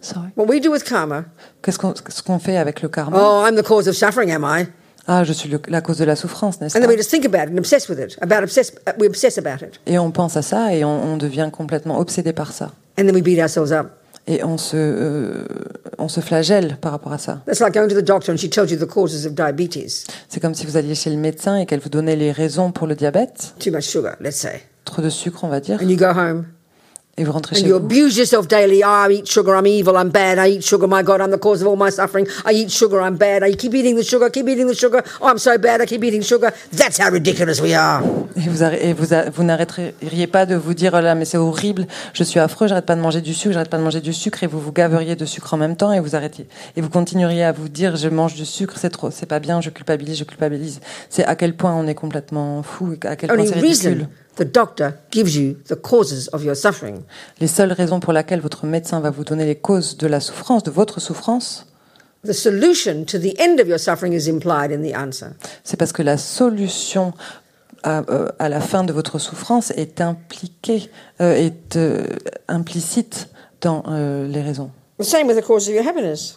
S2: Sorry.
S1: what we do with karma,
S2: Qu'est-ce qu'on, ce qu'on fait avec le karma
S1: oh, I'm the cause of suffering, am I?
S2: Ah, je suis le- la cause de la souffrance, n'est-ce
S1: And then we
S2: pas
S1: just think about it and obsess with it. About obsess, uh, we obsess about it.
S2: Et on pense à ça et on, on devient complètement obsédé par ça.
S1: And then we beat ourselves up.
S2: Et on se, euh, on se flagelle par rapport à ça.
S1: That's like going to the doctor and she tells you the causes of diabetes.
S2: C'est comme si vous alliez chez le médecin et qu'elle vous donnait les raisons pour le diabète,
S1: Too much sugar, let's say.
S2: trop de sucre, on va dire,
S1: And you go home
S2: et vous rentrez
S1: and
S2: chez
S1: you
S2: vous.
S1: abuse yourself daily. Oh, I eat sugar, I'm evil, I'm bad, I eat sugar, my God, I'm the cause of all my suffering. I eat sugar, I'm bad, I keep eating the sugar, keep eating the sugar. Oh, I'm so bad, I keep eating sugar. That's how ridiculous we are.
S2: Et vous, arrê- et vous, a- vous n'arrêteriez pas de vous dire, oh là, mais c'est horrible, je suis affreux, j'arrête pas de manger du sucre, j'arrête pas de manger du sucre, et vous vous gaveriez de sucre en même temps, et vous arrêtiez. Et vous continueriez à vous dire, je mange du sucre, c'est trop, c'est pas bien, je culpabilise, je culpabilise. C'est à quel point on est complètement fou, et à quel point
S1: Only
S2: c'est ridicule.
S1: reason the doctor gives you the causes of your suffering
S2: Les seules raisons pour lesquelles votre médecin va vous donner les causes de la souffrance, de votre souffrance,
S1: The solution to the end of your suffering is implied in the answer.
S2: c'est parce que la solution à, euh, à la fin de votre souffrance est impliquée, euh, est euh, implicite dans euh, les raisons.
S1: The same with the causes of your happiness.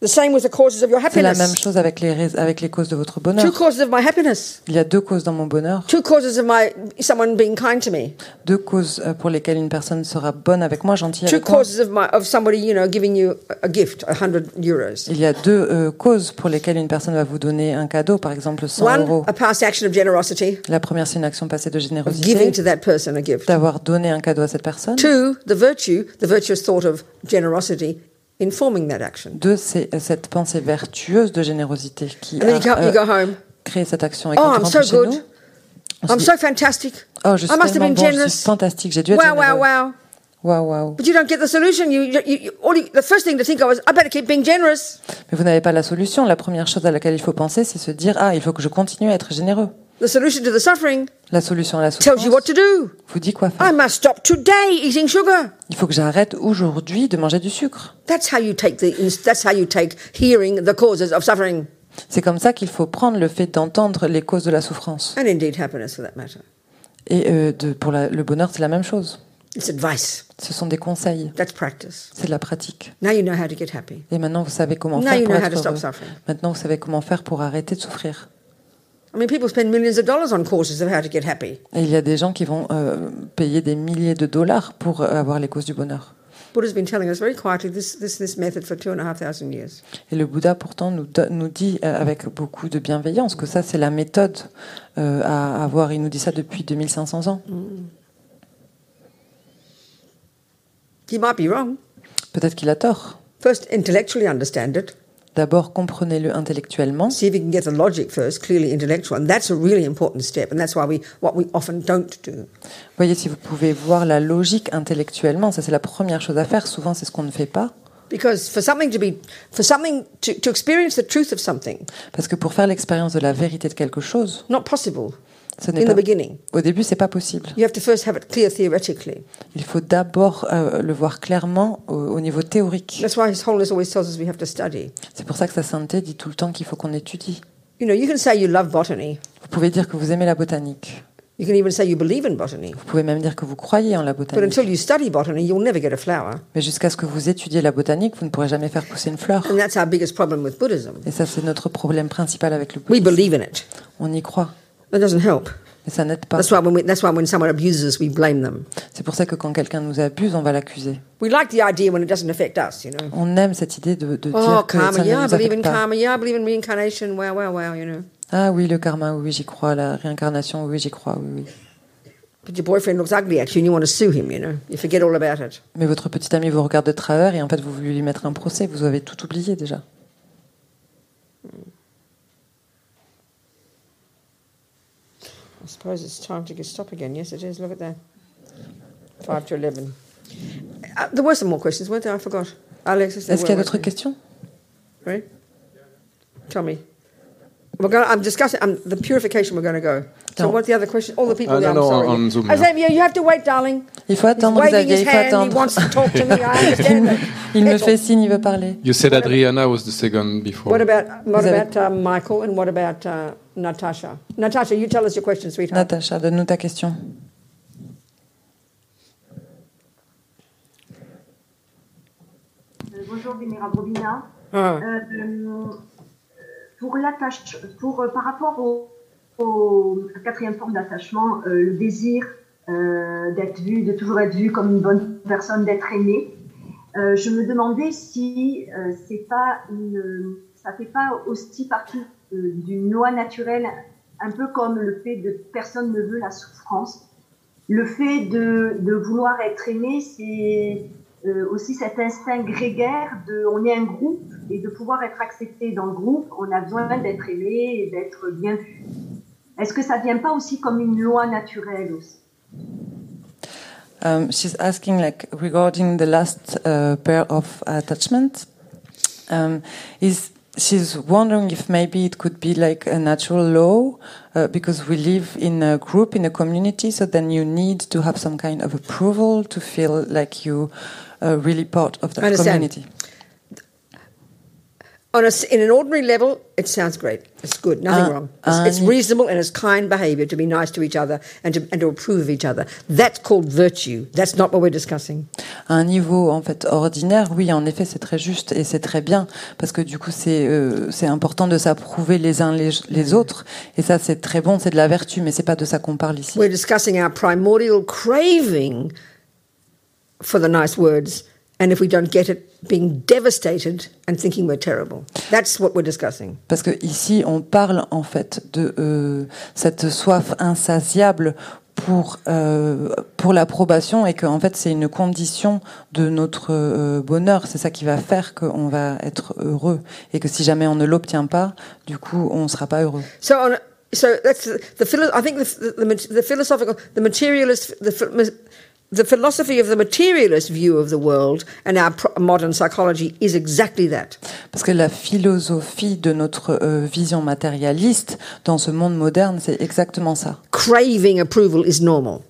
S1: The same with the causes of your
S2: C'est la même
S1: happiness.
S2: chose avec les, rais- avec les causes de votre
S1: Two
S2: bonheur.
S1: causes of my happiness.
S2: Il y a deux causes dans mon bonheur,
S1: Two causes of my someone being kind to me.
S2: deux causes euh, pour lesquelles une personne sera bonne avec moi, gentille
S1: Two
S2: avec moi.
S1: causes of my of somebody you know giving you a- a gift, a hundred euros.
S2: Il y a deux euh, causes pour lesquelles une personne va vous donner un cadeau, par exemple 100
S1: One,
S2: euros.
S1: a past action of generosity,
S2: La première, c'est une action passée de
S1: of giving
S2: générosité,
S1: to that person a gift.
S2: d'avoir donné un cadeau à cette personne.
S1: Two, the virtue, the virtuous thought of generosity informing that action.
S2: Deux, c'est euh, cette pensée vertueuse de générosité qui
S1: And then you
S2: a
S1: go, you
S2: euh,
S1: go home.
S2: créé cette action. Et
S1: Oh,
S2: quand on
S1: I'm
S2: rentre
S1: so
S2: chez
S1: good.
S2: nous, on
S1: I'm
S2: se
S1: so
S2: dit,
S1: fantastic.
S2: oh, je
S1: I
S2: suis
S1: must have
S2: tellement
S1: been
S2: bon, je suis
S1: generous.
S2: fantastique, j'ai dû être
S1: Wow, wow,
S2: généreux.
S1: wow.
S2: Waouh, waouh.
S1: But you don't get the solution. You, you, you all you, the first thing to think of is, I better keep being generous.
S2: Mais vous n'avez pas la solution. La première chose à laquelle il faut penser, c'est se dire, ah, il faut que je continue à être généreux.
S1: The solution to the suffering
S2: La solution à la souffrance
S1: tells you what to do.
S2: vous dit quoi faire.
S1: I must stop today eating sugar.
S2: Il faut que j'arrête aujourd'hui de manger du sucre.
S1: That's how you take the. That's how you take hearing the causes of suffering
S2: C'est comme ça qu'il faut prendre le fait d'entendre les causes de la souffrance.
S1: and indeed happiness, for that matter.
S2: Et euh, de, pour la- le bonheur, c'est la même chose.
S1: It's advice.
S2: Ce sont des conseils,
S1: That's practice.
S2: c'est de la pratique.
S1: Now you know how to get happy.
S2: Et maintenant, vous savez comment
S1: Now
S2: faire
S1: you
S2: pour
S1: know how
S2: être
S1: to stop
S2: heureux.
S1: suffering.
S2: Maintenant, vous savez comment faire pour arrêter de souffrir.
S1: I mean, people spend millions of dollars on courses of how to get happy.
S2: Et il y a des gens qui vont euh, payer des milliers de dollars pour euh, avoir les causes du bonheur.
S1: Buddha's been telling us very quietly this this, this method for two and a half thousand years.
S2: Et le Bouddha, pourtant, nous, do- nous dit euh, avec beaucoup de bienveillance que ça, c'est la méthode euh, à avoir. Il nous dit ça depuis 2500 ans.
S1: He might be wrong.
S2: Peut-être qu'il a tort.
S1: First, intellectually understand it.
S2: D'abord, comprenez-le intellectuellement.
S1: See if you can get the logic first, clearly intellectual, and that's a really important step. And that's why we what we often don't do.
S2: Voyez si vous pouvez voir la logique intellectuellement. Ça, c'est la première chose à faire. Souvent, c'est ce qu'on ne fait pas.
S1: Because for something to be, for something to, to experience the truth of something,
S2: Parce que pour faire l'expérience de la vérité de quelque chose,
S1: not possible
S2: ce n'est
S1: in the
S2: pas...
S1: beginning.
S2: Au début, c'est pas possible.
S1: You have to first have it clear theoretically.
S2: Il faut d'abord euh, le voir clairement au, au niveau théorique.
S1: That's why His Holiness always tells us we have to study.
S2: C'est pour ça que sa sainteté dit tout le temps qu'il faut qu'on étudie.
S1: You know, you can say you love botany.
S2: Vous pouvez dire que vous aimez la botanique.
S1: You can even say you believe in botany.
S2: Vous pouvez même dire que vous croyez en la
S1: But
S2: botanique.
S1: until you study botany, you'll never get a flower.
S2: Mais jusqu'à ce que vous étudiez la botanique, vous ne pourrez jamais faire pousser une fleur.
S1: And that's our biggest problem with Buddhism.
S2: Et ça, c'est notre problème principal avec le
S1: We
S2: bouddhisme.
S1: believe in it.
S2: On y croit,
S1: That doesn't help.
S2: mais ça n'aide pas.
S1: That's why when we, that's why when someone abuses us, we blame them.
S2: C'est pour ça que quand quelqu'un nous abuse, on va l'accuser.
S1: We like the idea when it doesn't affect us, you know.
S2: On aime cette idée de, de
S1: Oh,
S2: dire que ça
S1: karma.
S2: ne
S1: Yeah, I
S2: nous
S1: believe
S2: affecte
S1: in
S2: pas.
S1: karma. Yeah, I believe in reincarnation. Wow, wow, wow, you know.
S2: Ah oui, le karma, oui, j'y crois. La réincarnation, oui, j'y crois, oui, oui.
S1: But your boyfriend looks ugly at you and you want to sue him, you know. You forget all about it.
S2: Mais votre petit ami vous regarde de travers et en fait, vous voulez lui mettre un procès. Vous avez tout oublié déjà.
S1: I suppose it's time to get stop again. Yes, it is. Look at that. Five to eleven. Uh, there were some more questions, weren't there? I forgot. Alexis, there
S2: Est-ce qu'il y a
S1: were,
S2: d'autres
S1: weren't
S2: questions
S1: there? Right? Tell me. We're going. I'm discussing um, the purification. We're going to go. So
S2: No.
S1: what's the other question? All the people.
S4: Uh,
S1: there,
S4: no, no,
S1: I'm sorry.
S4: on Zoom
S1: Oh,
S4: now.
S1: Xavier, you have to wait, darling.
S2: Il faut
S1: He's
S2: attendre,
S1: waving
S2: Xavier,
S1: his
S2: il faut
S1: hand. He
S2: attendre.
S1: wants to talk to me. I understand that.
S2: Il me
S1: Ethel,
S2: fait signe, il veut parler.
S4: You said Adriana was the second before.
S1: What about what
S2: Xavier.
S1: about uh, Michael and what about uh, Natasha? Natasha, you tell us your question, sweetheart.
S2: Natacha, donne-nous ta question.
S6: Euh, Bonjour Vénérable Robina.
S1: Ah.
S6: Euh, euh, pour l'attache, pour euh, par rapport au, au quatrième forme d'attachement, euh, le désir euh, d'être vu, de toujours être vu comme une bonne personne, d'être aimé. euh, je me demandais si euh, c'est pas une, ça fait pas aussi partie euh, d'une loi naturelle, un peu comme le fait de personne ne veut la souffrance. Le fait de, de vouloir être aimé, c'est euh, aussi cet instinct grégaire de on est un groupe et de pouvoir être accepté dans le groupe, on a besoin d'être aimé et d'être bien vu. Est-ce que ça vient pas aussi comme une loi naturelle aussi
S2: Um, she's asking, like, regarding the last uh, pair of attachment, um, is she's wondering if maybe it could be like a natural law uh, because we live in a group, in a community, so then you need to have some kind of approval to feel like you uh, really part of that
S1: I understand.
S2: community.
S1: On a s in an ordinary level, it sounds great. It's good, nothing
S2: Uh,
S1: wrong. It's, it's
S2: I-
S1: reasonable and it's kind behavior to be nice to each other and to, and to approve of each other. That's called virtue. That's not what we're discussing.
S2: À un niveau en fait ordinaire, oui, en effet, c'est très juste et c'est très bien parce que du coup, c'est euh, c'est important de s'approuver les uns les, les autres et ça, c'est très bon, c'est de la vertu, mais c'est pas de ça qu'on parle ici.
S1: We're discussing our primordial craving for the nice words, and if we don't get it, being devastated and thinking we're terrible. That's what we're discussing.
S2: Parce que ici, on parle en fait de euh, cette soif insatiable pour euh, pour l'approbation et que en fait, c'est une condition de notre euh, bonheur. C'est ça qui va faire qu'on va être heureux et que si jamais on ne l'obtient pas, du coup, on sera pas heureux.
S1: So, on, so that's the, the philo- I think the, the, the, mat- the philosophical, the materialist, the, ph- the philosophy of the materialist view of the world and our pro- modern psychology is exactly that.
S2: Parce que la philosophie de notre euh, vision matérialiste dans ce monde moderne, c'est exactement ça.
S1: Craving approval is normal.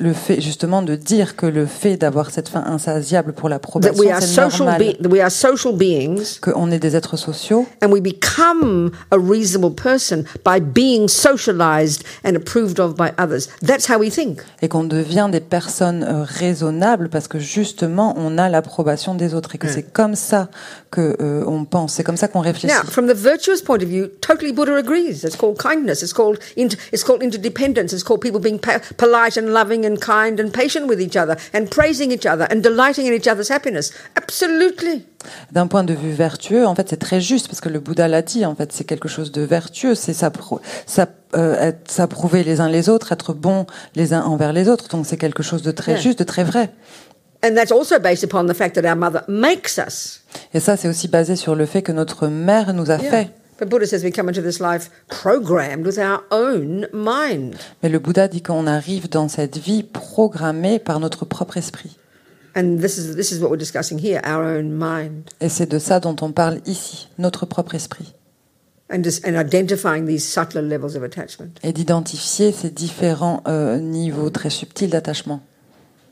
S2: Le fait justement de dire que le fait d'avoir cette faim insatiable pour
S1: That
S2: l'approbation,
S1: we are
S2: c'est
S1: social
S2: normal.
S1: be- that we are social beings
S2: Qu'on est des êtres sociaux
S1: and we become a reasonable person by being socialized and approved of by others. That's how we think.
S2: et qu'on devient des personnes euh, raisonnables parce que justement on a l'approbation des autres et
S1: Mm.
S2: que c'est comme ça que euh, on pense, c'est comme ça qu'on réfléchit.
S1: Now, from the virtuous point of view, totally Buddha agrees. It's called kindness. It's called inter- it's called interdependence. It's called people being pa- polite and loving and kind and patient with each other and praising each other and delighting in each other's happiness. Absolutely.
S2: D'un point de vue vertueux, en fait, c'est très juste parce que le Bouddha l'a dit. En fait, c'est quelque chose de vertueux, c'est s'appro- s'app- euh, être- s'approuver les uns les autres, être bons les uns envers les autres. Donc, c'est quelque chose de très
S1: Ouais.
S2: juste, de très vrai.
S1: And that's also based upon the fact that our mother makes us.
S2: Et ça, c'est aussi basé sur le fait que notre mère nous a fait.
S1: But Buddha says we come into this life programmed with our own mind.
S2: Mais le Bouddha dit qu'on arrive dans cette vie programmée par notre propre esprit.
S1: And this is this is what we're discussing here, our own mind.
S2: Et c'est de ça dont on parle ici, notre propre esprit.
S1: And just, and identifying these subtler levels of attachment.
S2: Et d'identifier ces différents euh, niveaux très subtils d'attachement.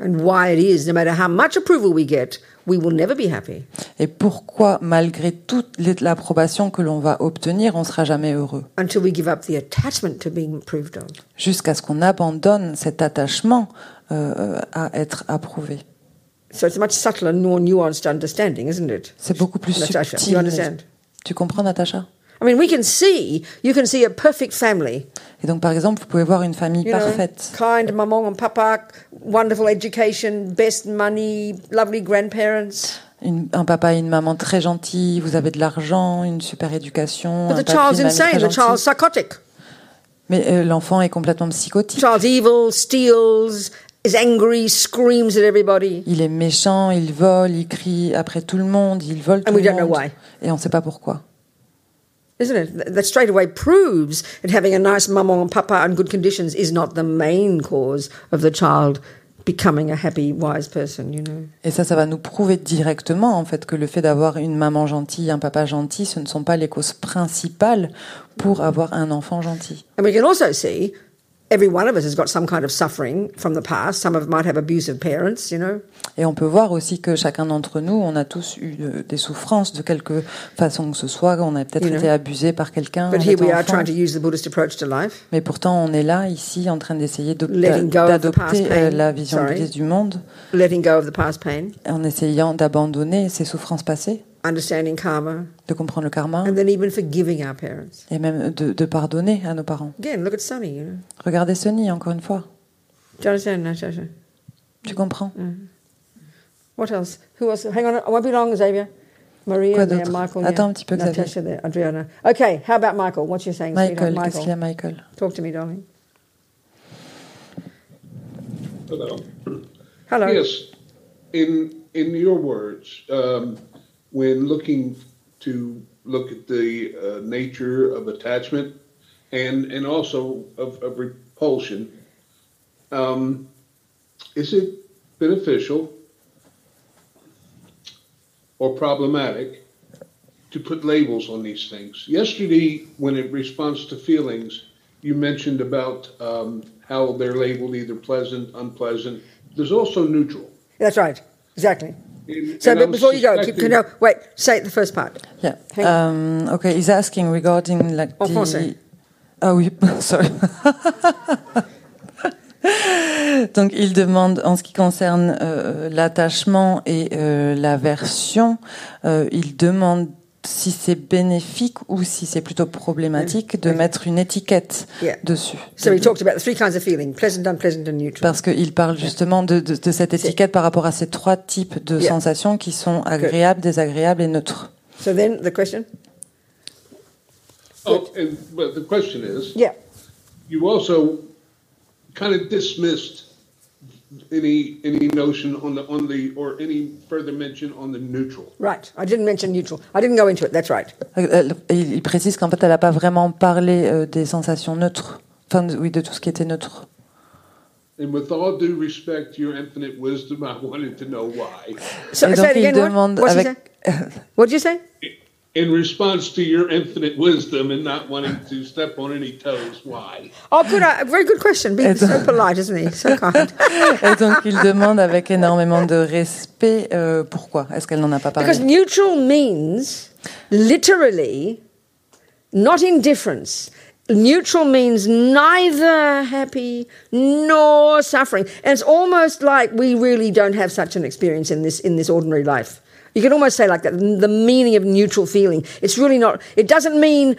S1: And why it is, no matter how much approval we get, we will never be happy.
S2: Et pourquoi, malgré toute les- l'approbation que l'on va obtenir, on sera jamais heureux
S1: until we give up the attachment to being approved of.
S2: Jusqu'à ce qu'on abandonne cet attachement euh, à être approuvé.
S1: So it's a much subtler, more nuanced understanding, isn't it?
S2: C'est beaucoup plus
S1: Natasha,
S2: subtil.
S1: you understand?
S2: Tu comprends, Natacha
S1: I mean, we can see, you can see a perfect family.
S2: Et donc, par exemple, vous pouvez voir une famille
S1: You
S2: parfaite.
S1: know, kind mom and papa, wonderful education, best money, lovely
S2: Ah,
S1: grandparents.
S2: Une- un papa et une maman très gentils, vous avez de l'argent, une super éducation.
S1: But
S2: un
S1: the
S2: papier,
S1: child's
S2: une mamie très
S1: insane, the
S2: gentille.
S1: child's psychotic.
S2: Mais euh, l'enfant est complètement
S1: The
S2: psychotique.
S1: child's evil, steals, is angry, screams at everybody.
S2: Il est méchant, il vole, il crie après tout le monde, il vole tout
S1: we
S2: le
S1: don't know
S2: monde.
S1: why.
S2: Et on ne sait pas pourquoi.
S1: Isn't it? Th- That straight away proves that having a nice mum and papa and good conditions is not the main cause of the child becoming a happy, wise person, you know.
S2: Et ça, ça va nous prouver directement en fait que le fait d'avoir une maman gentille, un papa gentil, ce ne sont pas les causes principales pour avoir un enfant gentil.
S1: And we can also see every one of us has got some kind of suffering from the past. Some of us might have abusive parents, you know.
S2: Et on peut voir aussi que chacun d'entre nous, on a tous eu euh, des souffrances de quelque façon que ce soit. On a peut-être
S1: You know.
S2: été abusé par quelqu'un. en
S1: But here
S2: étant
S1: we are
S2: enfant.
S1: trying to use the Buddhist approach to life.
S2: Mais pourtant, on est là ici en train d'essayer d'op-
S1: Letting go of the past
S2: d'adopter
S1: pain.
S2: euh, la vision
S1: Sorry.
S2: bouddhiste du monde
S1: Letting go of the past pain,
S2: en essayant d'abandonner ses souffrances passées,
S1: understanding karma,
S2: de comprendre le karma
S1: and then even forgiving our parents.
S2: et même de, de pardonner à nos parents.
S1: Again, look at Sunny, you know.
S2: Regardez Sony encore une fois.
S1: Do you understand, Natasha?
S2: Tu comprends
S1: What else? Who else? Hang on, I won't be long, Xavier. Maria
S2: Quoi
S1: there,
S2: d'autre?
S1: Michael
S2: Attends
S1: there,
S2: un petit peu, Xavier.
S1: Natasha there, Adriana. Okay, how about Michael? What you saying,
S2: Michael,
S1: sweetheart?
S2: qu'est-ce qu'il y a Michael
S1: talk to me, darling.
S7: Hello.
S1: Hello.
S7: Yes, in in your words, um, when looking to look at the uh, nature of attachment and and also of, of repulsion, um, is it beneficial or problematic to put labels on these things? Yesterday, when it responds to feelings, you mentioned about um, how they're labeled either pleasant, unpleasant. There's also neutral.
S1: That's right. Exactly.
S7: And-
S1: So,
S7: and
S1: but
S7: I'm
S1: before you go, can,
S7: suspecting-
S1: can, no, wait. Say the first part.
S2: Yeah.
S1: Hang
S2: Um, okay, he's asking regarding like
S1: En
S2: the-
S1: français.
S2: Ah oui, sorry. Donc il demande en ce qui concerne euh, l'attachement et euh, l'aversion, euh, il demande si c'est bénéfique ou si c'est plutôt problématique de mettre une étiquette
S1: Yeah.
S2: dessus.
S1: So we
S2: De-
S1: talked about the three kinds of feeling: pleasant, unpleasant, and neutral.
S2: parce qu'il parle justement de, de- de cette étiquette par rapport à ces trois types de
S1: Yeah.
S2: sensations qui sont agréables, désagréables et neutres.
S1: So then the question.
S7: Oh, and, but the question is,
S1: Yeah.
S7: you also kind of dismissed any any notion on the on the or any further mention on the neutral.
S1: Right. I didn't mention neutral. I didn't go into it. That's right.
S2: Elle- Euh, Il il précise qu'en fait, elle n'a pas vraiment parlé euh, des sensations neutres, enfin, de- oui, de tout ce qui était neutre.
S7: And with all due respect to your infinite wisdom, I wanted to know why.
S1: So, say
S2: Et donc
S1: it
S2: il
S1: again, what-
S2: demande
S1: what's he
S2: avec
S1: What did you say?
S7: In response to your infinite wisdom and not wanting to step on any toes, why?
S1: Oh, good. Uh, very good question. Being so polite, isn't he? So kind.
S2: et donc il demande avec énormément de respect euh, pourquoi est-ce qu'elle n'en a pas parlé
S1: Because neutral means literally not indifference. Neutral means neither happy nor suffering. And it's almost like we really don't have such an experience in this in this ordinary life. You can almost say like that the meaning of neutral feeling. It's really not it doesn't mean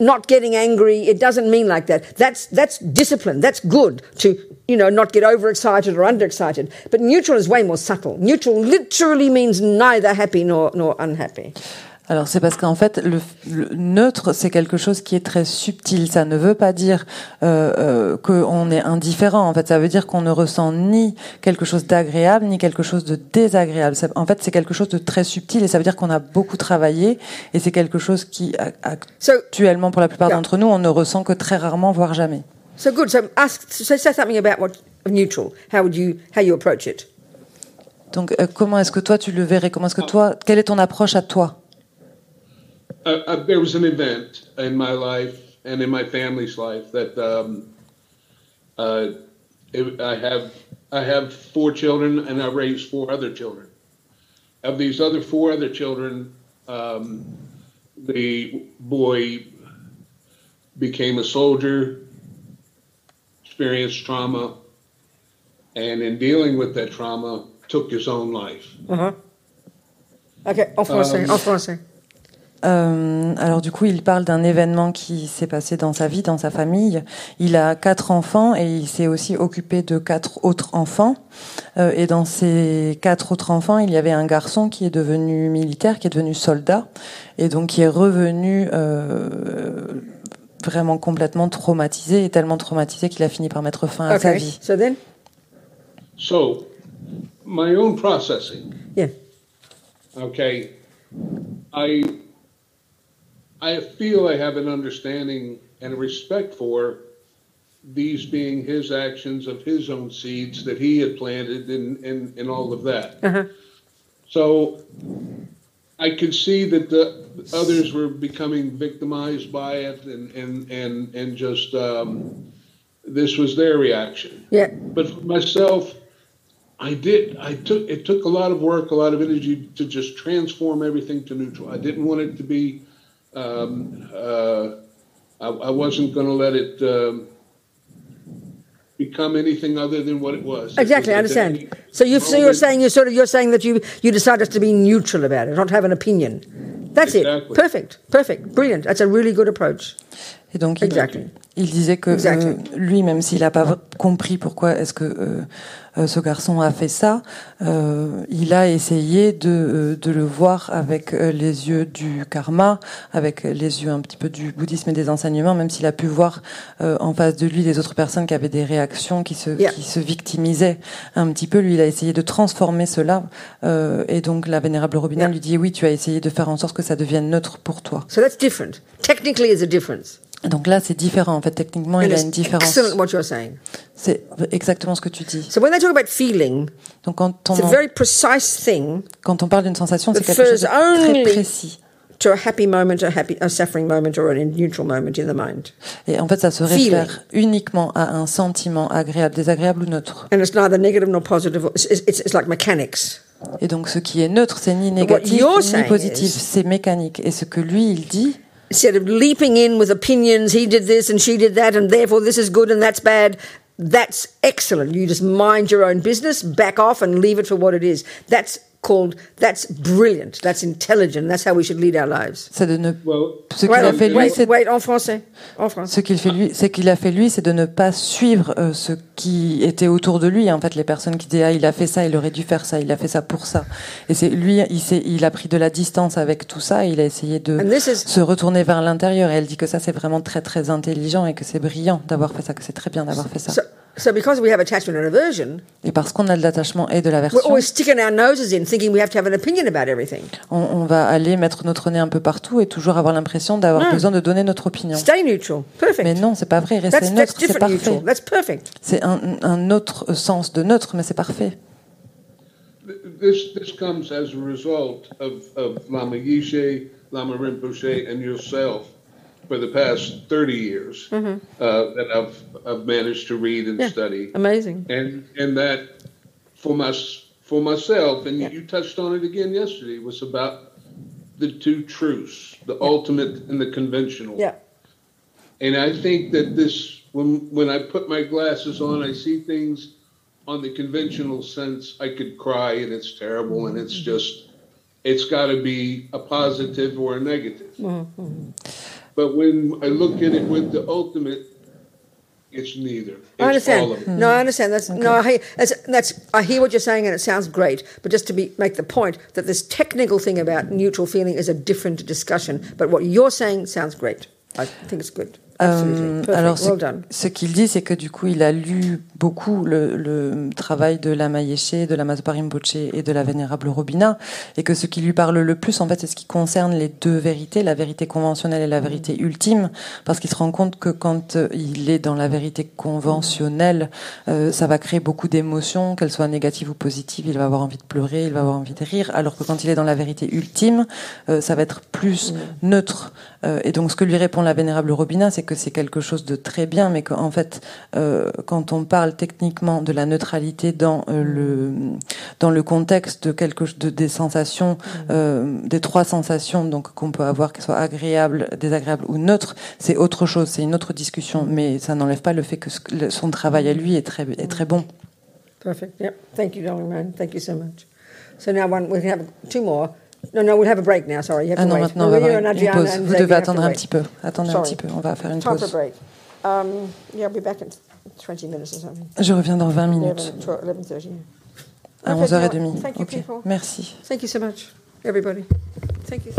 S1: not getting angry. It doesn't mean like that. That's that's discipline. That's good to you know not get overexcited or underexcited. But neutral is way more subtle. Neutral literally means neither happy nor nor unhappy.
S2: Alors c'est parce qu'en fait le, le neutre c'est quelque chose qui est très subtil. Ça ne veut pas dire euh, euh, qu'on est indifférent. En fait ça veut dire qu'on ne ressent ni quelque chose d'agréable ni quelque chose de désagréable. Ça- en fait c'est quelque chose de très subtil et ça veut dire qu'on a beaucoup travaillé et c'est quelque chose qui a-
S1: So-
S2: actuellement pour la plupart
S1: Yeah.
S2: d'entre nous on ne ressent que très rarement voire jamais.
S1: So good. So ask. So say something about what neutral. How would you how you approach it?
S2: Donc euh, comment est-ce que toi tu le verrais Comment est-ce que toi quelle est ton approche à toi
S7: uh, uh, there was an event in my life and in my family's life that um, uh, it, I have. I have four children, and I raised four other children. Of these other four other children, um, the boy became a soldier, experienced trauma, and in dealing with that trauma, took his own life.
S1: Okay. Off one second. Off one second.
S2: Euh, alors du coup, il parle d'un événement qui s'est passé dans sa vie, dans sa famille. Il a quatre enfants et il s'est aussi occupé de quatre autres enfants. Euh, et dans ces quatre autres enfants, il y avait un garçon qui est devenu militaire, qui est devenu soldat, et donc qui est revenu euh, vraiment complètement traumatisé et tellement traumatisé qu'il a fini par mettre fin à sa
S1: Okay.
S2: vie.
S1: So then,
S7: So, my own processing.
S1: yeah.
S7: okay i i feel i have an understanding and a respect for these being his actions of his own seeds that he had planted and and, and all of that so i could see that the others were becoming victimized by it and and and, and just um, this was their reaction
S1: Yeah.
S7: but for myself i did i took it took a lot of work a lot of energy to just transform everything to neutral i didn't want it to be um, uh, I, I wasn't going to let it um, become anything other than what it was
S1: Exactly. I
S7: It was a
S1: understand.
S7: day-
S1: So you so you're
S7: moment.
S1: saying you sort of you're saying that you you decided to be neutral about it, not have an opinion. That's
S7: Exactly.
S1: it. Perfect. Perfect. Brilliant. That's a really good approach.
S2: Et donc, il,
S1: Exactly.
S2: il disait que euh,
S1: Exactly.
S2: lui, même s'il n'a pas v- compris pourquoi est-ce que euh, euh, ce garçon a fait ça, euh, il a essayé de, euh, de le voir avec euh, les yeux du karma, avec les yeux un petit peu du bouddhisme et des enseignements, même s'il a pu voir euh, en face de lui des autres personnes qui avaient des réactions, qui se,
S1: Yeah.
S2: qui se victimisaient un petit peu. Lui, il a essayé de transformer cela. euh, et donc, la vénérable Robina
S1: Yeah.
S2: lui dit, oui, tu as essayé de faire en sorte que ça devienne neutre pour toi.
S1: So that's different. Technically, it's a difference.
S2: Donc là, c'est différent. En fait, techniquement, il
S1: And
S2: y a
S1: it's
S2: une différence.
S1: excellent what you're saying.
S2: C'est exactement ce que tu dis.
S1: So when they talk about feeling,
S2: Donc quand
S1: it's a
S2: on,
S1: very precise thing
S2: quand on parle d'une sensation, c'est
S1: The
S2: quelque chose de
S1: first
S2: très
S1: only-
S2: précis.
S1: to a happy moment, a happy, a suffering moment, or a neutral moment in the mind.
S2: Et en fait, ça se
S1: Feeling.
S2: réfère uniquement à un sentiment agréable, désagréable ou neutre.
S1: And it's neither negative nor positive. It's, it's, it's like mechanics.
S2: Et donc, ce qui est neutre, c'est ni
S1: what
S2: négatif
S1: you're
S2: ni
S1: saying
S2: positif,
S1: is-
S2: c'est mécanique. Et ce que lui, il dit,
S1: Instead of leaping in with opinions, he did this and she did that, and therefore this is good and that's bad. That's excellent. You just mind your own business, back off, and leave it for what it is. That's called. That's brilliant. That's intelligent. That's how we should lead our lives.
S2: c'est de ne
S7: Well,
S2: ce qu'il
S1: Wait,
S2: a
S7: on-
S2: fait lui,
S1: wait,
S2: c'est
S1: wait, en français, en français.
S2: ce qu'il fait lui, c'est qu'il a fait lui, c'est de ne pas suivre euh, ce qui était autour de lui. En fait, les personnes qui disaient ah il a fait ça, il aurait dû faire ça, il a fait ça pour ça. Et c'est lui, il s'est- il a pris de la distance avec tout ça. Et il a essayé de
S1: And this is-
S2: se retourner vers l'intérieur. Et elle dit que ça c'est vraiment très très intelligent et que c'est brillant d'avoir fait ça, que c'est très bien d'avoir fait ça.
S1: So, so because we have attachment and aversion,
S2: Et parce qu'on a de l'attachement et de
S1: we're
S2: l'aversion,
S1: always sticking our noses in thinking we have to have an opinion about everything.
S2: On, on va aller mettre notre nez un peu partout et toujours avoir l'impression d'avoir
S1: Ouais.
S2: besoin de donner notre opinion.
S1: Stay neutral. Perfect.
S2: Mais non, c'est pas vrai. Rester
S1: that's, that's
S2: neutre, c'est
S1: different neutral.
S2: parfait.
S1: That's perfect.
S2: C'est un, un autre sens de neutre, mais c'est parfait.
S7: This this comes as a result of, of Lama Yeshe, Lama Rinpoche, and yourself for the past thirty years uh, that I've I've managed to read and
S1: Yeah.
S7: study,
S1: Amazing.
S7: and and that for my for myself, and you touched on it again yesterday, was about the two truths, the ultimate and the conventional.
S1: Yeah.
S7: And I think that this, when when I put my glasses on, I see things on the conventional sense. I could cry, and it's terrible, and it's
S1: Mm-hmm.
S7: just, it's got to be a positive or a negative.
S1: Mm-hmm.
S7: But when I look at it with the ultimate, it's neither. It's
S1: I
S7: all of it.
S1: understand. No, I understand. That's no. I hear, that's, that's. I hear what you're saying, and it sounds great. But just to be, make the point that this technical thing about neutral feeling is a different discussion. But what you're saying sounds great. I think it's good. Absolutely.
S2: Euh,
S1: Perfect.
S2: alors,
S1: well
S2: ce,
S1: done.
S2: ce qu'il dit, c'est que du coup, il a lu beaucoup le, le travail de Lama Yeshe, de Lama Zopa Rinpoche et de la Vénérable Robina, et que ce qui lui parle le plus, en fait, c'est ce qui concerne les deux vérités, la vérité conventionnelle et la vérité ultime, parce qu'il se rend compte que quand euh, il est dans la vérité conventionnelle, euh, ça va créer beaucoup d'émotions, qu'elles soient négatives ou positives, il va avoir envie de pleurer, il va avoir envie de rire, alors que quand il est dans la vérité ultime, euh, ça va être plus
S1: Mm.
S2: neutre. Euh, et donc ce que lui répond la vénérable Robina, c'est que c'est quelque chose de très bien, mais qu'en fait, euh, quand on parle techniquement de la neutralité dans euh, le dans le contexte de quelque ch- de, des sensations,
S1: Mm.
S2: euh, des trois sensations donc qu'on peut avoir, qu'elles soient agréables, désagréables ou neutres, c'est autre chose, c'est une autre discussion, mais ça n'enlève pas le fait que ce- le- son travail à lui est très est très
S1: Mm.
S2: bon.
S1: Perfect. Yep. Thank you, darling man. Thank you so much. So now one, we can have two more. No, no, we'll have a break now. Sorry, you have
S2: Ah
S1: to
S2: non,
S1: wait.
S2: maintenant on va
S1: Maria
S2: avoir une,
S1: and
S2: une
S1: Adriana
S2: pause.
S1: and
S2: Vous
S1: Xavier
S2: devez
S1: have to
S2: attendre un
S1: wait.
S2: petit peu. Attendez un
S1: Sorry.
S2: petit peu, on va faire une
S1: Time for a
S2: pause.
S1: break. Um, yeah, I'll be back in 20 minutes or something.
S2: Je reviens dans 20 minutes,
S1: 11, 12, 11:30.
S2: à
S1: Okay,
S2: 11h30.
S1: thank you,
S2: Ok,
S1: people.
S2: merci.
S1: Thank you so much, everybody. Thank you.